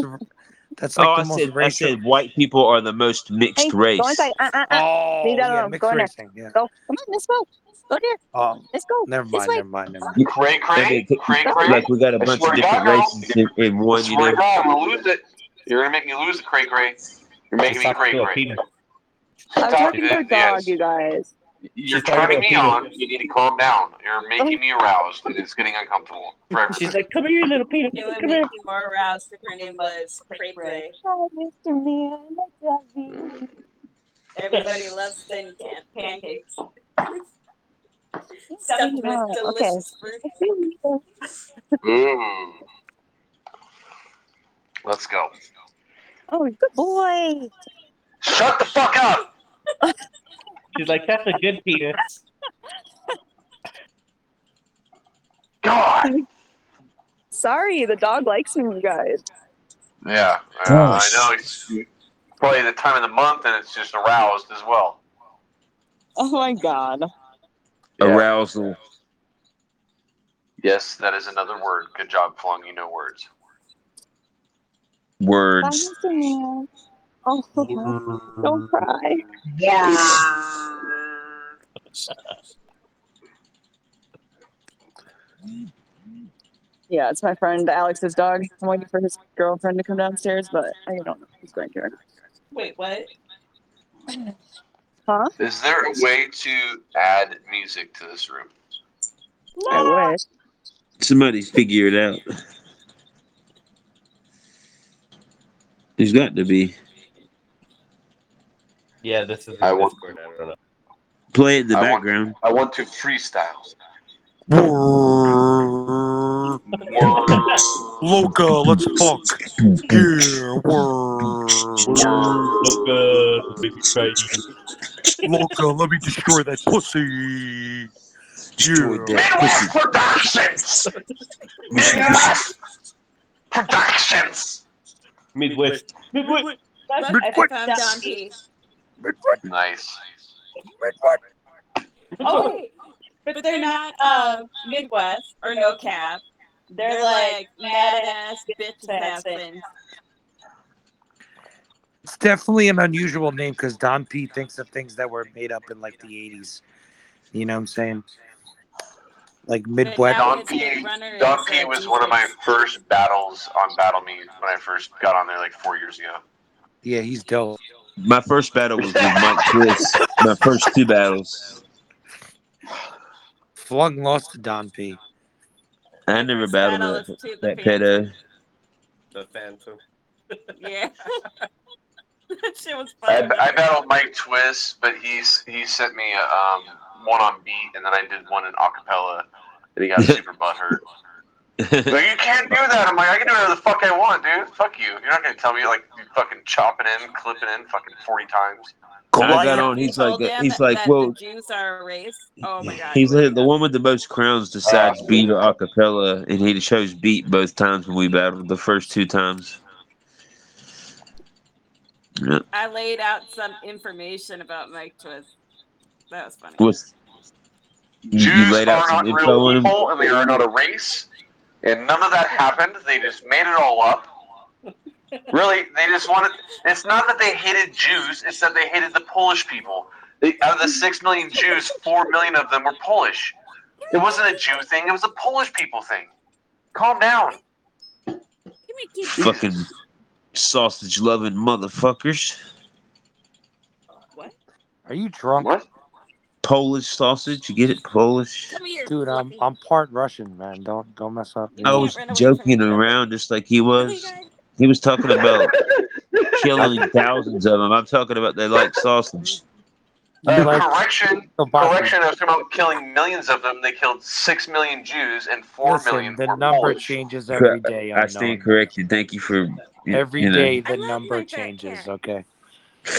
Speaker 3: that's like
Speaker 2: Oh,
Speaker 3: the
Speaker 2: I
Speaker 3: most
Speaker 2: said I
Speaker 3: racial.
Speaker 2: said white people are the most
Speaker 9: Hey,
Speaker 2: mixed
Speaker 9: go
Speaker 2: race.
Speaker 9: inside. Uh, uh, uh.
Speaker 3: Oh,
Speaker 9: Leave that
Speaker 3: yeah,
Speaker 9: alone.
Speaker 3: mixed
Speaker 9: Go in there.
Speaker 3: racing, yeah.
Speaker 9: Go. Come on, let's go. Go there.
Speaker 3: Oh,
Speaker 9: Let's go.
Speaker 3: never
Speaker 9: This
Speaker 3: mind,
Speaker 9: way.
Speaker 3: never mind, never mind.
Speaker 11: Cray cray. Cray cray.
Speaker 2: Like we got a
Speaker 11: I
Speaker 2: bunch
Speaker 11: swear
Speaker 2: of
Speaker 11: to
Speaker 2: different
Speaker 11: God, girl.
Speaker 2: races in, in
Speaker 11: I
Speaker 2: one, you
Speaker 11: swear
Speaker 2: know.
Speaker 11: to God, I'm going to lose it. You're going to make me lose the cray cray. You're making
Speaker 8: She's
Speaker 11: me
Speaker 8: talking
Speaker 11: cray
Speaker 8: to a
Speaker 11: cray.
Speaker 8: penis.
Speaker 9: I'm
Speaker 11: Stop
Speaker 9: talking to
Speaker 11: it.
Speaker 9: a
Speaker 11: Yes.
Speaker 9: dog, you guys.
Speaker 11: You're
Speaker 8: She's talking to
Speaker 11: turning
Speaker 8: a
Speaker 11: me
Speaker 8: penis.
Speaker 11: on. You need to calm down. You're making me aroused, and it's getting uncomfortable for
Speaker 8: She's
Speaker 11: everybody.
Speaker 8: like, "Come here, little penis.
Speaker 1: It would
Speaker 8: Come
Speaker 1: make
Speaker 8: here."
Speaker 1: you more aroused if her name was Cray Cray.
Speaker 14: Hi, Mr. Man. I love you.
Speaker 1: Everybody loves thin can- pancakes.
Speaker 14: You're
Speaker 1: Stuffed
Speaker 14: really
Speaker 1: with
Speaker 14: wrong. Okay.
Speaker 1: delicious fruit.
Speaker 14: I feel you.
Speaker 11: Ooh. Let's go.
Speaker 14: Oh, good boy.
Speaker 11: Shut the fuck up.
Speaker 8: She's like, "That's a good penis."
Speaker 11: God.
Speaker 9: Sorry, the dog likes me, you guys.
Speaker 11: Yeah. Uh, I know it's probably the time of the month, and it's just aroused as well.
Speaker 9: Oh my god.
Speaker 11: Yeah.
Speaker 2: Arousal.
Speaker 11: Yes, that is another word. Good job, Flung. You know words.
Speaker 14: Bye,
Speaker 2: Words.
Speaker 14: Mr. Man. Oh, don't
Speaker 2: Mm.
Speaker 14: cry.
Speaker 9: Yeah, it's my friend Alex's dog. I'm waiting for his girlfriend to come downstairs, but I don't know if he's going to or
Speaker 1: Wait, what?
Speaker 9: not. Huh?
Speaker 11: Is there a way to add music to this room?
Speaker 9: I wish.
Speaker 2: Somebody's figure it out. There's got to be.
Speaker 8: Yeah, this is
Speaker 11: I
Speaker 8: a
Speaker 11: want.
Speaker 8: Discord. I don't know.
Speaker 2: Play it in the
Speaker 11: I want.
Speaker 2: background.
Speaker 11: I want to freestyle.
Speaker 3: Loca, let's fuck. Yeah,
Speaker 8: Look, uh, baby, try you.
Speaker 3: Loca, let me destroy that pussy.
Speaker 2: Destroy
Speaker 3: Yeah.
Speaker 2: that pussy.
Speaker 11: Midwest Productions. Midwest Productions.
Speaker 8: Midwest. Midwest.
Speaker 1: Look, I
Speaker 3: Midwest.
Speaker 1: found Donkey.
Speaker 11: Nice.
Speaker 1: Oh, wait. But they're not uh, Midwest or no cap. They're like mad ass bitch assassins.
Speaker 3: It's definitely an unusual name because Don P thinks of things that were made up in like the 80s. You know what I'm saying? Like
Speaker 1: But
Speaker 3: Midwest.
Speaker 1: now
Speaker 11: Don
Speaker 1: it's mid
Speaker 11: P.
Speaker 1: runner
Speaker 11: Don P.
Speaker 1: instead of
Speaker 11: was one of my
Speaker 1: Jesus.
Speaker 11: first battles on Battle Me when I first got on there like four years ago.
Speaker 3: Yeah, he's dope.
Speaker 2: My first battle was with Mike Chris. My first two battles.
Speaker 3: Flung lost to Don P.
Speaker 2: I
Speaker 1: My
Speaker 2: never
Speaker 1: first
Speaker 2: battled
Speaker 1: battle was
Speaker 2: that,
Speaker 1: to the
Speaker 2: that
Speaker 1: Phantom.
Speaker 2: pedo.
Speaker 8: The Phantom.
Speaker 1: Yeah. that shit was
Speaker 11: I,
Speaker 1: funny.
Speaker 11: I battled Mike Twist, but he's he sent me um, one on beat, and then I did one in acapella, and he got super butthurt. No, you can't do that. I'm like, I can do whatever the fuck I want, dude. Fuck you. You're not gonna tell me like you fucking chopping in, clipping in, fucking forty times.
Speaker 2: I
Speaker 3: Goliath.
Speaker 2: got
Speaker 1: If
Speaker 2: on.
Speaker 1: you
Speaker 2: He's like,
Speaker 1: told them
Speaker 2: he's like,
Speaker 1: that the
Speaker 2: well,
Speaker 1: Jews are a race, oh my god,
Speaker 2: he's
Speaker 1: you would
Speaker 2: like,
Speaker 1: be
Speaker 2: the
Speaker 1: up.
Speaker 2: one with the most crowns decides beat or acapella, and he chose beat both times when we battled the first two times. Yeah.
Speaker 1: I laid out some information about Mike Twist. That was funny.
Speaker 2: What's you, you laid out some
Speaker 11: Not
Speaker 2: info
Speaker 11: real
Speaker 2: on him?
Speaker 11: people, and they are not a race, and none of that happened. They just made it all up. Really, they just wanted. It's not that they hated Jews; it's that they hated the Polish people. They, out of the six million Jews, four million of them were Polish. It wasn't a Jew thing; it was a Polish people thing. Calm down.
Speaker 2: Fucking sausage loving motherfuckers.
Speaker 1: What?
Speaker 3: Are you drunk?
Speaker 11: What?
Speaker 2: Polish sausage. You get it? Polish.
Speaker 1: Come here,
Speaker 3: dude. I'm I'm part Russian, man. Don't don't mess up.
Speaker 2: I was joking around just like he was. He was talking about killing thousands of them. I'm talking about they like sausage.
Speaker 11: Uh,
Speaker 2: like-
Speaker 11: correction,
Speaker 2: About-
Speaker 11: correction. I was talking about killing millions of them. They killed six million Jews and four
Speaker 3: Listen,
Speaker 11: million
Speaker 3: the
Speaker 11: were
Speaker 3: number
Speaker 11: Polish.
Speaker 3: changes every
Speaker 2: Cor-
Speaker 3: day.
Speaker 2: I
Speaker 3: I know.
Speaker 2: stand corrected. Thank you for
Speaker 3: Every
Speaker 2: you know.
Speaker 3: day the number changes. Okay.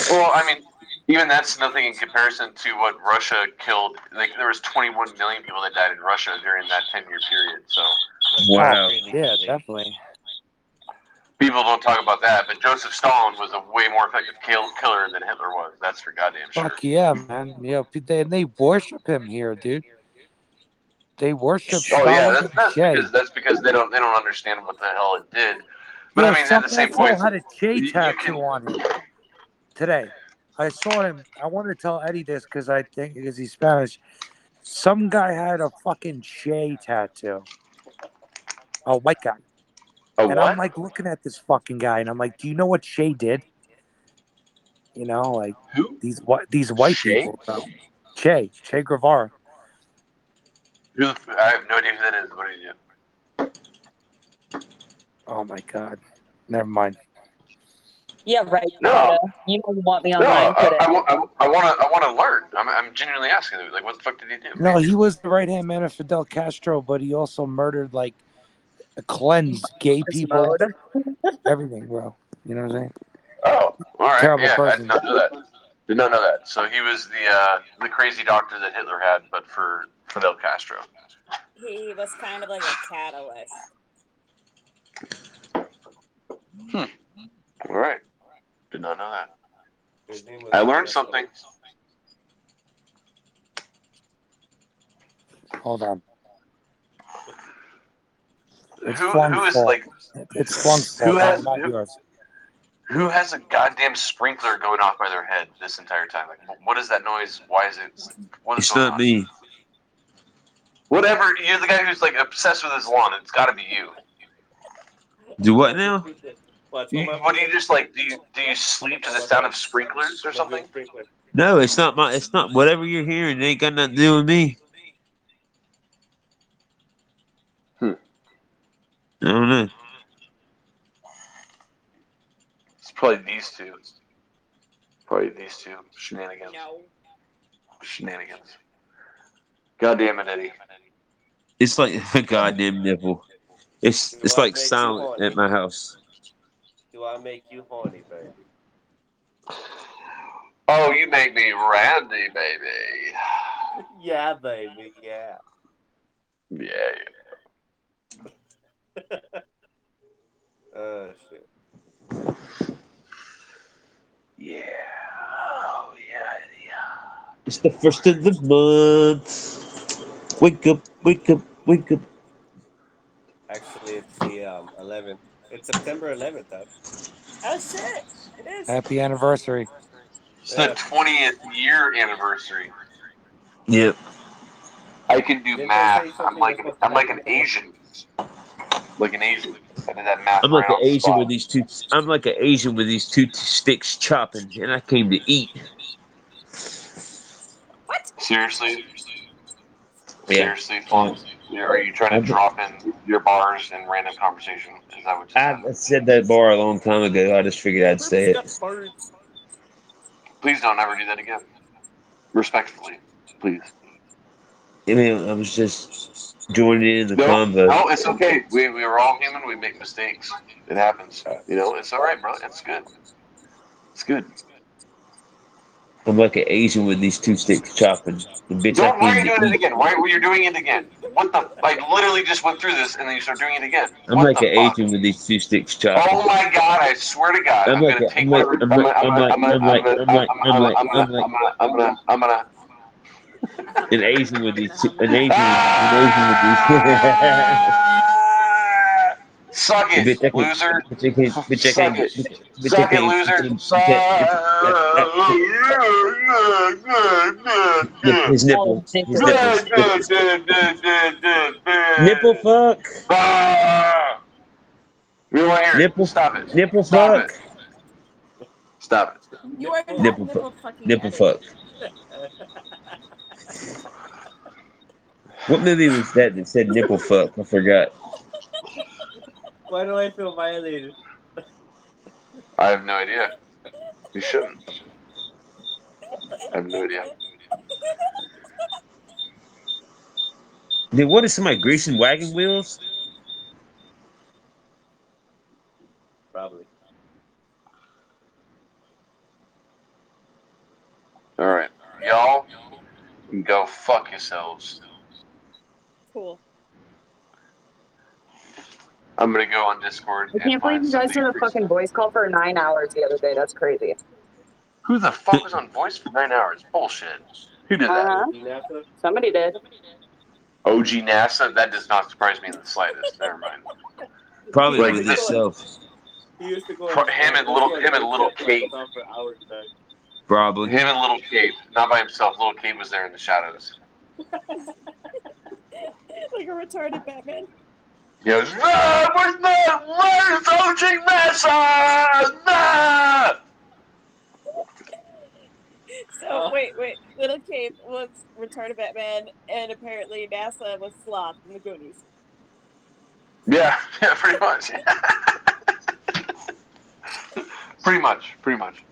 Speaker 11: Well, I mean, even that's nothing in comparison to what Russia killed. Like there was 21 million people that died in Russia during that 10-year period. So
Speaker 2: Wow.
Speaker 3: Yeah, definitely.
Speaker 11: people don't talk about that. But Joseph Stalin was a way more effective kill- killer than Hitler was. That's for goddamn sure.
Speaker 3: Fuck yeah, man. Yeah, p- they, and they worship him here, dude. They worship
Speaker 11: Oh yeah,
Speaker 3: Stalin.
Speaker 11: that's, that's
Speaker 3: Jay.
Speaker 11: because that's because they don't they don't understand what the hell it did. But
Speaker 3: Yeah,
Speaker 11: I mean, at
Speaker 3: some
Speaker 11: the same
Speaker 3: asshole
Speaker 11: point,
Speaker 3: had a
Speaker 11: you-
Speaker 3: J
Speaker 11: you
Speaker 3: tattoo
Speaker 11: can-
Speaker 3: on him today. I saw him. I wanted to tell Eddie this because I think because he's Spanish. Some guy had a fucking J tattoo. A white guy.
Speaker 11: A
Speaker 3: and
Speaker 11: what?
Speaker 3: I'm like looking at this fucking guy, and I'm like, do you know what Shay did? You know, like
Speaker 11: Who?
Speaker 3: these white these white
Speaker 11: Che?
Speaker 3: people. Bro. Che Che Guevara.
Speaker 11: Who the f- I have no idea who that is. What do you do?
Speaker 3: Oh my god. Never mind.
Speaker 9: Yeah, right.
Speaker 11: No.
Speaker 9: You don't want me
Speaker 11: No,
Speaker 9: online.
Speaker 11: I, I, wa- I, want to. I want to learn. I'm, I'm genuinely asking. Like, what the fuck did he do?
Speaker 3: No, he was the right hand man of Fidel Castro, but he also murdered like cleansed gay people, everything, bro. You know what I'm saying?
Speaker 11: Oh, all right.
Speaker 3: Terrible
Speaker 11: yeah,
Speaker 3: person.
Speaker 11: I did not know that. Did not know that. So he was the uh, the crazy doctor that Hitler had, but for Fidel Castro.
Speaker 1: He was kind of like a catalyst.
Speaker 11: All right. Did not know that. I learned something.
Speaker 3: Hold on. It's
Speaker 11: Who-
Speaker 3: Flung's
Speaker 11: who is,
Speaker 3: fault.
Speaker 11: like-
Speaker 3: it's Flung's
Speaker 11: Who
Speaker 3: fault,
Speaker 11: has
Speaker 3: not
Speaker 11: who,
Speaker 3: yours.
Speaker 11: who has a goddamn sprinkler going off by their head this entire time? Like, wh- what is that noise? Why is it? What is
Speaker 2: It's
Speaker 11: going
Speaker 2: not
Speaker 11: on?
Speaker 2: me.
Speaker 11: Whatever. You're the guy who's like obsessed with his lawn. It's got to be you.
Speaker 2: Do what now?
Speaker 11: You- What do you just like? Do you do you sleep to the sound of sprinklers or something?
Speaker 2: No, it's not my. It's not whatever you're hearing. It ain't got nothing to do with me.
Speaker 11: Hmm.
Speaker 2: I don't know.
Speaker 11: It's probably these two. Probably these two shenanigans. Shenanigans. God damn it, Eddie.
Speaker 2: It's like a goddamn nipple. It's it's like silent at my house.
Speaker 8: Do I make you horny, baby?
Speaker 11: Oh, you make me randy, baby.
Speaker 8: Yeah, baby, yeah.
Speaker 11: Yeah.
Speaker 8: Oh, shit.
Speaker 11: Yeah. Oh, yeah, yeah.
Speaker 2: It's the first of the month. Wake up, wake up, wake up.
Speaker 8: Actually, it's the um 11th. It's September 11th, though.
Speaker 1: Oh shit! It is.
Speaker 3: Happy anniversary.
Speaker 11: It's the twentieth year anniversary.
Speaker 2: Yep.
Speaker 11: I can do
Speaker 8: Did they say
Speaker 11: math. I'm
Speaker 8: something
Speaker 11: like an,
Speaker 8: was
Speaker 11: I'm like an
Speaker 8: supposed to happen?
Speaker 11: Asian. Like an Asian. I did that math
Speaker 2: I'm
Speaker 11: right
Speaker 2: like an
Speaker 11: on the
Speaker 2: Asian
Speaker 11: spot.
Speaker 2: with these two. I'm like an Asian with these two sticks chopping, and I came to eat.
Speaker 11: Seriously?
Speaker 2: Yeah.
Speaker 11: Seriously, Flunk? You're- Are you trying to drop in your bars in random conversation? Is that what you
Speaker 2: I said that bar a long time ago. I just figured I'd say it.
Speaker 11: Please don't ever do that again. Respectfully. Please.
Speaker 2: I mean, I was just joining in the convo.
Speaker 11: No, Oh, it's okay. We, we are all human. We make mistakes. It
Speaker 2: Uh,
Speaker 11: happens. You know, it's all right, bro. It's good. It's good.
Speaker 2: I'm like an Asian with these two sticks chopping. The bitch
Speaker 11: Don't, why are
Speaker 2: I
Speaker 11: you doing
Speaker 2: can't
Speaker 11: it
Speaker 2: eat.
Speaker 11: again? Why are you doing it again? What the? I literally just went through this and then you start doing it again.
Speaker 2: I'm
Speaker 11: What
Speaker 2: like
Speaker 11: the
Speaker 2: an
Speaker 11: fuck?
Speaker 2: Asian with these two sticks chopping.
Speaker 11: Oh my god, I swear to god,
Speaker 2: I'm
Speaker 11: I'm
Speaker 2: like
Speaker 11: gonna
Speaker 2: a-
Speaker 11: take
Speaker 2: I'm
Speaker 11: whatever.
Speaker 2: like- I'm
Speaker 11: I'm
Speaker 2: like-
Speaker 11: gonna-
Speaker 2: I'm
Speaker 11: I'm gonna-
Speaker 2: like-
Speaker 11: I'm
Speaker 2: I'm like-
Speaker 11: gonna-
Speaker 2: I'm
Speaker 11: I'm
Speaker 2: like-
Speaker 11: gonna-
Speaker 2: I'm like-
Speaker 11: I'm gonna- I'm gonna- I'm gonna- Oh.
Speaker 2: An Asian with these two, an Asian, an Asian
Speaker 11: Ah! Suck
Speaker 2: with these.
Speaker 11: it,
Speaker 2: bitch, I can,
Speaker 11: loser.
Speaker 2: bitch, I can, bitch, I
Speaker 11: Suck
Speaker 2: can,
Speaker 11: it.
Speaker 2: bitch, bitch, I
Speaker 11: Suck it,
Speaker 2: can,
Speaker 11: loser.
Speaker 2: bitch,
Speaker 11: Suck.
Speaker 2: I- his nipple, his nipple,
Speaker 11: Good, good, good, good, good, good, good.
Speaker 2: nipple fuck,
Speaker 11: Ah! We want to hear it.
Speaker 2: nipple,
Speaker 11: Stop it.
Speaker 2: nipple
Speaker 11: Stop
Speaker 2: fuck,
Speaker 11: it. Stop it.
Speaker 1: You are not
Speaker 2: nipple
Speaker 1: nipple,
Speaker 2: fuck,
Speaker 1: fucking
Speaker 2: nipple
Speaker 1: nipple
Speaker 2: fuck. What movie was that that said nipple fuck? I forgot.
Speaker 12: Why do I feel violated?
Speaker 11: I have no idea. You shouldn't. I have no idea.
Speaker 2: Dude, what is somebody greasing wagon wheels?
Speaker 12: Probably.
Speaker 11: All right. Y'all can go fuck yourselves.
Speaker 6: Cool.
Speaker 11: I'm going to go on Discord.
Speaker 9: I can't believe you guys did a fucking voice call for nine hours the other day. That's crazy.
Speaker 11: Who the fuck was on voice for nine hours? Bullshit. Who did that?
Speaker 9: Uh-huh. Somebody did.
Speaker 11: OG NASA? That does not surprise me in the slightest. Never mind.
Speaker 2: Probably
Speaker 11: Like
Speaker 2: with
Speaker 11: this-
Speaker 2: itself.
Speaker 12: He used to go.
Speaker 11: For him and little, him and little Kate.
Speaker 12: For hours back.
Speaker 2: Probably.
Speaker 11: Him and little Kate. Not by himself. Little Kate was there in the shadows.
Speaker 1: like a retarded Batman.
Speaker 11: He goes, no, where's the, where's OG NASA? No!
Speaker 1: So
Speaker 9: Uh-huh.
Speaker 1: wait, wait. Little Cape was retarded Batman, and apparently NASA was Sloth from the Goonies.
Speaker 11: Yeah, yeah, pretty much. pretty much, pretty much.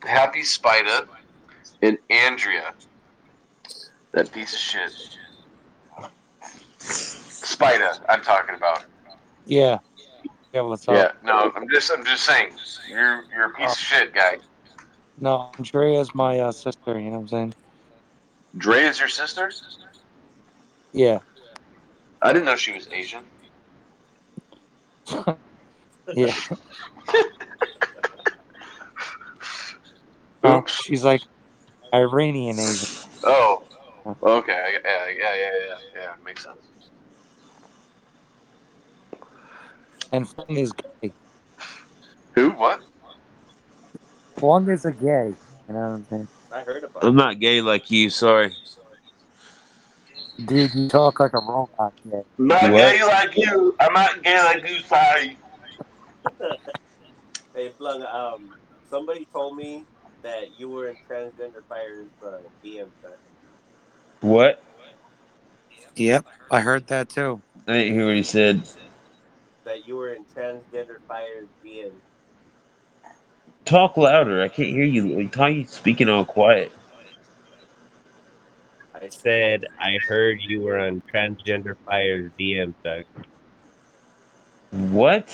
Speaker 11: Happy Spider and Andrea. That piece of shit. Spider, I'm talking about.
Speaker 3: Yeah. Yeah, what's up?
Speaker 11: Yeah, Oh. no, I'm just, I'm just saying, you're, you're a piece of shit guy.
Speaker 3: No, Andrea's my uh, sister. You know what I'm saying?
Speaker 11: Dre is your sister?
Speaker 3: Yeah.
Speaker 11: I didn't know she was Asian.
Speaker 3: Yeah. no, she's like Iranian Asian.
Speaker 11: Oh, okay, yeah, yeah, yeah, yeah, yeah, makes sense.
Speaker 3: And Fung is gay.
Speaker 11: Who? What?
Speaker 3: Fung is a gay. You know what I'm saying?
Speaker 12: I heard about.
Speaker 2: I'm not gay like you. Sorry.
Speaker 3: Dude, you talk like a robot gay.
Speaker 11: Not
Speaker 2: What?
Speaker 11: gay like you. I'm not gay like you, sorry.
Speaker 12: it. hey, Flung. Um, somebody told me that you were in transgender fires uh, DM. Time.
Speaker 2: What?
Speaker 3: Yep, I heard that too.
Speaker 2: I didn't hear what he said.
Speaker 12: That you were in transgender fires DM.
Speaker 2: Talk louder. I can't hear you. Like, How you speaking all quiet?
Speaker 8: I said I heard you were on transgender fires DM, Doug.
Speaker 2: What?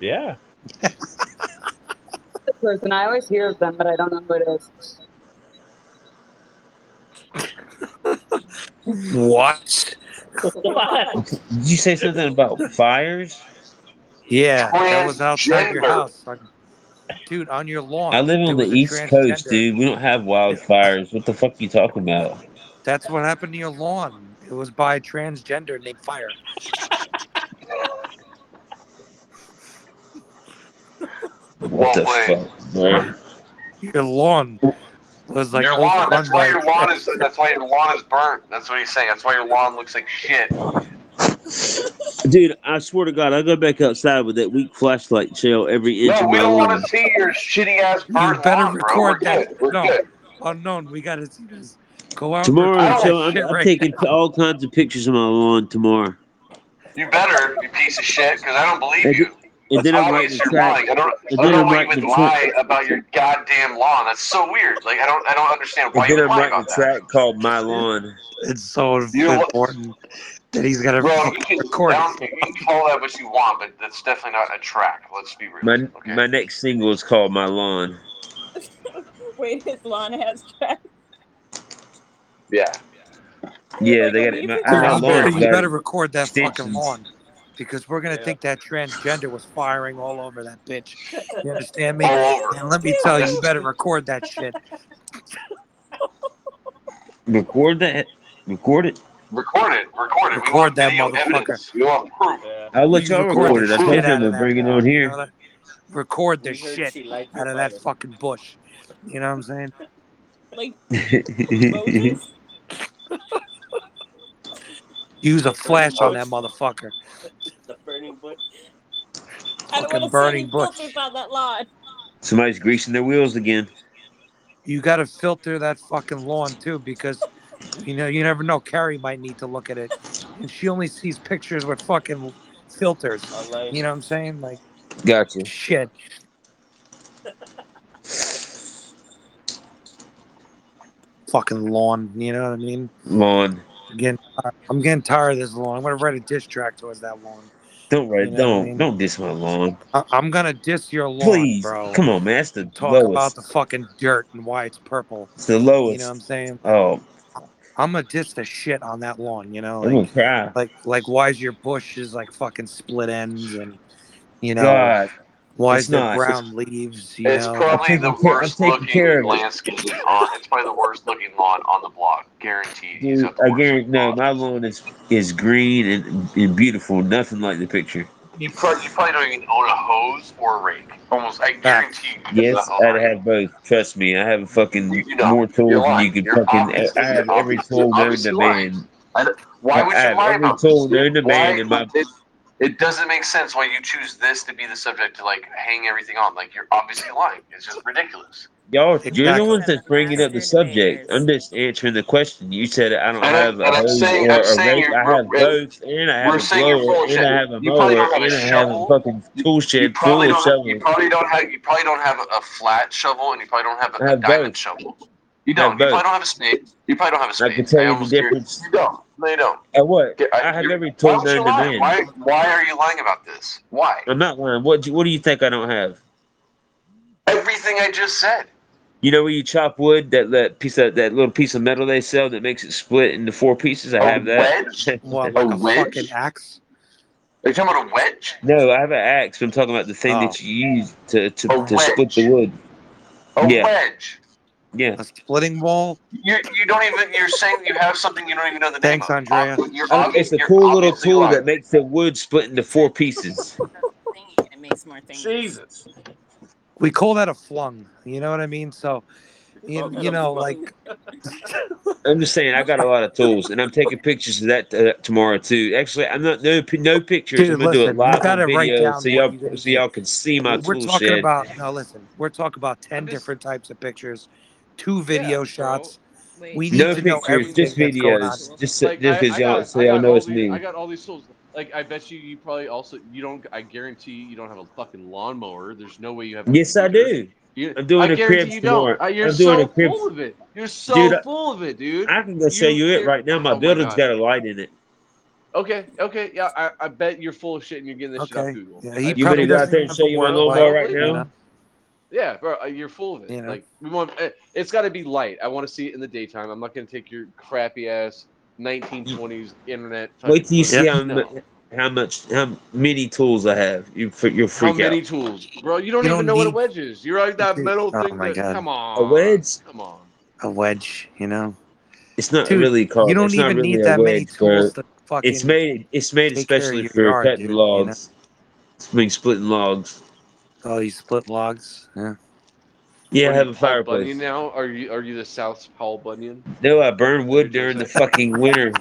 Speaker 8: Yeah.
Speaker 9: The person I always hear of them, but I don't know who it is.
Speaker 3: What?
Speaker 2: Did you say something about fires?
Speaker 3: Yeah, that was outside your
Speaker 11: Transgender.
Speaker 3: house, like, dude, on your lawn.
Speaker 2: I live
Speaker 3: There
Speaker 2: on the
Speaker 3: was a
Speaker 2: East Coast,
Speaker 3: transgender.
Speaker 2: dude. We don't have wildfires. What the fuck you talking about?
Speaker 3: That's what happened to your lawn. It was by a transgender named Fire.
Speaker 2: What the fuck, bro?
Speaker 3: Your lawn was like
Speaker 11: your lawn.
Speaker 3: overrun
Speaker 11: That's why
Speaker 3: by
Speaker 11: your lawn is. That's why your lawn is burnt. That's what he's saying. That's why your lawn looks like shit.
Speaker 2: Dude, I swear to God, I go back outside with that weak flashlight shell every inch
Speaker 11: No,
Speaker 2: of
Speaker 11: we
Speaker 2: my
Speaker 11: don't
Speaker 2: lawn.
Speaker 11: want to see your shitty ass
Speaker 3: You
Speaker 11: burnt
Speaker 3: better
Speaker 11: lawn, bro. We're
Speaker 3: record that.
Speaker 11: good. We're
Speaker 3: no,
Speaker 11: good.
Speaker 3: unknown. We gotta see this. Go out. and
Speaker 2: Tomorrow,
Speaker 3: record
Speaker 2: I'm,
Speaker 3: that
Speaker 2: telling, I'm,
Speaker 3: shit
Speaker 2: I'm
Speaker 3: right
Speaker 2: taking all kinds of pictures of my lawn tomorrow.
Speaker 11: You better, you piece of shit, because I don't believe
Speaker 2: And,
Speaker 11: you.
Speaker 2: and then
Speaker 11: It's
Speaker 2: I'm writing
Speaker 11: obvious
Speaker 2: a
Speaker 11: you're lying. I
Speaker 2: track.
Speaker 11: don't.
Speaker 2: And
Speaker 11: I don't
Speaker 2: then
Speaker 11: know
Speaker 2: I'm
Speaker 11: why you
Speaker 2: writing
Speaker 11: would
Speaker 2: a track.
Speaker 11: lie about your goddamn lawn. That's so weird. Like I don't. I don't understand
Speaker 2: And
Speaker 11: why you
Speaker 2: then
Speaker 11: would
Speaker 2: I'm
Speaker 11: lie
Speaker 2: writing a
Speaker 11: about that.
Speaker 2: track called My Lawn.
Speaker 3: It's so
Speaker 11: You're. lo-
Speaker 3: important that he's gotta
Speaker 11: Bro,
Speaker 3: fucking
Speaker 11: you can,
Speaker 3: record
Speaker 11: down,
Speaker 3: it.
Speaker 11: you can call that what you want, but that's definitely not a track. Let's be real.
Speaker 2: My
Speaker 11: Okay.
Speaker 2: my next single is called My Lawn.
Speaker 1: weight as Lana has dressed.
Speaker 11: Yeah.
Speaker 2: Yeah, they got it. My, I got
Speaker 3: Better-
Speaker 2: Lawrence
Speaker 3: you
Speaker 2: got
Speaker 3: better
Speaker 2: it.
Speaker 3: record that fucking
Speaker 2: extensions.
Speaker 3: horn because we're gonna think that transgender was firing all over that bitch. You understand me?
Speaker 11: All over.
Speaker 3: And let me tell you, you better record that shit.
Speaker 2: Record that. Record it.
Speaker 11: Record it. Record it. we want
Speaker 3: Record that
Speaker 11: video
Speaker 3: motherfucker.
Speaker 11: evidence. We want proof.
Speaker 2: I'll let
Speaker 3: You
Speaker 2: y'all
Speaker 3: record
Speaker 2: record it.
Speaker 3: the
Speaker 2: I told
Speaker 3: shit
Speaker 2: him
Speaker 3: out
Speaker 2: to
Speaker 3: of that
Speaker 2: bring it on
Speaker 3: You
Speaker 2: here.
Speaker 3: know that? Record the
Speaker 12: We heard
Speaker 3: shit
Speaker 12: she liked
Speaker 3: out of that fucking bush. You know what I'm saying?
Speaker 1: Like
Speaker 2: Moses?
Speaker 3: Use
Speaker 12: The
Speaker 3: a
Speaker 12: burning
Speaker 3: flash on that
Speaker 12: bush.
Speaker 3: motherfucker.
Speaker 12: The burning bush.
Speaker 1: I don't
Speaker 3: Fucking
Speaker 1: want to see
Speaker 3: burning
Speaker 1: any
Speaker 3: bush.
Speaker 1: filters on that lawn.
Speaker 2: Somebody's greasing their wheels again.
Speaker 3: You got to filter that fucking lawn too, because you know you never know. Carrie might need to look at it, and she only sees pictures with fucking filters.
Speaker 12: Online.
Speaker 3: You know what I'm saying? Like
Speaker 2: Gotcha.
Speaker 3: shit. Fucking lawn. You know what I mean?
Speaker 2: Lawn.
Speaker 3: I'm getting, I'm getting tired of this lawn. I'm gonna write a diss track towards that lawn.
Speaker 2: Don't
Speaker 3: You
Speaker 2: write.
Speaker 3: know what I
Speaker 2: don't
Speaker 3: mean?
Speaker 2: don't diss my lawn.
Speaker 3: I, I'm gonna diss your lawn,
Speaker 2: Please.
Speaker 3: bro.
Speaker 2: Come on, man. That's the
Speaker 3: and talk about
Speaker 2: lowest.
Speaker 3: the fucking dirt and why it's purple.
Speaker 2: It's the
Speaker 3: You know what
Speaker 2: lowest.
Speaker 3: I'm saying?
Speaker 2: Oh,
Speaker 3: I'm gonna diss the shit on that lawn. You know,
Speaker 2: I'm gonna
Speaker 3: like
Speaker 2: cry.
Speaker 3: like like why's your bush is like fucking split ends and you know
Speaker 2: God,
Speaker 3: why
Speaker 2: it's
Speaker 3: is there
Speaker 2: not.
Speaker 3: brown leaves? You
Speaker 11: It's
Speaker 3: know,
Speaker 2: I'm
Speaker 11: probably the
Speaker 2: taking care. I'm
Speaker 11: worst
Speaker 2: taking care
Speaker 11: looking
Speaker 2: of it.
Speaker 11: landscape on. It's probably the worst looking lawn on the block. Guaranteed, he's
Speaker 2: Dude,
Speaker 11: got the
Speaker 2: I
Speaker 11: worst
Speaker 2: guarantee.
Speaker 11: looking
Speaker 2: No,
Speaker 11: lawn.
Speaker 2: my lawn is is green and, and beautiful. Nothing like the picture.
Speaker 11: You probably, you probably don't even own a hose or a rake. Almost, I guarantee you, you do not
Speaker 2: Yes,
Speaker 11: own
Speaker 2: I'd
Speaker 11: a rake.
Speaker 2: have both. Trust me, I have
Speaker 11: You
Speaker 2: fucking
Speaker 11: do
Speaker 2: more
Speaker 11: not. You're
Speaker 2: tools than you
Speaker 11: lying.
Speaker 2: could
Speaker 11: You're
Speaker 2: fucking. I
Speaker 11: obviously,
Speaker 2: I
Speaker 11: you're
Speaker 2: have every
Speaker 11: obviously, you're
Speaker 2: tool known to
Speaker 11: obviously lying.
Speaker 2: man.
Speaker 11: I don't- why
Speaker 2: I
Speaker 11: would
Speaker 2: I
Speaker 11: you
Speaker 2: have
Speaker 11: lie
Speaker 2: every
Speaker 11: about this
Speaker 2: tool
Speaker 11: shit?
Speaker 2: known to man
Speaker 11: Why
Speaker 2: in my.
Speaker 11: it, it, it doesn't make sense why you choose this to be the subject to like hang everything on. Like you're obviously lying. It's just ridiculous.
Speaker 2: Y'all, you're the
Speaker 3: exactly.
Speaker 2: ones
Speaker 10: Those are
Speaker 2: that's
Speaker 10: the
Speaker 2: bringing up the
Speaker 10: master
Speaker 2: subject. I'm
Speaker 10: debaters.
Speaker 2: just answering the question. You said I don't
Speaker 11: And I'm,
Speaker 2: have a
Speaker 11: and I'm
Speaker 2: hose
Speaker 11: saying, I'm
Speaker 2: or a
Speaker 11: saying
Speaker 2: rake.
Speaker 11: you're,
Speaker 2: I have
Speaker 11: we're,
Speaker 2: both, and I have
Speaker 11: we're
Speaker 2: a
Speaker 11: saying you're
Speaker 2: blower,
Speaker 11: full
Speaker 2: and
Speaker 11: of
Speaker 2: I
Speaker 11: shit.
Speaker 2: have a
Speaker 11: You probably
Speaker 2: mower,
Speaker 11: don't have a
Speaker 2: and I have a
Speaker 11: shovel.
Speaker 2: fucking
Speaker 11: You,
Speaker 2: tool
Speaker 11: you
Speaker 2: shed full
Speaker 11: probably
Speaker 2: of
Speaker 11: don't have. You
Speaker 2: shovels.
Speaker 11: probably don't have. You probably don't have a, a flat shovel, and you probably don't have
Speaker 2: I
Speaker 11: a, a
Speaker 2: have both.
Speaker 11: diamond shovel.
Speaker 2: I have
Speaker 11: You don't. You
Speaker 2: both.
Speaker 11: probably don't have a spade. You probably don't have a
Speaker 2: I can
Speaker 11: spade.
Speaker 2: tell
Speaker 11: I
Speaker 2: you the
Speaker 11: almost guarantee
Speaker 2: difference.
Speaker 11: you don't. No, you don't.
Speaker 2: At what?
Speaker 11: Get- I-
Speaker 2: I have
Speaker 11: you're-
Speaker 2: every
Speaker 11: Why
Speaker 2: tool
Speaker 11: would you
Speaker 2: known to
Speaker 11: lie?
Speaker 2: man.
Speaker 11: Why? Why are you lying about this? Why?
Speaker 2: I'm not lying. What do you, what do you think I don't have?
Speaker 11: Everything I just said.
Speaker 2: You know where you chop wood that that piece of that little piece of metal they sell that makes it split into four pieces. I
Speaker 11: A
Speaker 2: have that.
Speaker 11: wedge?
Speaker 3: What
Speaker 11: A
Speaker 3: like a fucking
Speaker 11: wedge?
Speaker 3: axe?
Speaker 11: Are you talking about a wedge?
Speaker 2: no, I have an axe. But I'm talking about the thing
Speaker 3: Oh,
Speaker 2: that you use to to,
Speaker 11: A
Speaker 2: to split the
Speaker 11: wedge.
Speaker 2: wood.
Speaker 11: A
Speaker 2: Yeah,
Speaker 11: wedge.
Speaker 2: yeah.
Speaker 3: a splitting wall.
Speaker 11: You you don't even. You're saying you have something you don't even know the name
Speaker 3: Thanks,
Speaker 11: of.
Speaker 3: Andrea.
Speaker 11: Ob- You're
Speaker 2: I don't, Um, Oh, it's
Speaker 11: obvi-
Speaker 2: a
Speaker 11: You're
Speaker 2: cool little
Speaker 11: obviously
Speaker 2: tool
Speaker 11: lying.
Speaker 2: that makes the wood split into
Speaker 10: It's a
Speaker 2: four pieces.
Speaker 10: thingy and it makes more thingies.
Speaker 12: Jesus.
Speaker 3: We call that a flung. You know what I mean? So you,
Speaker 12: Call that
Speaker 3: you
Speaker 12: a
Speaker 3: know
Speaker 12: flung?
Speaker 3: like
Speaker 2: I'm just saying, I got a lot of tools, and I'm taking pictures of that uh, tomorrow too. Actually, I'm not no pi- no pictures. I'm
Speaker 3: dude,
Speaker 2: gonna do it
Speaker 3: listen, you
Speaker 2: live
Speaker 3: got
Speaker 2: on
Speaker 3: to write
Speaker 2: video
Speaker 3: down
Speaker 2: so
Speaker 3: what
Speaker 2: y'all
Speaker 3: you're gonna
Speaker 2: so
Speaker 3: do.
Speaker 2: y'all can see my
Speaker 3: we're
Speaker 2: tool
Speaker 3: talking
Speaker 2: shed.
Speaker 3: about now listen we're talking about 10
Speaker 12: I'm just
Speaker 3: different types of pictures two
Speaker 12: yeah,
Speaker 3: video
Speaker 12: bro.
Speaker 3: shots
Speaker 10: Wait,
Speaker 3: we need
Speaker 2: No
Speaker 3: to know
Speaker 2: pictures,
Speaker 10: every
Speaker 3: everything
Speaker 2: just
Speaker 3: that's
Speaker 10: different
Speaker 3: going on
Speaker 2: videos.
Speaker 10: tool.
Speaker 2: Just so,
Speaker 15: Like
Speaker 2: just
Speaker 15: I,
Speaker 2: because
Speaker 15: I
Speaker 2: y'all
Speaker 15: got
Speaker 2: so
Speaker 15: I
Speaker 2: y'all
Speaker 15: got
Speaker 2: know
Speaker 15: all
Speaker 2: it's
Speaker 15: these I
Speaker 2: me.
Speaker 15: got all these tools. Like I bet you you probably also you don't I guarantee you don't have a fucking lawnmower. There's no way you have a
Speaker 2: Yes, I
Speaker 15: computer.
Speaker 2: do.
Speaker 15: You I
Speaker 2: I'm doing a
Speaker 15: guarantee
Speaker 2: cribs
Speaker 15: you don't.
Speaker 2: tomorrow.
Speaker 15: I, you're
Speaker 2: I'm doing a
Speaker 15: so
Speaker 2: cribs,
Speaker 15: full of it. You're
Speaker 2: dude.
Speaker 15: so full of it, dude.
Speaker 2: I, I can go show
Speaker 15: You
Speaker 2: you it
Speaker 15: you're
Speaker 2: right now. My
Speaker 15: oh my
Speaker 2: building's
Speaker 15: god.
Speaker 2: got a light in it.
Speaker 15: Okay, okay, yeah. I, I bet you're full of shit and you're getting this shit off
Speaker 3: okay
Speaker 15: Google.
Speaker 3: yeah
Speaker 15: I
Speaker 3: he
Speaker 2: You
Speaker 15: bet
Speaker 2: want me to
Speaker 3: probably
Speaker 2: go out
Speaker 3: doesn't
Speaker 2: there and
Speaker 15: you
Speaker 2: show you my
Speaker 3: remember what it's
Speaker 15: know
Speaker 2: lawnmower
Speaker 3: like
Speaker 2: right
Speaker 15: probably.
Speaker 3: you
Speaker 2: now?
Speaker 3: know
Speaker 15: Yeah, bro, uh, you're full of it.
Speaker 3: you know
Speaker 15: Like we want uh, it's got to be light. I want to see it in the daytime. I'm not gonna take your crappy ass 1920s internet fucking
Speaker 2: Wait till you see
Speaker 3: yep
Speaker 15: footage.
Speaker 2: how mu-
Speaker 15: No,
Speaker 2: how much how many tools I have. You fr- you'll
Speaker 15: how
Speaker 2: freak out.
Speaker 15: many tools, bro? You don't
Speaker 3: you
Speaker 15: even
Speaker 3: don't
Speaker 15: know what a
Speaker 3: need
Speaker 15: wedge is. You're like that
Speaker 3: dude,
Speaker 15: metal
Speaker 3: oh
Speaker 15: thing
Speaker 3: my
Speaker 15: that.
Speaker 3: god
Speaker 15: Come
Speaker 2: A
Speaker 15: on,
Speaker 2: wedge?
Speaker 15: come on.
Speaker 3: a wedge you know
Speaker 2: It's not
Speaker 3: dude
Speaker 2: really
Speaker 3: you
Speaker 2: called.
Speaker 3: don't
Speaker 2: Oh, It's not
Speaker 3: even
Speaker 2: really
Speaker 3: need
Speaker 2: a
Speaker 3: that many
Speaker 2: wedge, bro.
Speaker 3: tools to
Speaker 2: It's
Speaker 3: fucking
Speaker 2: made it's made
Speaker 3: take care of
Speaker 2: especially
Speaker 3: your
Speaker 2: for
Speaker 3: yard
Speaker 2: cutting
Speaker 3: dude you know
Speaker 2: logs. I mean, splitting logs.
Speaker 3: oh you split logs yeah
Speaker 2: Yeah,
Speaker 15: What are you,
Speaker 2: I have a
Speaker 15: Paul Bunyan
Speaker 2: fireplace.
Speaker 15: now? Are you are you the South Paul Bunyan?
Speaker 2: No, I burn
Speaker 15: Is that what you're
Speaker 2: wood
Speaker 15: trying to
Speaker 2: during the
Speaker 15: say?
Speaker 2: fucking winter.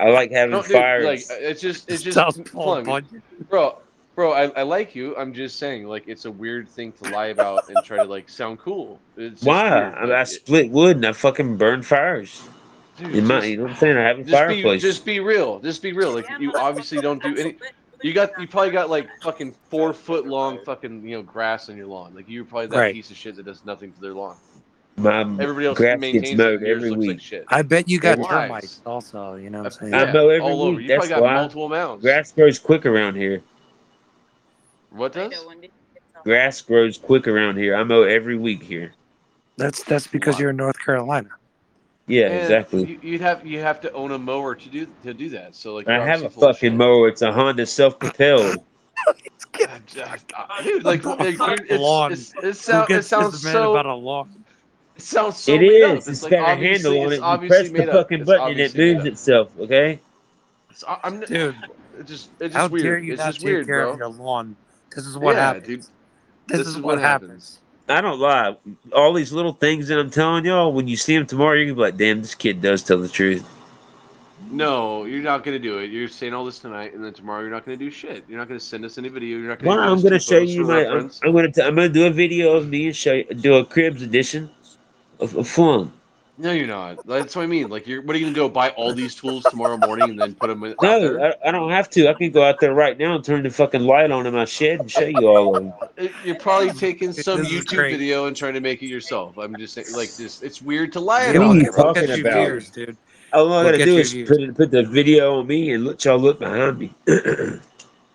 Speaker 2: I like having
Speaker 15: No, dude,
Speaker 11: uh,
Speaker 2: fire.
Speaker 15: like
Speaker 2: It's,
Speaker 15: it's just it's just
Speaker 3: south pole
Speaker 15: flung,
Speaker 3: bunyan
Speaker 15: bro, bro. I, I like you. I'm just saying, like it's a weird thing to lie about and try to like sound cool. It's just
Speaker 2: why?
Speaker 15: weird,
Speaker 2: I, I
Speaker 15: like it,
Speaker 2: split wood and I fucking burn fires.
Speaker 15: dude.
Speaker 2: In my,
Speaker 15: Just
Speaker 2: you know what I'm saying? I have a
Speaker 15: just be just
Speaker 2: fireplace.
Speaker 15: be real. Just be real. Like you obviously don't do any. You got you probably got like fucking four foot long fucking you know grass on your lawn. Like you're probably that
Speaker 3: right
Speaker 15: piece of shit that does nothing to their lawn.
Speaker 2: My um,
Speaker 15: Everybody else
Speaker 2: grass gets
Speaker 15: maintains it,
Speaker 2: mowed
Speaker 15: and yours
Speaker 2: every
Speaker 15: looks like
Speaker 2: week.
Speaker 15: shit.
Speaker 3: I bet you
Speaker 15: You're
Speaker 3: got
Speaker 2: Every
Speaker 3: termites
Speaker 15: lies.
Speaker 3: also. You know what
Speaker 15: Uh,
Speaker 3: I'm saying?
Speaker 2: I
Speaker 15: yeah,
Speaker 2: mow every
Speaker 15: all over.
Speaker 2: week.
Speaker 15: You probably
Speaker 2: That's
Speaker 15: got
Speaker 2: why
Speaker 15: multiple mounds.
Speaker 2: grass grows quick around here.
Speaker 15: What
Speaker 10: Fido,
Speaker 15: does?
Speaker 10: when did you get so hot?
Speaker 2: Grass grows quick around here. I mow every week here.
Speaker 3: That's that's because you're in North Carolina.
Speaker 2: Yeah,
Speaker 11: And
Speaker 2: exactly.
Speaker 11: You, you'd have you have to own a mower to do to do that. So like,
Speaker 2: I
Speaker 11: you're
Speaker 2: have a
Speaker 11: obviously full of
Speaker 2: fucking mower. It's a Honda self propelled.
Speaker 11: shit. dude, like, like dude, it's,
Speaker 16: lawn.
Speaker 11: it's, it,
Speaker 16: Who
Speaker 11: sound, it
Speaker 16: gets this
Speaker 11: sounds
Speaker 16: man
Speaker 11: so
Speaker 16: about a lawn?
Speaker 11: it sounds so
Speaker 2: it
Speaker 11: made up.
Speaker 2: is. It's
Speaker 11: like
Speaker 2: got a
Speaker 11: obviously-
Speaker 2: handle on
Speaker 11: it's
Speaker 2: it. You
Speaker 11: obviously
Speaker 2: press the
Speaker 11: made up.
Speaker 2: fucking
Speaker 11: It's
Speaker 2: button and it
Speaker 11: obviously made
Speaker 2: moves
Speaker 11: up.
Speaker 2: itself. Okay.
Speaker 11: It's, I- I'm,
Speaker 3: Dude,
Speaker 11: it's just it's just
Speaker 3: How
Speaker 11: weird.
Speaker 3: dare you
Speaker 11: it's
Speaker 3: not
Speaker 11: just
Speaker 3: take
Speaker 11: weird,
Speaker 3: care
Speaker 11: bro.
Speaker 3: of your lawn? This is what
Speaker 11: Yeah,
Speaker 3: happens.
Speaker 11: dude.
Speaker 3: This, is, what happens.
Speaker 2: I don't lie. All these little things that I'm telling y'all, when you see them tomorrow, you're gonna be like, "Damn, this kid does tell the truth."
Speaker 11: No, you're not gonna do it. You're saying all this tonight, and then tomorrow you're not gonna do shit. You're not gonna send us any video. You're not gonna.
Speaker 2: Well,
Speaker 11: give
Speaker 2: I'm
Speaker 11: us
Speaker 2: gonna
Speaker 11: two
Speaker 2: show
Speaker 11: photos
Speaker 2: you
Speaker 11: for
Speaker 2: my. I'm,
Speaker 11: reference.
Speaker 2: I'm gonna. T- I'm gonna do a video of me and show you, do a cribs edition of, of fun.
Speaker 11: No, you're not. That's what I mean. Like, you're what are you gonna go buy all these tools tomorrow morning and then put them out
Speaker 2: No,
Speaker 11: there?
Speaker 2: I, I don't have to. I can go out there right now and turn the fucking light on in my shed and show you all of them.
Speaker 11: It- You're probably taking some
Speaker 3: is
Speaker 11: YouTube
Speaker 3: great.
Speaker 11: video and trying to make it yourself. I'm just saying, like, just it's weird to lie
Speaker 2: What
Speaker 11: about
Speaker 2: are you
Speaker 11: it, bro.
Speaker 2: talking
Speaker 3: Two
Speaker 2: about?
Speaker 3: years, dude.
Speaker 2: All I
Speaker 3: Look
Speaker 2: gotta
Speaker 3: at
Speaker 2: do
Speaker 3: your
Speaker 2: is put it, put the video on me and let y'all look behind me.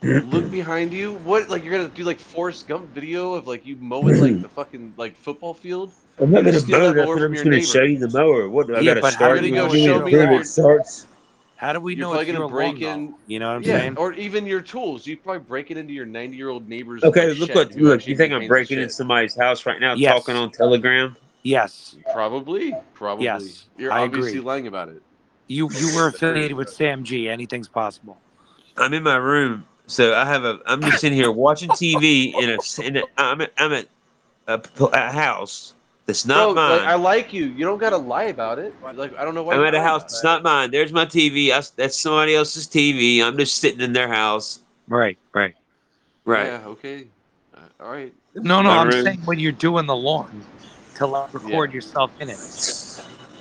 Speaker 11: Look behind you. What? Like, you're gonna do like Forrest Gump video of like you mowing like the fucking like football field?
Speaker 2: I'm
Speaker 11: You're
Speaker 2: not gonna
Speaker 11: gonna steal
Speaker 2: mow
Speaker 11: that
Speaker 2: nothing.
Speaker 11: mower
Speaker 2: I'm
Speaker 11: from
Speaker 2: just
Speaker 11: your
Speaker 2: gonna show
Speaker 11: neighbor.
Speaker 2: you the mower. What do I
Speaker 3: Yeah,
Speaker 2: gotta
Speaker 3: but how
Speaker 2: start?
Speaker 3: do you
Speaker 11: You're gonna
Speaker 3: know
Speaker 11: go
Speaker 3: your
Speaker 11: show me
Speaker 2: Where
Speaker 11: your
Speaker 2: it starts?
Speaker 3: How do we
Speaker 11: You're
Speaker 3: know
Speaker 11: probably
Speaker 3: it's
Speaker 11: gonna
Speaker 3: your
Speaker 11: break
Speaker 3: lawn though?
Speaker 11: in-
Speaker 3: You know what I'm
Speaker 11: Yeah,
Speaker 3: saying?
Speaker 11: or even your tools. You probably break it into your 90 year old neighbor's
Speaker 2: Okay,
Speaker 11: like,
Speaker 2: look
Speaker 11: shed
Speaker 2: what
Speaker 11: who
Speaker 2: look. You
Speaker 11: actually
Speaker 2: think I'm
Speaker 11: maintains the
Speaker 2: breaking
Speaker 11: shed.
Speaker 2: into somebody's house right now,
Speaker 3: Yes.
Speaker 2: talking on Telegram?
Speaker 3: Yes.
Speaker 11: Probably, probably.
Speaker 3: Yes,
Speaker 11: You're
Speaker 3: I
Speaker 11: obviously
Speaker 3: agree.
Speaker 11: lying about it.
Speaker 3: You you were affiliated with Sam G. Anything's possible.
Speaker 2: I'm in my room, so I have a. I'm just in here watching TV in a. In a I'm at, I'm at a, p- a house that's
Speaker 11: Bro,
Speaker 2: not
Speaker 11: like, I
Speaker 2: mine.
Speaker 11: like you. You don't gotta lie about it. Like I don't know why.
Speaker 2: I'm
Speaker 11: you
Speaker 2: at a
Speaker 11: lie
Speaker 2: house
Speaker 11: about
Speaker 2: that's
Speaker 11: it.
Speaker 2: not mine. There's my TV. I s that's somebody else's TV. I'm just sitting in their house.
Speaker 3: Right, right.
Speaker 2: Right.
Speaker 11: Yeah. Okay. Uh, all right.
Speaker 3: No, no,
Speaker 2: My
Speaker 3: I'm
Speaker 2: room.
Speaker 3: saying when you're doing the lawn to like, record
Speaker 11: Yeah.
Speaker 3: yourself in it.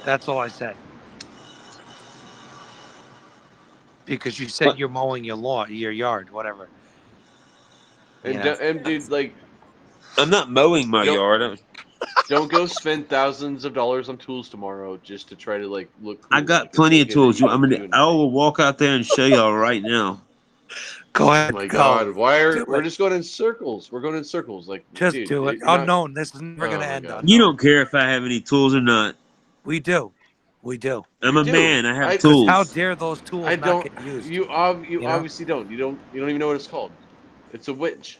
Speaker 3: That's all I said. Because you said
Speaker 2: What?
Speaker 3: you're mowing your lawn, your yard, whatever.
Speaker 11: And
Speaker 3: Yeah.
Speaker 11: do- and dude, like,
Speaker 2: I'm not mowing my
Speaker 11: don't
Speaker 2: yard. I'm-
Speaker 11: don't go spend thousands of dollars on tools tomorrow just to try to like look
Speaker 2: I
Speaker 11: cool.
Speaker 2: got
Speaker 11: Like it's
Speaker 2: plenty
Speaker 11: not
Speaker 2: of
Speaker 11: gonna
Speaker 2: tools. You,
Speaker 11: you
Speaker 2: I'm
Speaker 11: do
Speaker 2: gonna.
Speaker 11: anything.
Speaker 2: I
Speaker 3: Oh,
Speaker 2: will walk out there and show y'all right now.
Speaker 3: Go ahead,
Speaker 11: my
Speaker 3: go.
Speaker 11: god, why are
Speaker 3: Do
Speaker 11: we're
Speaker 3: it.
Speaker 11: just going in circles? We're going in circles, like
Speaker 3: Just
Speaker 11: dude.
Speaker 3: do
Speaker 11: You're
Speaker 3: it.
Speaker 11: you're not.
Speaker 3: Unknown. This is never
Speaker 11: Oh
Speaker 3: gonna
Speaker 11: my
Speaker 3: end
Speaker 11: god,
Speaker 3: on.
Speaker 2: You
Speaker 11: no.
Speaker 2: don't care if I have any tools or not.
Speaker 3: We do. We do.
Speaker 2: I'm
Speaker 11: You
Speaker 2: a
Speaker 11: do.
Speaker 2: man. I have
Speaker 11: I
Speaker 3: Because how
Speaker 2: tools.
Speaker 3: dare those
Speaker 11: I
Speaker 3: tools not
Speaker 11: don't.
Speaker 3: get used?
Speaker 11: You ob you
Speaker 3: You know?
Speaker 11: obviously don't. You don't. You don't even know what it's called. It's a witch.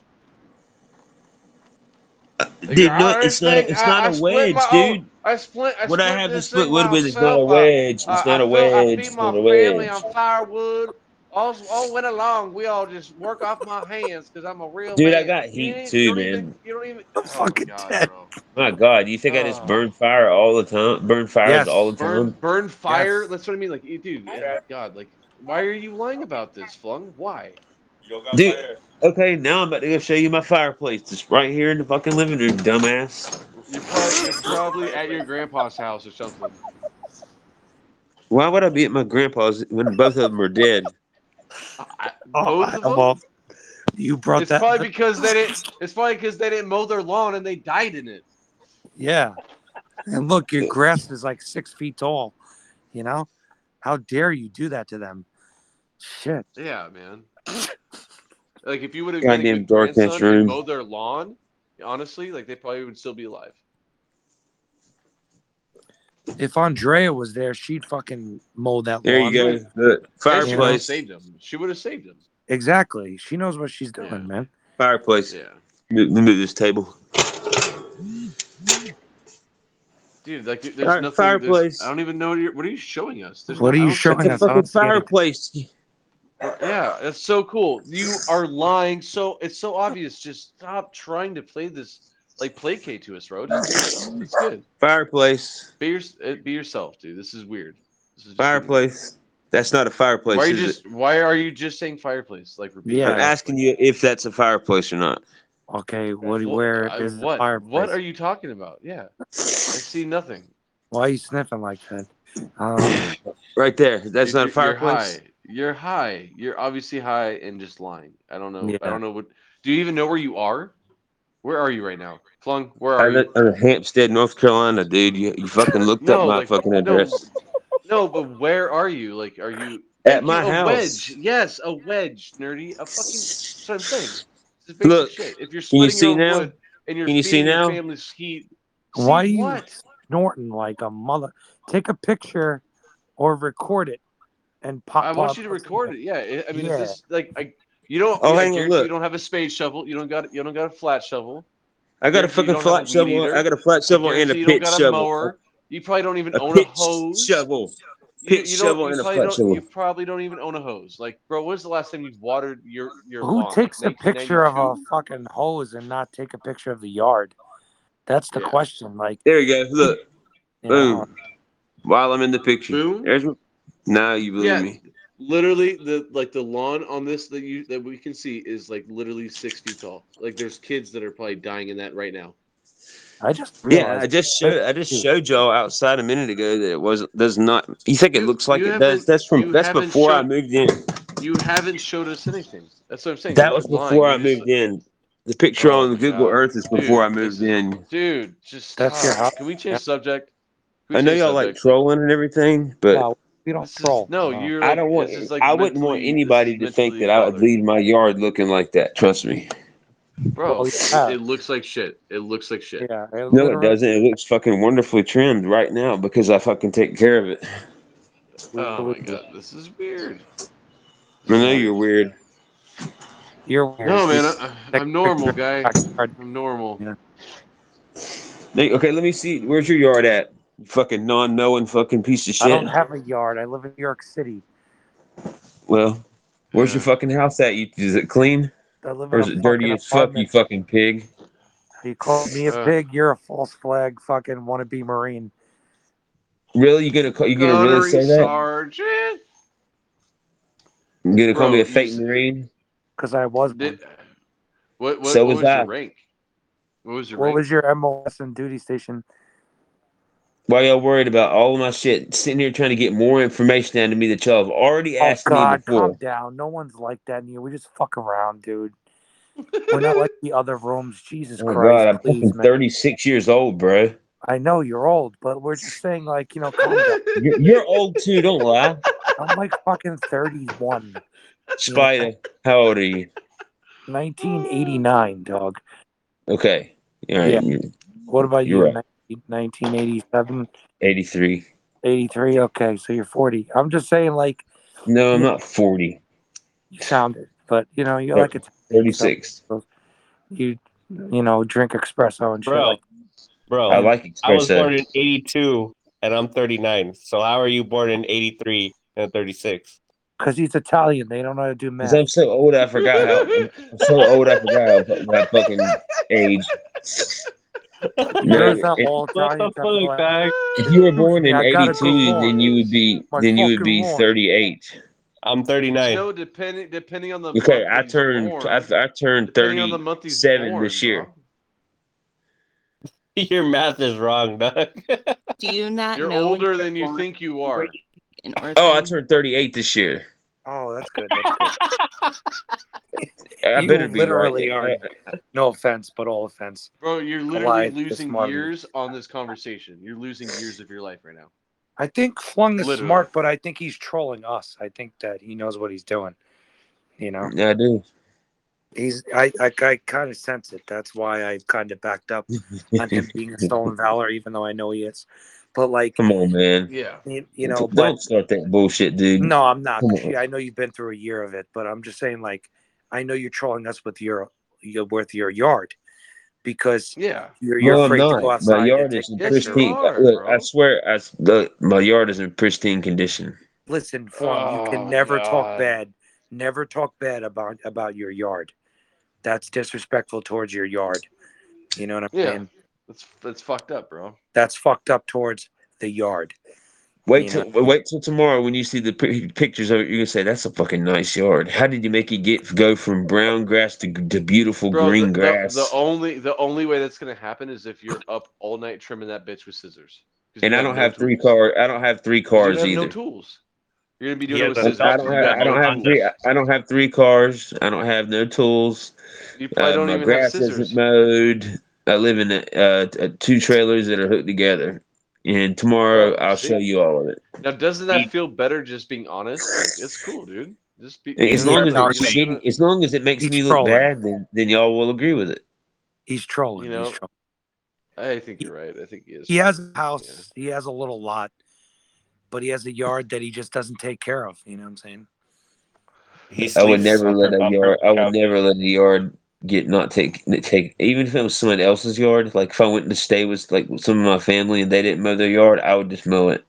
Speaker 11: Like
Speaker 2: Uh, Dude, no,
Speaker 11: I
Speaker 2: it's not. A,
Speaker 11: think
Speaker 2: it's not
Speaker 11: I, I
Speaker 2: a
Speaker 11: split my
Speaker 2: wedge,
Speaker 11: own.
Speaker 2: dude.
Speaker 11: I split. I
Speaker 2: What I
Speaker 11: split
Speaker 2: have to
Speaker 11: this
Speaker 2: split
Speaker 11: thing
Speaker 2: wood with is not a
Speaker 11: myself. I
Speaker 2: wedge. It's
Speaker 11: I, I
Speaker 2: not a
Speaker 11: feel. I
Speaker 2: wedge.
Speaker 11: feed
Speaker 2: It's not
Speaker 11: my
Speaker 2: a
Speaker 11: family
Speaker 2: wedge.
Speaker 11: on firewood. All all went along. We all just work off my hands because I'm a real
Speaker 2: Dude, I
Speaker 11: man.
Speaker 2: got
Speaker 11: You,
Speaker 2: heat
Speaker 11: ain't- you
Speaker 2: too,
Speaker 11: don't even.
Speaker 2: man.
Speaker 11: You don't even. Oh my
Speaker 3: Fucking
Speaker 11: god,
Speaker 3: dead.
Speaker 11: bro.
Speaker 2: My God, you think I just
Speaker 11: Oh.
Speaker 2: burn fire all the time? Burn fires all
Speaker 3: Yes.
Speaker 2: the
Speaker 11: burn
Speaker 2: time?
Speaker 11: burn fire
Speaker 3: Yes.
Speaker 11: that's what i mean like you- dude oh my god like why are you lying about this flung why
Speaker 2: Dude, okay, now I'm about to go show you my fireplace. It's right here in the fucking living room, dumbass.
Speaker 11: you're probably you're probably at your grandpa's house or something
Speaker 2: Why would I be at my grandpa's when both of them are dead?
Speaker 11: I, I-
Speaker 3: Oh,
Speaker 11: both
Speaker 3: I,
Speaker 11: of them
Speaker 3: well, you brought
Speaker 11: it's
Speaker 3: that.
Speaker 11: probably because they didn't it's probably because they didn't mow their lawn and they died in it
Speaker 3: Yeah. And look, your grass is like six feet tall. You know? How dare you do that to them? Shit.
Speaker 11: yeah man like if you would have been a
Speaker 2: Goddamn
Speaker 11: good
Speaker 2: dark ass
Speaker 11: grandson and
Speaker 2: room.
Speaker 11: mowed their lawn honestly like they probably would still be alive
Speaker 3: If Andrea was there, she'd fucking mow that
Speaker 2: There
Speaker 3: lawn.
Speaker 2: you
Speaker 11: right
Speaker 2: go. Look,
Speaker 11: and she would have
Speaker 2: fireplace.
Speaker 11: saved them she would have saved them
Speaker 3: Exactly. She knows what she's doing,
Speaker 11: yeah
Speaker 3: man.
Speaker 2: Fireplace.
Speaker 11: yeah
Speaker 2: Move, move this table.
Speaker 11: Dude, like there- there's
Speaker 2: Fire-
Speaker 11: nothing. There's I
Speaker 2: Fireplace.
Speaker 11: don't even know what you're. What are you showing us? There's
Speaker 3: What
Speaker 11: no.
Speaker 3: are
Speaker 11: I
Speaker 3: you
Speaker 11: don't see
Speaker 2: It's
Speaker 3: showing
Speaker 2: a
Speaker 3: us? I
Speaker 11: anything.
Speaker 2: fucking
Speaker 3: don't see anything.
Speaker 2: fireplace.
Speaker 11: Yeah, that's so cool. You are lying. So it's so obvious. Just stop trying to play this. Like placate to us, bro. Just do it. It's good.
Speaker 2: Fireplace.
Speaker 11: Be your, uh, be yourself, dude. This is weird. This is just weird.
Speaker 2: Fireplace. That's not a
Speaker 11: Why are
Speaker 2: fireplace,
Speaker 11: you
Speaker 2: is it?
Speaker 11: just? Why are you just saying fireplace? Like repeating
Speaker 2: I'm
Speaker 3: Yeah.
Speaker 2: asking
Speaker 11: fireplace.
Speaker 2: you if that's a fireplace or not.
Speaker 3: Okay. What?
Speaker 11: What?
Speaker 3: Where
Speaker 11: I,
Speaker 3: is the
Speaker 11: what? What
Speaker 3: fireplace?
Speaker 11: are you talking about? Yeah, I see nothing.
Speaker 3: Why are you sniffing like that? Um.
Speaker 2: Right there. That's
Speaker 11: Dude,
Speaker 2: not a
Speaker 11: you're, you're
Speaker 2: fireplace.
Speaker 11: high. You're high. You're obviously high and just lying. I don't know. I
Speaker 3: Yeah.
Speaker 11: don't know what. Do you even know where you are? Where are you right now, Flung? Where
Speaker 2: I
Speaker 11: are you?
Speaker 2: live in Hampstead, North Carolina, dude. You, you fucking looked up
Speaker 11: No,
Speaker 2: my
Speaker 11: like
Speaker 2: fucking
Speaker 11: no,
Speaker 2: address.
Speaker 11: no. But where are you? Like, are you?
Speaker 2: At
Speaker 11: Thank you.
Speaker 2: my
Speaker 11: A wedge.
Speaker 2: house.
Speaker 11: Yes, a wedge, nerdy. A fucking. That's what I'm saying. This is basic
Speaker 2: Look,
Speaker 11: shit. If you're
Speaker 2: can you
Speaker 11: splitting your
Speaker 2: see
Speaker 11: own
Speaker 2: now?
Speaker 11: wood and you're
Speaker 2: Can you see
Speaker 11: feeding your
Speaker 2: now?
Speaker 11: family's heat,
Speaker 3: Why you snorting like a mother? Take a picture or record it and pop.
Speaker 11: I want
Speaker 3: pop-
Speaker 11: you to record it. Yeah, I- I mean,
Speaker 3: Yeah.
Speaker 11: if this like I, you don't.
Speaker 2: Oh,
Speaker 11: yeah,
Speaker 2: hang on,
Speaker 11: Garrett,
Speaker 2: look.
Speaker 11: You don't have a spade shovel. You don't got. You don't got a flat shovel.
Speaker 2: I got a
Speaker 11: Guarantee you
Speaker 2: fucking
Speaker 11: don't
Speaker 2: flat
Speaker 11: have a weed
Speaker 2: shovel.
Speaker 11: eater.
Speaker 2: I got a flat shovel and a
Speaker 11: Guarantee you don't
Speaker 2: pitch
Speaker 11: got a
Speaker 2: shovel.
Speaker 11: mower. You probably don't even
Speaker 2: A
Speaker 11: own a
Speaker 2: pitch
Speaker 11: hose.
Speaker 2: shovel.
Speaker 11: You,
Speaker 2: Pitch
Speaker 11: you
Speaker 2: shovel
Speaker 11: don't. You
Speaker 2: and a
Speaker 11: probably
Speaker 2: flat
Speaker 11: don't.
Speaker 2: shovel.
Speaker 11: You probably don't even own a hose. Like, bro, when's the last time you watered your your
Speaker 3: Who
Speaker 11: lawn?
Speaker 3: takes a picture of
Speaker 11: 1992?
Speaker 3: a fucking hose and not take a picture of the yard? That's the
Speaker 2: Yeah.
Speaker 3: question. Like,
Speaker 2: There you go. Look.
Speaker 3: Yeah.
Speaker 2: Boom. While I'm in the picture.
Speaker 11: Boom?
Speaker 2: There's my- Now you believe
Speaker 11: Yeah.
Speaker 2: me.
Speaker 11: Literally, the like the lawn on this that you that we can see is like literally six feet tall. Like, there's kids that are probably dying in that right now.
Speaker 3: I just
Speaker 2: Yeah, I just showed I just showed y'all outside a minute ago that it was does not. You think it looks like
Speaker 11: you
Speaker 2: it does?
Speaker 11: haven't-
Speaker 2: That's from
Speaker 11: you
Speaker 2: that's
Speaker 11: haven't
Speaker 2: before I
Speaker 11: showed-
Speaker 2: moved in.
Speaker 11: You haven't showed us anything. That's what I'm saying.
Speaker 2: That
Speaker 11: You're
Speaker 2: was
Speaker 11: not lying.
Speaker 2: before I
Speaker 11: You're just-
Speaker 2: moved in. The picture
Speaker 11: Oh
Speaker 2: on
Speaker 11: my
Speaker 2: Google
Speaker 11: God.
Speaker 2: Earth is before I
Speaker 11: Dude,
Speaker 2: moved in.
Speaker 11: Dude, just stop.
Speaker 3: That's your house.
Speaker 11: Can we change subject? Can we
Speaker 2: I know
Speaker 11: change
Speaker 2: y'all like
Speaker 11: subject?
Speaker 2: trolling and everything, but
Speaker 3: No, we don't troll.
Speaker 11: No, you're
Speaker 2: I
Speaker 11: like,
Speaker 2: don't want.
Speaker 11: this is like
Speaker 2: I wouldn't want
Speaker 11: mentally,
Speaker 2: anybody to think that I would
Speaker 11: bothered.
Speaker 2: leave my yard looking like that. Trust me.
Speaker 11: bro.
Speaker 3: Well, Oh, yeah.
Speaker 11: It, it looks like shit. It looks like shit.
Speaker 3: Yeah,
Speaker 2: No, it doesn't. It looks fucking wonderfully trimmed right now because I fucking take care of it.
Speaker 11: Oh my god, this is weird.
Speaker 2: I know you're weird.
Speaker 3: You're weird.
Speaker 11: No, man, I, I- I'm normal, guy. I'm normal.
Speaker 2: Hey, okay, let me see. Where's your yard at? You Fucking non-knowing fucking piece of shit.
Speaker 3: I don't have a yard. I live in New York City.
Speaker 2: Well, where's your fucking house at? You, is it clean?
Speaker 3: I live in
Speaker 2: Or is
Speaker 3: a
Speaker 2: it dirty
Speaker 3: fucking
Speaker 2: as fuck, you fucking pig?
Speaker 3: You call me
Speaker 11: Uh.
Speaker 3: a pig, you're a false flag fucking wannabe Marine.
Speaker 2: Really? You gonna call, you gonna really
Speaker 11: Gunnery
Speaker 2: say that?
Speaker 11: sergeant.
Speaker 2: You gonna call
Speaker 11: Bro,
Speaker 2: me a
Speaker 11: you
Speaker 2: fake
Speaker 11: s-
Speaker 2: marine?
Speaker 3: Because I was.
Speaker 11: Did, what what,
Speaker 2: So
Speaker 11: what
Speaker 2: was
Speaker 11: was
Speaker 2: I.
Speaker 11: your rank? What was your
Speaker 3: What
Speaker 11: rank?
Speaker 3: was your MOS and duty station?
Speaker 2: Why y'all worried about all of my shit? Sitting here trying to get more information out of me that y'all have already
Speaker 3: Oh
Speaker 2: asked me
Speaker 3: God,
Speaker 2: before.
Speaker 3: calm down. No one's like that in here. We just fuck around, dude. We're not like the other rooms. Jesus
Speaker 2: Oh
Speaker 3: Christ,
Speaker 2: god, I'm
Speaker 3: please,
Speaker 2: fucking
Speaker 3: man.
Speaker 2: 36 years old, bro.
Speaker 3: I know you're old, but we're just saying, like, you know, calm down.
Speaker 2: You're, you're old too. Don't lie,
Speaker 3: I'm like fucking 31,
Speaker 2: Spider. How old are you?
Speaker 3: 1989, dog.
Speaker 2: Okay, all right.
Speaker 3: Yeah.
Speaker 2: you-
Speaker 3: What about
Speaker 2: You're
Speaker 3: you?
Speaker 2: right.
Speaker 3: 19- 1987,
Speaker 2: 83.
Speaker 3: 83. Okay, so you're 40. I'm just saying, like,
Speaker 2: No, I'm
Speaker 3: Yeah.
Speaker 2: not 40.
Speaker 3: you sound it, but you know, you're like a
Speaker 2: 36.
Speaker 3: You, you know, drink espresso and shit.
Speaker 8: Bro,
Speaker 3: Like,
Speaker 8: bro.
Speaker 11: Um,
Speaker 2: I like
Speaker 8: I was
Speaker 2: espresso.
Speaker 8: born in '82 and I'm 39. So how are you born in '83 and 36?
Speaker 3: because he's Italian, they don't know how to do
Speaker 2: Because
Speaker 3: math.
Speaker 2: I'm so old, I forgot how. I'm so old, I forgot how- my fucking age.
Speaker 3: You
Speaker 2: No,
Speaker 3: notice how
Speaker 2: if,
Speaker 3: all Italians have to go out?
Speaker 11: Uh,
Speaker 2: if you were born in
Speaker 3: Yeah, I got a good
Speaker 2: '82,
Speaker 3: lawn.
Speaker 2: then you would be
Speaker 3: My
Speaker 2: then you would be
Speaker 3: fucking lawn.
Speaker 2: 38.
Speaker 8: I'm 39.
Speaker 11: No, depending depending on the
Speaker 2: Okay,
Speaker 11: month
Speaker 2: I
Speaker 11: that he's
Speaker 2: turned
Speaker 11: born.
Speaker 2: I, I turned
Speaker 11: Depending on the month he's
Speaker 2: 37
Speaker 11: born,
Speaker 2: this year.
Speaker 11: dog.
Speaker 8: Your math is wrong, dog.
Speaker 1: Do you not
Speaker 11: You're
Speaker 1: know when
Speaker 11: older
Speaker 1: you were
Speaker 11: than you
Speaker 1: born?
Speaker 11: think you
Speaker 1: Were
Speaker 11: are.
Speaker 1: you an orphan?
Speaker 2: Oh, I turned 38 this year.
Speaker 3: Oh, that's good. That's good.
Speaker 2: I
Speaker 3: you
Speaker 2: better be right.
Speaker 3: literally are. No offense, but all offense.
Speaker 11: Bro, you're
Speaker 3: lie
Speaker 11: literally
Speaker 3: this
Speaker 11: losing
Speaker 3: morning.
Speaker 11: years on this conversation. You're losing years of your life right now.
Speaker 3: I think Flung is
Speaker 11: Literally.
Speaker 3: smart, but I think he's trolling us. I think that he knows what he's doing. You know,
Speaker 2: Yeah, I do.
Speaker 3: he's I I, I kind of sense it. That's why I kind of backed up on him being a stolen valor, even though I know he is. But like,
Speaker 2: Come on, man.
Speaker 11: Yeah.
Speaker 3: you, you know,
Speaker 2: don't
Speaker 3: but
Speaker 2: start that bullshit, dude.
Speaker 3: no, I'm not.
Speaker 2: Come
Speaker 3: But
Speaker 2: on.
Speaker 3: you, I know you've been through a year of it, but I'm just saying, like, I know you're trolling us with your your with your yard because
Speaker 11: Yeah.
Speaker 3: you're you're
Speaker 2: No, I'm
Speaker 3: afraid to go
Speaker 2: not. My
Speaker 3: outside. and
Speaker 2: yard
Speaker 3: take
Speaker 2: is in
Speaker 11: Yes, you
Speaker 2: pristine.
Speaker 11: are,
Speaker 2: Look, I
Speaker 11: bro.
Speaker 2: swear, I s- look, my yard is in pristine condition.
Speaker 3: Listen, Flung, you
Speaker 11: Oh,
Speaker 3: can never
Speaker 11: God.
Speaker 3: talk bad. Never talk bad about about your yard. That's disrespectful towards your yard. You know what I'm
Speaker 11: Yeah.
Speaker 3: saying?
Speaker 11: That's that's fucked up, bro.
Speaker 3: That's fucked up towards the yard.
Speaker 2: Wait
Speaker 3: You
Speaker 2: till wait till tomorrow when you see the pi- pictures of it. You're gonna say that's a fucking nice yard. How did you make it get go from brown grass to, to beautiful
Speaker 11: Bro,
Speaker 2: green
Speaker 11: the,
Speaker 2: grass?
Speaker 11: The, the only the only way that's gonna happen is if you're up all night trimming that bitch with scissors. 'Cause
Speaker 2: and
Speaker 11: you
Speaker 2: I
Speaker 11: got
Speaker 2: don't
Speaker 11: no
Speaker 2: have three
Speaker 11: tools. 'Cause
Speaker 2: cars. I don't have three
Speaker 11: you
Speaker 2: cars
Speaker 11: have
Speaker 2: either.
Speaker 11: no tools. You're gonna be doing
Speaker 8: Yeah,
Speaker 11: it with
Speaker 8: but
Speaker 11: scissors
Speaker 2: I
Speaker 8: that's
Speaker 11: because
Speaker 2: don't
Speaker 11: you
Speaker 2: have.
Speaker 11: got
Speaker 2: I
Speaker 11: no
Speaker 2: don't have three.
Speaker 11: condos.
Speaker 2: I I don't have three cars. I don't have no tools.
Speaker 11: You probably
Speaker 2: Uh,
Speaker 11: don't
Speaker 2: my
Speaker 11: even have
Speaker 2: grass isn't
Speaker 11: scissors.
Speaker 2: mowed. I live in a, uh, t- uh, two trailers that are hooked together. And tomorrow
Speaker 11: Bro,
Speaker 2: I'll show
Speaker 11: see?
Speaker 2: you all of it.
Speaker 11: Now, doesn't that feel better just being honest? Like, it's cool, dude. Just be,
Speaker 2: As
Speaker 11: you
Speaker 2: long
Speaker 11: know,
Speaker 2: as
Speaker 11: like,
Speaker 2: it's
Speaker 11: you're not
Speaker 2: shitty,
Speaker 11: gonna,
Speaker 2: as long as it makes
Speaker 3: He's
Speaker 2: me look
Speaker 3: trolling.
Speaker 2: bad, then, then y'all will agree with it.
Speaker 3: He's trolling.
Speaker 11: you
Speaker 3: He's
Speaker 11: know,
Speaker 3: trolling.
Speaker 11: I think you're right. I think he is.
Speaker 3: He has a house. He has a little lot, but he has a yard that he just doesn't take care of. You know what I'm saying?
Speaker 2: I would never let a yard. I would never let a yard get not take take. Even if it was someone else's yard, like if I went to stay with like with some of my family and they didn't mow their yard, I would just mow it.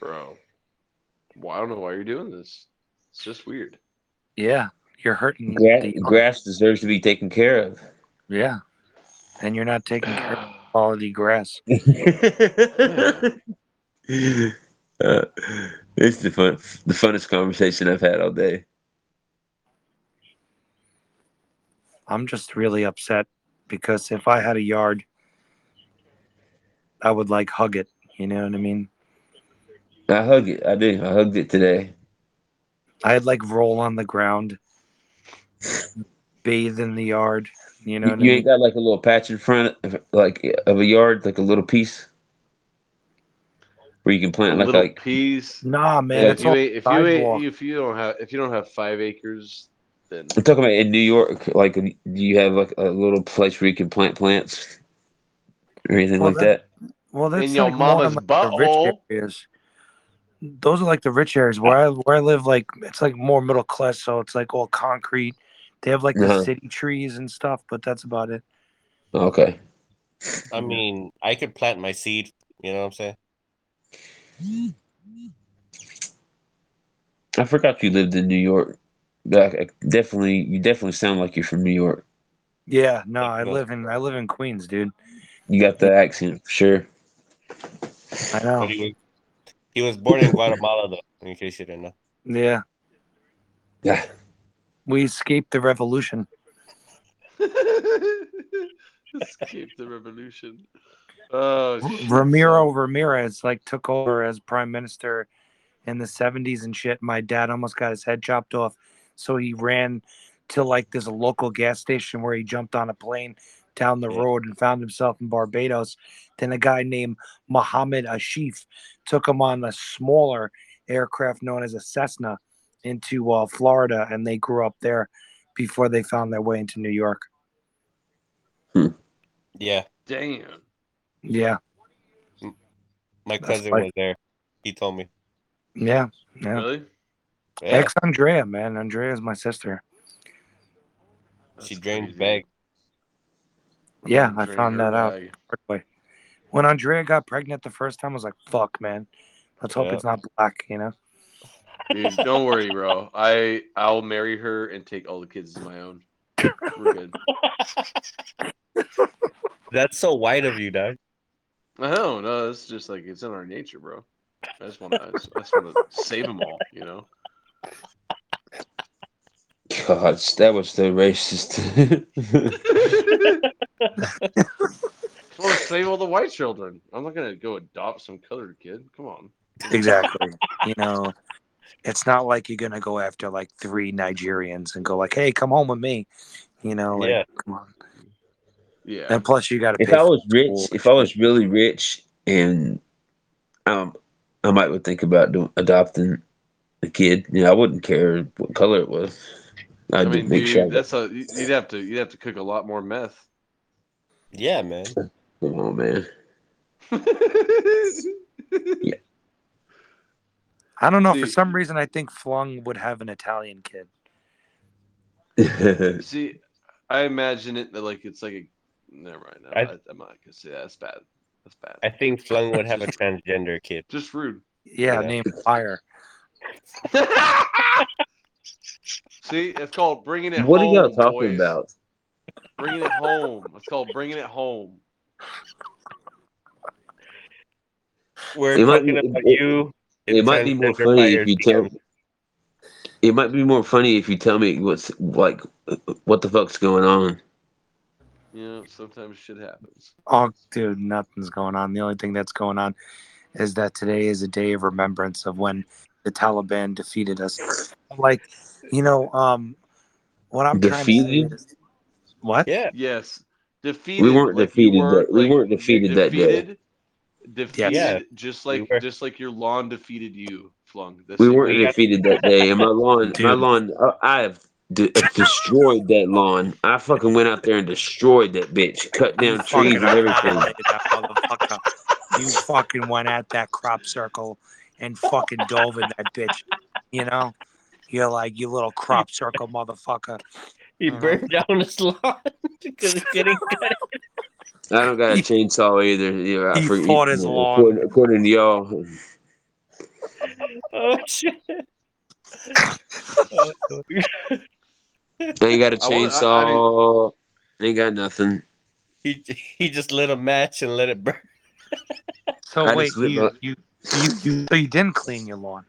Speaker 11: bro. Well, I don't know why you're doing this. It's just weird.
Speaker 3: Yeah, you're hurting.
Speaker 2: Grass, grass deserves to be taken care of.
Speaker 3: Yeah, and you're not taking care of quality grass.
Speaker 2: Uh, it's the fun, the funnest conversation I've had all day.
Speaker 3: I'm just really upset because if I had a yard, I would like hug it. You know what I mean?
Speaker 2: I hug it. I do. I hugged it today.
Speaker 3: I'd like roll on the ground, bathe in the yard. You know
Speaker 2: You,
Speaker 3: what
Speaker 2: you
Speaker 3: I
Speaker 2: ain't
Speaker 3: mean?
Speaker 2: got like a little patch in front, of, like of a yard, like a little piece, where you can
Speaker 11: A
Speaker 2: plant like
Speaker 11: little
Speaker 2: like
Speaker 11: piece.
Speaker 3: Nah, man.
Speaker 2: Yeah,
Speaker 3: it's
Speaker 11: if you
Speaker 3: all
Speaker 11: ain't, if you
Speaker 3: sidewalk.
Speaker 11: ain't, if you don't have if you don't have five acres, then
Speaker 2: I'm talking about in New York. Like, do you have like a little place where you can plant plants or anything
Speaker 3: Well,
Speaker 2: like that?
Speaker 3: Well, that's
Speaker 11: In your
Speaker 3: like more
Speaker 11: mama's
Speaker 3: in, like, the rich
Speaker 11: butthole.
Speaker 3: areas. Those are like the rich areas where I where I live. Like it's like more middle class, so it's like all concrete. They have like the
Speaker 2: Uh-huh.
Speaker 3: city trees and stuff, but that's about it.
Speaker 2: Okay.
Speaker 8: I mean, I could plant my seed. You know what I'm saying?
Speaker 2: I forgot you lived in New York. Like, I definitely, you definitely sound like you're from New York.
Speaker 3: Yeah, no, I live in I live in Queens, dude.
Speaker 2: You got the accent for sure.
Speaker 3: I
Speaker 2: Oh.
Speaker 3: know.
Speaker 8: But he was he was born in Guatemala though, in case you didn't know.
Speaker 3: Yeah,
Speaker 2: Yeah.
Speaker 3: we escaped the revolution.
Speaker 11: escape the revolution. Oh, shit.
Speaker 3: Ramiro Ramirez like took over as prime minister in the 70s and shit. My dad almost got his head chopped off, so he ran to like this local gas station where he jumped on a plane down the
Speaker 8: Yeah.
Speaker 3: road and found himself in Barbados. Then a guy named Mohammed Ashif took him on a smaller aircraft known as a Cessna into uh, Florida, and they grew up there before they found their way into New York.
Speaker 8: Yeah,
Speaker 11: Damn.
Speaker 3: Yeah,
Speaker 8: my
Speaker 3: That's
Speaker 8: cousin
Speaker 3: like-
Speaker 8: was there. He told me.
Speaker 3: yeah, yeah.
Speaker 11: Really?
Speaker 8: Yeah.
Speaker 3: Ex Andrea, man. Andrea is my sister.
Speaker 8: she drained the bag.
Speaker 3: Yeah, I
Speaker 11: Drain
Speaker 3: found
Speaker 11: her
Speaker 3: that out the
Speaker 11: bag.
Speaker 3: hard way. When Andrea got pregnant the first time, I was like, fuck, man. Let's hope
Speaker 11: Yeah.
Speaker 3: it's not black, you know?
Speaker 11: Dude, don't worry, bro. I I'll marry her and take all the kids as my own. We're good.
Speaker 8: That's so white of you, dog.
Speaker 11: I don't know. It's just like it's in our nature, bro. I just want to. I just, I just want to save them all. You know.
Speaker 2: God, that was so racist.
Speaker 11: I want to save all the white children. I'm not gonna go adopt some colored kid. Come on.
Speaker 3: Exactly. you know, it's not like you're going to go after like three Nigerians and go, like, hey, come home with me. You know, like,
Speaker 2: Yeah.
Speaker 3: come on.
Speaker 11: Yeah.
Speaker 3: And plus, you got to
Speaker 2: if
Speaker 3: pay
Speaker 2: I
Speaker 3: for
Speaker 2: was rich, if I was really rich, and um, I might would think about doing, adopting a kid. You know, I wouldn't care what color it was.
Speaker 11: I
Speaker 2: I'd
Speaker 11: mean,
Speaker 2: just make
Speaker 11: dude,
Speaker 2: sure. I got,
Speaker 11: that's a you- you'd have to you'd have to cook a lot more meth.
Speaker 8: Yeah, man.
Speaker 2: come on, man.
Speaker 3: I don't know. For
Speaker 11: Dude.
Speaker 3: some reason, I think Flung would have an Italian kid.
Speaker 11: See, I imagine it that like it's like a. Never mind. I'm,
Speaker 8: I-
Speaker 11: not, I'm not gonna say that. That's bad. That's bad.
Speaker 8: I think Flung would have a transgender kid.
Speaker 11: Just rude.
Speaker 3: Yeah,
Speaker 8: Yeah.
Speaker 3: named Fire.
Speaker 11: See, it's called bringing it
Speaker 2: What are
Speaker 11: home.
Speaker 2: y'all talking
Speaker 11: boys.
Speaker 2: about?
Speaker 11: Bringing it home. It's called bringing it home.
Speaker 8: We're
Speaker 2: It might
Speaker 8: talking
Speaker 2: be.
Speaker 8: about
Speaker 2: it-
Speaker 8: you.
Speaker 2: It might be more
Speaker 8: transgender
Speaker 2: funny
Speaker 8: players
Speaker 2: if you tell. It might be more funny if you tell me what's like, what the fuck's going on.
Speaker 11: You know, sometimes shit happens.
Speaker 3: Oh, dude, nothing's going on. The only thing that's going on is that today is a day of remembrance of when the Taliban defeated us. Like, you know, um, what I'm trying to say
Speaker 2: Defeated?
Speaker 3: is what?
Speaker 8: Yeah.
Speaker 11: Yes. Defeated.
Speaker 2: We weren't
Speaker 11: like
Speaker 2: defeated.
Speaker 11: You were,
Speaker 2: that, we
Speaker 11: like,
Speaker 2: weren't defeated, that day.
Speaker 11: defeated. Defeated.
Speaker 8: Yeah,
Speaker 11: Just
Speaker 8: we
Speaker 11: like
Speaker 8: were.
Speaker 11: just like your lawn defeated you, flung. That's
Speaker 2: We
Speaker 11: it.
Speaker 2: weren't
Speaker 8: We got-
Speaker 2: defeated that day. And my lawn, my
Speaker 3: Dude.
Speaker 2: lawn, I- I have d- destroyed that lawn. I fucking went out there and destroyed that bitch. Cut down trees and everything.
Speaker 3: You fucking went at that crop circle and fucking dove in that bitch. You know, you're like you little crop circle motherfucker.
Speaker 8: He burned down his lawn because it couldn't cut it.
Speaker 2: I don't got a chainsaw either. You know, I
Speaker 3: He
Speaker 2: forget-
Speaker 3: fought his
Speaker 2: you know,
Speaker 3: lawn.
Speaker 2: According, according to y'all,
Speaker 8: Oh shit!
Speaker 2: I ain't got a
Speaker 8: I wanna-
Speaker 2: chainsaw.
Speaker 8: I- I mean-
Speaker 2: ain't got nothing.
Speaker 8: He he just lit a match and let it burn.
Speaker 3: So
Speaker 2: I
Speaker 3: wait,
Speaker 2: just lit
Speaker 3: you,
Speaker 2: my-
Speaker 3: you, you, you, so you didn't clean your lawn.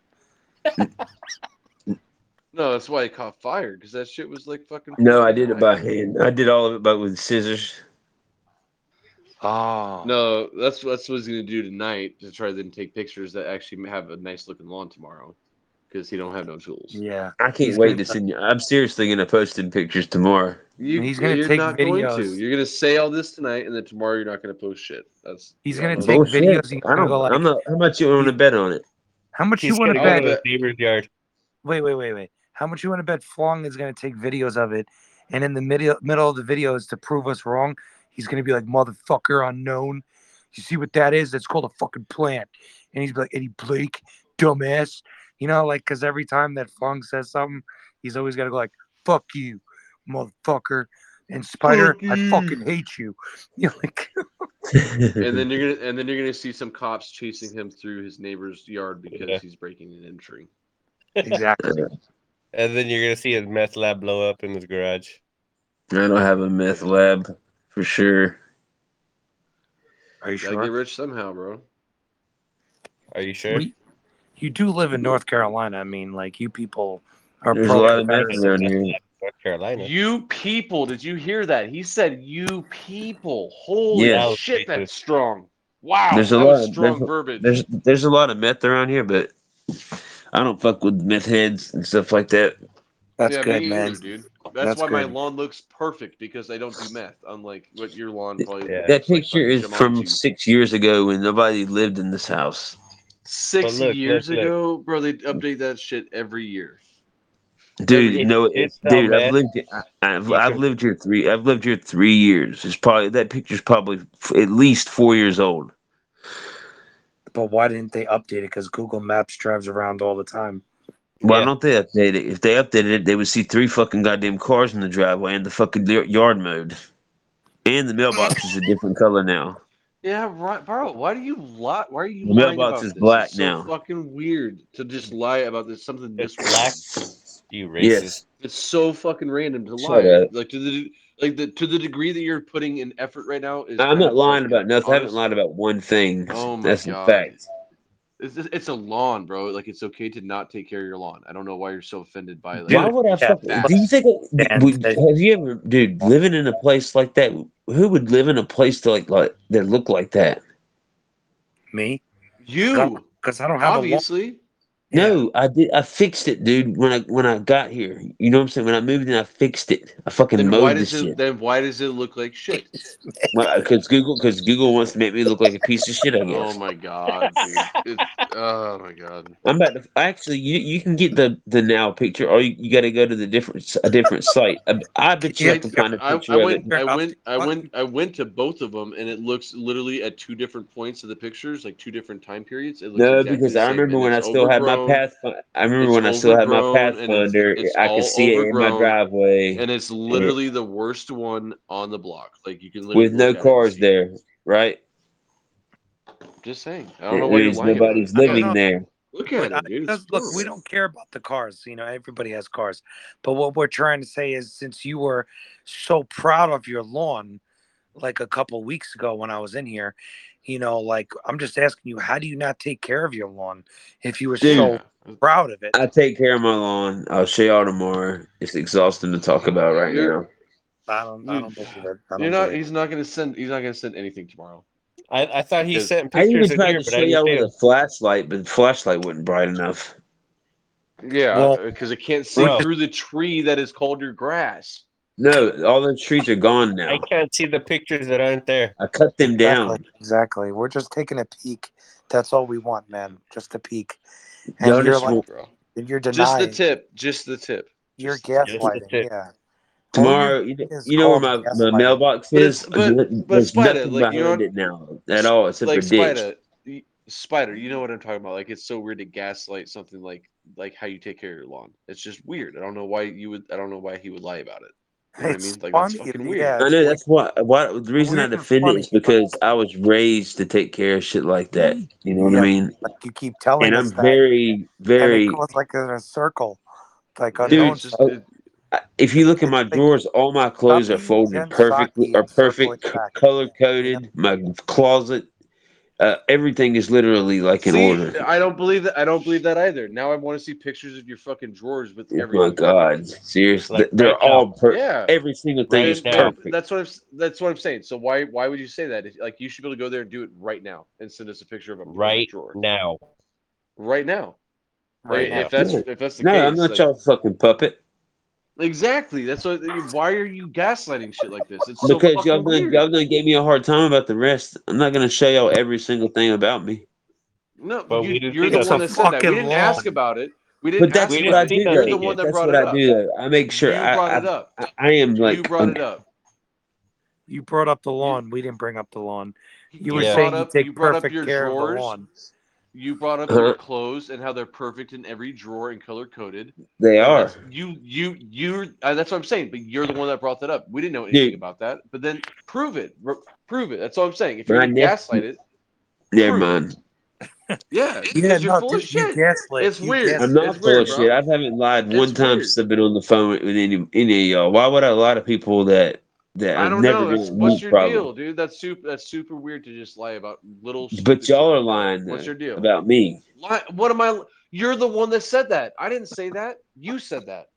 Speaker 11: No, that's why it caught fire because that shit was like fucking.
Speaker 2: No, I did it by hand. I did all of it, but with scissors.
Speaker 3: Oh.
Speaker 11: No, that's that's what he's gonna do tonight to try to take pictures that actually have a nice looking lawn tomorrow, because he don't have no tools.
Speaker 3: Yeah.
Speaker 2: I can't wait to send you. I'm seriously gonna post in pictures tomorrow.
Speaker 11: You,
Speaker 3: He's gonna
Speaker 11: you're
Speaker 3: take
Speaker 11: not going to.
Speaker 3: videos.
Speaker 11: You're gonna say all this tonight, and then tomorrow you're not gonna post shit. That's
Speaker 3: He's
Speaker 11: yeah,
Speaker 3: gonna
Speaker 11: that's-
Speaker 3: take
Speaker 2: Bullshit.
Speaker 3: videos. He's
Speaker 2: I
Speaker 3: gonna
Speaker 2: don't.
Speaker 3: go like,
Speaker 2: I'm not. How much you want to bet on it?
Speaker 3: How much
Speaker 8: He's
Speaker 3: you want
Speaker 8: gonna
Speaker 3: to
Speaker 8: go
Speaker 3: bet?
Speaker 8: to his neighbor's yard.
Speaker 3: Wait, wait, wait, wait. How much you want to bet Flong is going to take videos of it? And in the middle, middle of the videos to prove us wrong, he's going to be like, motherfucker unknown. You see what that is? That's called a fucking plant. And he's like, Eddie Blake, dumbass. You know, like, because every time that Flong says something, he's always going to go like, fuck you, motherfucker. And Spider,
Speaker 11: Fuck
Speaker 3: I
Speaker 11: you.
Speaker 3: fucking hate you. You're like,
Speaker 11: and then
Speaker 2: Mhm.
Speaker 11: you're gonna and then you're gonna see some cops chasing him through his neighbor's yard because he's breaking and entering.
Speaker 3: Exactly.
Speaker 8: and then you're gonna see his meth lab blow up in his garage.
Speaker 2: I don't have a meth lab for sure.
Speaker 3: Are you
Speaker 11: Gotta
Speaker 3: sure?
Speaker 11: get rich somehow, bro.
Speaker 8: Are you sure?
Speaker 3: Well, you, you do live in North Carolina. I mean, like, you people are
Speaker 2: There's a
Speaker 3: pro
Speaker 2: lot of meth
Speaker 3: comparison.
Speaker 2: around here.
Speaker 8: North Carolina.
Speaker 11: You people, did you hear that? He said, "You people." Holy
Speaker 2: Yeah.
Speaker 11: shit, that's strong. Wow,
Speaker 2: There's a
Speaker 11: that
Speaker 2: lot.
Speaker 11: was
Speaker 2: Of,
Speaker 11: strong
Speaker 2: there's,
Speaker 11: verbiage.
Speaker 2: there's there's a lot of meth around here, but I don't fuck with meth heads and stuff like that.
Speaker 11: yeah, me either, dude. That's, why my lawn looks perfect because I don't do meth. Unlike what your lawn probably looks
Speaker 2: That
Speaker 11: like
Speaker 2: picture
Speaker 11: fucking
Speaker 2: is from
Speaker 11: Jumanji.
Speaker 2: six years ago when nobody lived in this house.
Speaker 11: six
Speaker 8: But look,
Speaker 11: years
Speaker 8: look, look.
Speaker 11: ago, bro. They update that shit every year.
Speaker 2: Dude,
Speaker 11: Every-
Speaker 2: you know,
Speaker 11: it's
Speaker 2: it's- dude,
Speaker 11: dumb,
Speaker 2: I've
Speaker 11: man.
Speaker 2: lived, I- I've,
Speaker 11: You
Speaker 2: I've
Speaker 11: can-
Speaker 2: lived here three, I've lived here three years. It's probably that picture's probably f- at least four years old.
Speaker 3: But why didn't they update it? Because Google Maps drives around all the time.
Speaker 2: Why don't they update it? If they updated it, they would see three fucking goddamn cars in the driveway and the fucking y- yard mode, and the mailbox is a different color now.
Speaker 11: Yeah, right, bro. Why do you lie? Why are you
Speaker 2: The
Speaker 11: lying
Speaker 2: mailbox
Speaker 11: about
Speaker 2: is
Speaker 11: this?
Speaker 2: black
Speaker 11: it's so
Speaker 2: now.
Speaker 11: fucking weird to just lie about this something this
Speaker 8: black. You racist.
Speaker 2: Yes.
Speaker 11: It's so fucking random to
Speaker 2: Shut
Speaker 11: lie.
Speaker 2: up.
Speaker 11: Like to the like the to the degree that you're putting in effort right now is.
Speaker 2: I'm
Speaker 11: kind
Speaker 2: not
Speaker 11: of
Speaker 2: lying
Speaker 11: fucking
Speaker 2: about nothing. I haven't
Speaker 11: honest.
Speaker 2: lied about one thing.
Speaker 11: Oh my
Speaker 2: That's a
Speaker 11: God.
Speaker 2: fact.
Speaker 11: It's, it's it's a lawn, bro. Like it's okay to not take care of your lawn. I don't know why you're so offended by like.
Speaker 2: Why would I
Speaker 11: that
Speaker 2: fucking?
Speaker 11: fact.
Speaker 2: Do you think? would- Have you ever, dude, living in a place like that? Who would live in a place to like, like that look like that?
Speaker 3: Me?
Speaker 11: You?
Speaker 3: Because I don't have
Speaker 11: obviously.
Speaker 2: No, I did. I fixed it, dude. When I when I got here, you know what I'm saying. When I moved in, I fixed it. I fucking
Speaker 11: Then why
Speaker 2: mowed this
Speaker 11: does it?
Speaker 2: shit.
Speaker 11: Then why does it look like shit?
Speaker 2: Because uh, Google, because Google wants to make me look like a piece of shit. I guess.
Speaker 11: Oh my god, dude! It's, oh my god.
Speaker 2: I'm about to actually. You you can get the the now picture, or you, you got to go to the different a different site. I, I bet you I can find a
Speaker 11: I,
Speaker 2: picture
Speaker 11: I
Speaker 2: of it.
Speaker 11: went, I went, I went, I went to both of them, and it looks literally at two different points of the pictures, like two different time periods. It looks
Speaker 2: No,
Speaker 11: exactly
Speaker 2: uh, because
Speaker 11: the
Speaker 2: I
Speaker 11: same,
Speaker 2: remember
Speaker 11: and
Speaker 2: when I
Speaker 11: it's
Speaker 2: still had my
Speaker 11: overgrown,
Speaker 2: path. I remember
Speaker 11: it's
Speaker 2: when I still had my
Speaker 11: overgrown, and it's-
Speaker 2: Pathfinder.
Speaker 11: it's
Speaker 2: I could
Speaker 11: all
Speaker 2: see it in my
Speaker 11: overgrown,
Speaker 2: driveway
Speaker 11: and it's literally the worst one on the block. Like you can literally
Speaker 2: with no
Speaker 11: look at it and
Speaker 2: cars
Speaker 11: see it.
Speaker 2: there, right?
Speaker 11: Just saying, I don't know why you're
Speaker 2: There's
Speaker 11: lying about
Speaker 2: nobody's
Speaker 11: it.
Speaker 2: living there.
Speaker 11: Look at it, dude. It's
Speaker 3: look, we don't care about the cars. You know, everybody has cars. But what we're trying to say is, since you were so proud of your lawn, like a couple weeks ago when I was in here, you know, like I'm just asking you, how do you not take care of your lawn if you were so proud of it?
Speaker 2: I take care of my lawn. I'll show y'all tomorrow. It's exhausting to talk about right
Speaker 11: You're-
Speaker 2: now.
Speaker 3: I don't, I
Speaker 11: You-
Speaker 3: don't believe it. I
Speaker 11: You're
Speaker 3: don't
Speaker 11: not.
Speaker 3: believe it.
Speaker 11: He's not gonna send. He's not gonna send anything tomorrow.
Speaker 8: I, I thought he
Speaker 11: Because-
Speaker 8: sent
Speaker 2: I even
Speaker 8: pictures in
Speaker 2: tried
Speaker 8: here,
Speaker 2: to
Speaker 8: but
Speaker 2: show
Speaker 8: I didn't
Speaker 2: y'all
Speaker 8: see
Speaker 2: with
Speaker 8: him.
Speaker 2: a flashlight, but the flashlight wasn't bright enough.
Speaker 11: Yeah,
Speaker 2: Well-
Speaker 11: because it can't see
Speaker 2: Bro.
Speaker 11: through the tree that is called your grass.
Speaker 2: No, all the trees are gone now.
Speaker 8: I can't see the pictures that aren't there.
Speaker 2: I cut them down.
Speaker 3: Exactly. Exactly. We're just taking a peek. That's all we want, man. Just a peek. And
Speaker 2: Y'all
Speaker 3: you're
Speaker 2: just
Speaker 3: like,
Speaker 2: want-
Speaker 11: Bro.
Speaker 3: and you're
Speaker 11: Just the
Speaker 3: denying.
Speaker 11: tip. Just the tip.
Speaker 3: You're
Speaker 2: just
Speaker 3: gaslighting.
Speaker 2: it.
Speaker 3: Yeah.
Speaker 2: Tomorrow, you,
Speaker 3: is
Speaker 2: you know where
Speaker 3: call
Speaker 2: my,
Speaker 3: it
Speaker 2: my
Speaker 3: gaslighting.
Speaker 2: mailbox
Speaker 11: But
Speaker 2: is.
Speaker 11: it's- but-
Speaker 2: There's
Speaker 11: but Spider,
Speaker 2: nothing
Speaker 11: like,
Speaker 2: behind
Speaker 11: you know-
Speaker 2: it now at all except
Speaker 11: like
Speaker 2: for dicks.
Speaker 11: spider y- spider you know what i'm talking about like it's so weird to gaslight something like like how you take care of your lawn it's just weird i don't know why you would i don't know why he would lie about it you know what i
Speaker 3: It's
Speaker 11: mean like that's
Speaker 3: funny,
Speaker 11: fucking
Speaker 3: yeah,
Speaker 11: weird
Speaker 2: I know that's why. Why the reason I
Speaker 3: weird and
Speaker 2: defend it
Speaker 3: funny.
Speaker 2: is because I was raised to take care of shit like that.
Speaker 11: Mm-hmm.
Speaker 2: You know what
Speaker 3: Yeah,
Speaker 2: I mean?
Speaker 3: Like you keep telling
Speaker 2: And
Speaker 3: us
Speaker 2: I'm
Speaker 3: that,
Speaker 2: very,
Speaker 3: and it
Speaker 2: very
Speaker 3: goes like in a circle, like
Speaker 2: dude.
Speaker 3: unknown.
Speaker 2: uh, I- if you look at my drawers, all my clothes are folded
Speaker 3: and
Speaker 2: perfectly, are perfect color coded. My closet, uh, everything is literally like in
Speaker 11: see uh,
Speaker 2: order.
Speaker 11: i don't believe that i don't believe that either now i want to see pictures of your fucking drawers with
Speaker 2: Oh
Speaker 11: everything
Speaker 2: my god, seriously,
Speaker 11: Like
Speaker 2: they're
Speaker 11: right
Speaker 2: all
Speaker 11: now.
Speaker 2: per-
Speaker 11: Yeah.
Speaker 2: every single thing
Speaker 11: Right
Speaker 2: is
Speaker 11: now.
Speaker 2: perfect.
Speaker 11: That's what I'm. s- That's what I'm saying. So why why would you say that? If, like you should be able to go there and do it right now and send us a picture of a perfect
Speaker 8: Right
Speaker 11: drawer
Speaker 8: now.
Speaker 11: right now. Like,
Speaker 8: Right now.
Speaker 11: If that's
Speaker 2: No,
Speaker 11: if that's the
Speaker 2: no,
Speaker 11: case,
Speaker 2: I'm not
Speaker 11: like
Speaker 2: y'all fucking puppet
Speaker 11: exactly. That's what. Why are you gaslighting shit like this? It's so
Speaker 2: because y'all
Speaker 11: fucking
Speaker 2: done,
Speaker 11: weird.
Speaker 2: y'all done gave me a hard time about the rest. I'm not gonna show y'all every single thing about me.
Speaker 11: No,
Speaker 8: But
Speaker 11: but you
Speaker 8: we didn't
Speaker 11: you're
Speaker 8: see
Speaker 11: the
Speaker 8: that.
Speaker 11: one that
Speaker 8: It's a
Speaker 11: said that. We
Speaker 8: fucking
Speaker 11: didn't
Speaker 8: law.
Speaker 11: ask about it. We didn't
Speaker 2: But
Speaker 11: ask
Speaker 2: that's
Speaker 8: We
Speaker 2: what
Speaker 8: didn't
Speaker 2: I
Speaker 11: about it.
Speaker 8: see
Speaker 2: do
Speaker 8: that
Speaker 11: You're
Speaker 2: though.
Speaker 11: the
Speaker 8: thing yet.
Speaker 11: one that
Speaker 2: That's
Speaker 11: brought
Speaker 2: what
Speaker 11: it
Speaker 2: I
Speaker 11: up.
Speaker 2: do though. I make sure
Speaker 11: You
Speaker 2: I
Speaker 11: brought it
Speaker 2: I,
Speaker 11: up.
Speaker 2: I, I am
Speaker 11: You
Speaker 2: like
Speaker 11: brought it up.
Speaker 3: You brought up the lawn. We didn't bring up the lawn. You were
Speaker 11: You
Speaker 8: Yeah.
Speaker 11: brought
Speaker 3: saying you
Speaker 11: up you
Speaker 3: take
Speaker 11: brought up
Speaker 3: perfect
Speaker 11: your
Speaker 3: care of the
Speaker 11: drawers.
Speaker 3: lawn.
Speaker 11: You brought up your
Speaker 2: Huh?
Speaker 11: clothes and how they're perfect in every drawer and color coded.
Speaker 2: They
Speaker 11: And
Speaker 2: are,
Speaker 11: that's you you you're uh, that's what I'm saying. But you're the one that brought that up. We didn't know anything
Speaker 2: dude.
Speaker 11: about that. But then prove it. R- prove it. That's all I'm saying. If you're
Speaker 2: My
Speaker 11: gonna
Speaker 2: nephew.
Speaker 11: gaslight it,
Speaker 2: Never
Speaker 11: prove it.
Speaker 2: mind.
Speaker 11: Yeah,
Speaker 3: Yeah,
Speaker 11: because you're
Speaker 3: no,
Speaker 11: full of
Speaker 3: dude, you
Speaker 11: shit.
Speaker 3: gaslit.
Speaker 11: It's
Speaker 3: You
Speaker 11: weird.
Speaker 2: I'm
Speaker 3: gaslit.
Speaker 11: It's
Speaker 2: not
Speaker 11: weird,
Speaker 2: bullshit.
Speaker 11: bro.
Speaker 2: I haven't lied
Speaker 11: It's
Speaker 2: one time
Speaker 11: weird.
Speaker 2: since I've been on the phone with any any of y'all. Why would I lie to people that that
Speaker 11: I
Speaker 2: I'm
Speaker 11: don't
Speaker 2: never
Speaker 11: know.
Speaker 2: gonna
Speaker 11: That's what's
Speaker 2: admit
Speaker 11: your
Speaker 2: probably?
Speaker 11: deal, dude. That's super. That's super weird to just lie about little
Speaker 2: But
Speaker 11: stupid shit
Speaker 2: y'all are
Speaker 11: like that.
Speaker 2: lying
Speaker 11: What's
Speaker 2: though
Speaker 11: your deal?
Speaker 2: about me.
Speaker 11: Lie, what am I? You're the one that said that. I didn't say that. You said that.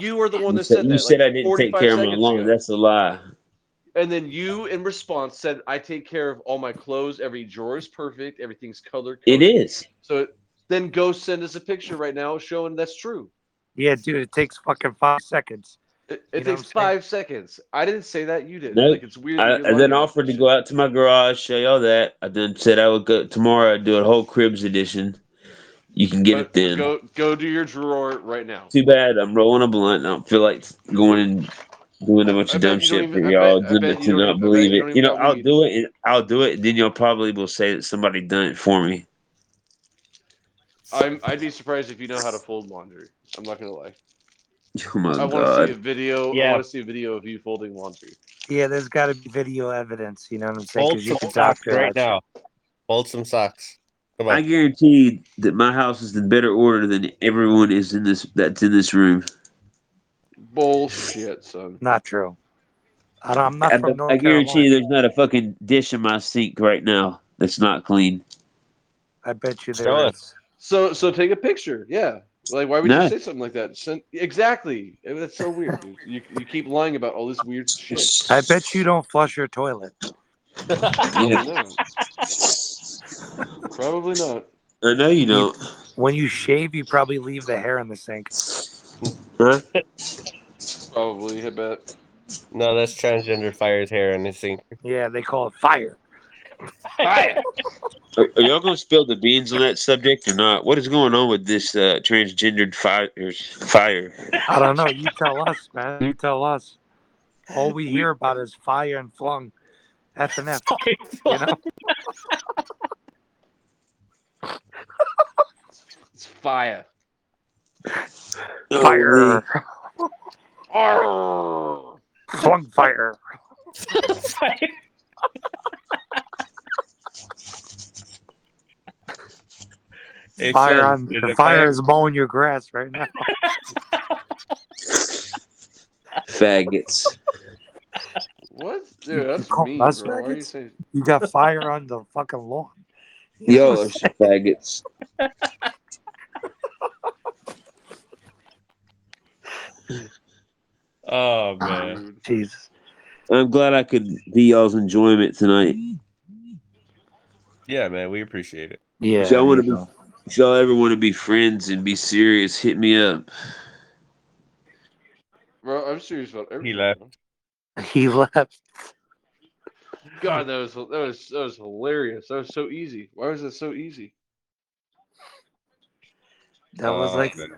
Speaker 11: You are the one
Speaker 2: You
Speaker 11: that
Speaker 2: said
Speaker 11: said
Speaker 2: you
Speaker 11: that, like
Speaker 2: said I didn't take
Speaker 11: 45
Speaker 2: care of my
Speaker 11: seconds
Speaker 2: lawn.
Speaker 11: ago.
Speaker 2: That's a lie.
Speaker 11: And then you, in response, said, "I take care of all my clothes. Every drawer is perfect. Everything's color
Speaker 2: It
Speaker 11: coded."
Speaker 2: is.
Speaker 11: So then go send us a picture right now showing that's true.
Speaker 3: Yeah, dude, it takes fucking five seconds.
Speaker 11: It,
Speaker 3: You
Speaker 11: it
Speaker 3: know what I'm
Speaker 11: takes five seconds. I didn't say that. You did.
Speaker 2: Nope.
Speaker 11: Like it's weird that
Speaker 2: I,
Speaker 11: you're
Speaker 2: I
Speaker 11: lying
Speaker 2: then
Speaker 11: about
Speaker 2: offered
Speaker 11: this
Speaker 2: to
Speaker 11: shit.
Speaker 2: go out to my garage, show y'all that. I then said I would go tomorrow. I'd do a whole cribs edition. You can get it
Speaker 11: But
Speaker 2: then.
Speaker 11: go go to your drawer right now.
Speaker 2: Too bad I'm rolling a blunt. I don't feel like going and doing a bunch
Speaker 11: I
Speaker 2: of
Speaker 11: bet
Speaker 2: dumb
Speaker 11: you don't
Speaker 2: shit for
Speaker 11: even. I bet.
Speaker 2: y'all
Speaker 11: I bet you
Speaker 2: to
Speaker 11: don't.
Speaker 2: not
Speaker 11: Even, I bet
Speaker 2: believe
Speaker 11: you
Speaker 2: it.
Speaker 11: don't
Speaker 2: You
Speaker 11: even
Speaker 2: know,
Speaker 11: got
Speaker 2: I'll
Speaker 11: weed.
Speaker 2: do it and I'll do it. And then y'all probably will say that somebody done it for me.
Speaker 11: I'm. I'd be surprised if you know how to fold laundry. I'm not gonna lie.
Speaker 2: Oh my
Speaker 11: I want to see a
Speaker 2: god.
Speaker 11: video. I
Speaker 3: Yeah.
Speaker 11: want to see a video of you folding laundry.
Speaker 3: Yeah, there's got to be video evidence. You know what I'm saying?
Speaker 8: Fold
Speaker 3: Because you
Speaker 8: some
Speaker 3: can
Speaker 8: socks
Speaker 3: doctor
Speaker 8: right
Speaker 3: that shit.
Speaker 8: now. Fold some socks. Come
Speaker 2: I
Speaker 8: on.
Speaker 2: guarantee that my house is in better order than everyone is in this that's in this room.
Speaker 11: Bullshit, son.
Speaker 3: Not true. I don't, I'm not
Speaker 2: I,
Speaker 3: from
Speaker 2: bet-
Speaker 3: North
Speaker 2: I guarantee
Speaker 3: Carolina.
Speaker 2: you there's not a fucking dish in my sink right now that's not clean.
Speaker 3: I bet you
Speaker 8: Show
Speaker 3: there
Speaker 8: us.
Speaker 3: is.
Speaker 11: So so take a picture. Yeah. Like why would you
Speaker 2: No.
Speaker 11: say something like that? Send, exactly. Eh, That's so weird, dude. You you keep lying about all this weird shit.
Speaker 3: I bet you don't flush your toilet.
Speaker 2: Yeah.
Speaker 11: Probably not. Probably not.
Speaker 2: I know you
Speaker 3: You,
Speaker 2: don't.
Speaker 3: when you shave, you probably leave the hair in the sink.
Speaker 2: Huh?
Speaker 11: Probably. I bet.
Speaker 8: No, that's transgender fires hair and his sink.
Speaker 3: Yeah, they call it fire.
Speaker 11: Fire.
Speaker 2: Are, are y'all gonna spill the beans on that subject or not? What is going on with this uh, transgendered fire? Fire.
Speaker 3: I don't know. You tell us, man. You tell us. All we hear about is fire and flung. F and F. You know?
Speaker 11: It's fire.
Speaker 2: Oh, man.
Speaker 3: Fire.
Speaker 11: Arrgh.
Speaker 3: Flung fire.
Speaker 8: Hey,
Speaker 3: Fire
Speaker 8: son,
Speaker 3: on
Speaker 8: is it
Speaker 3: fire
Speaker 8: fire?
Speaker 3: is mowing your grass right now.
Speaker 2: Faggots.
Speaker 11: What?
Speaker 3: You,
Speaker 11: Dude,
Speaker 3: you
Speaker 11: that's
Speaker 3: call
Speaker 11: mean,
Speaker 3: us
Speaker 11: bro. Why are you
Speaker 3: faggots?
Speaker 11: saying
Speaker 3: You got fire on the fucking lawn. You know
Speaker 2: Y'all
Speaker 3: what
Speaker 2: are
Speaker 3: I'm
Speaker 2: some faggots.
Speaker 8: Oh man.
Speaker 3: Um,
Speaker 11: rude?
Speaker 3: Jesus.
Speaker 2: I'm glad I could be y'all's enjoyment tonight.
Speaker 8: Yeah, man, we appreciate it.
Speaker 2: If
Speaker 3: Yeah,
Speaker 2: y'all want
Speaker 3: you
Speaker 2: to be,
Speaker 3: know.
Speaker 2: if y'all ever want to be friends and be serious, hit me up.
Speaker 11: Bro, I'm serious about
Speaker 8: He
Speaker 11: everything,
Speaker 8: left.
Speaker 11: bro.
Speaker 3: He left.
Speaker 11: God, that was that was that was hilarious. That was so easy. Why was that so easy?
Speaker 3: That was
Speaker 8: Oh
Speaker 3: like
Speaker 8: man.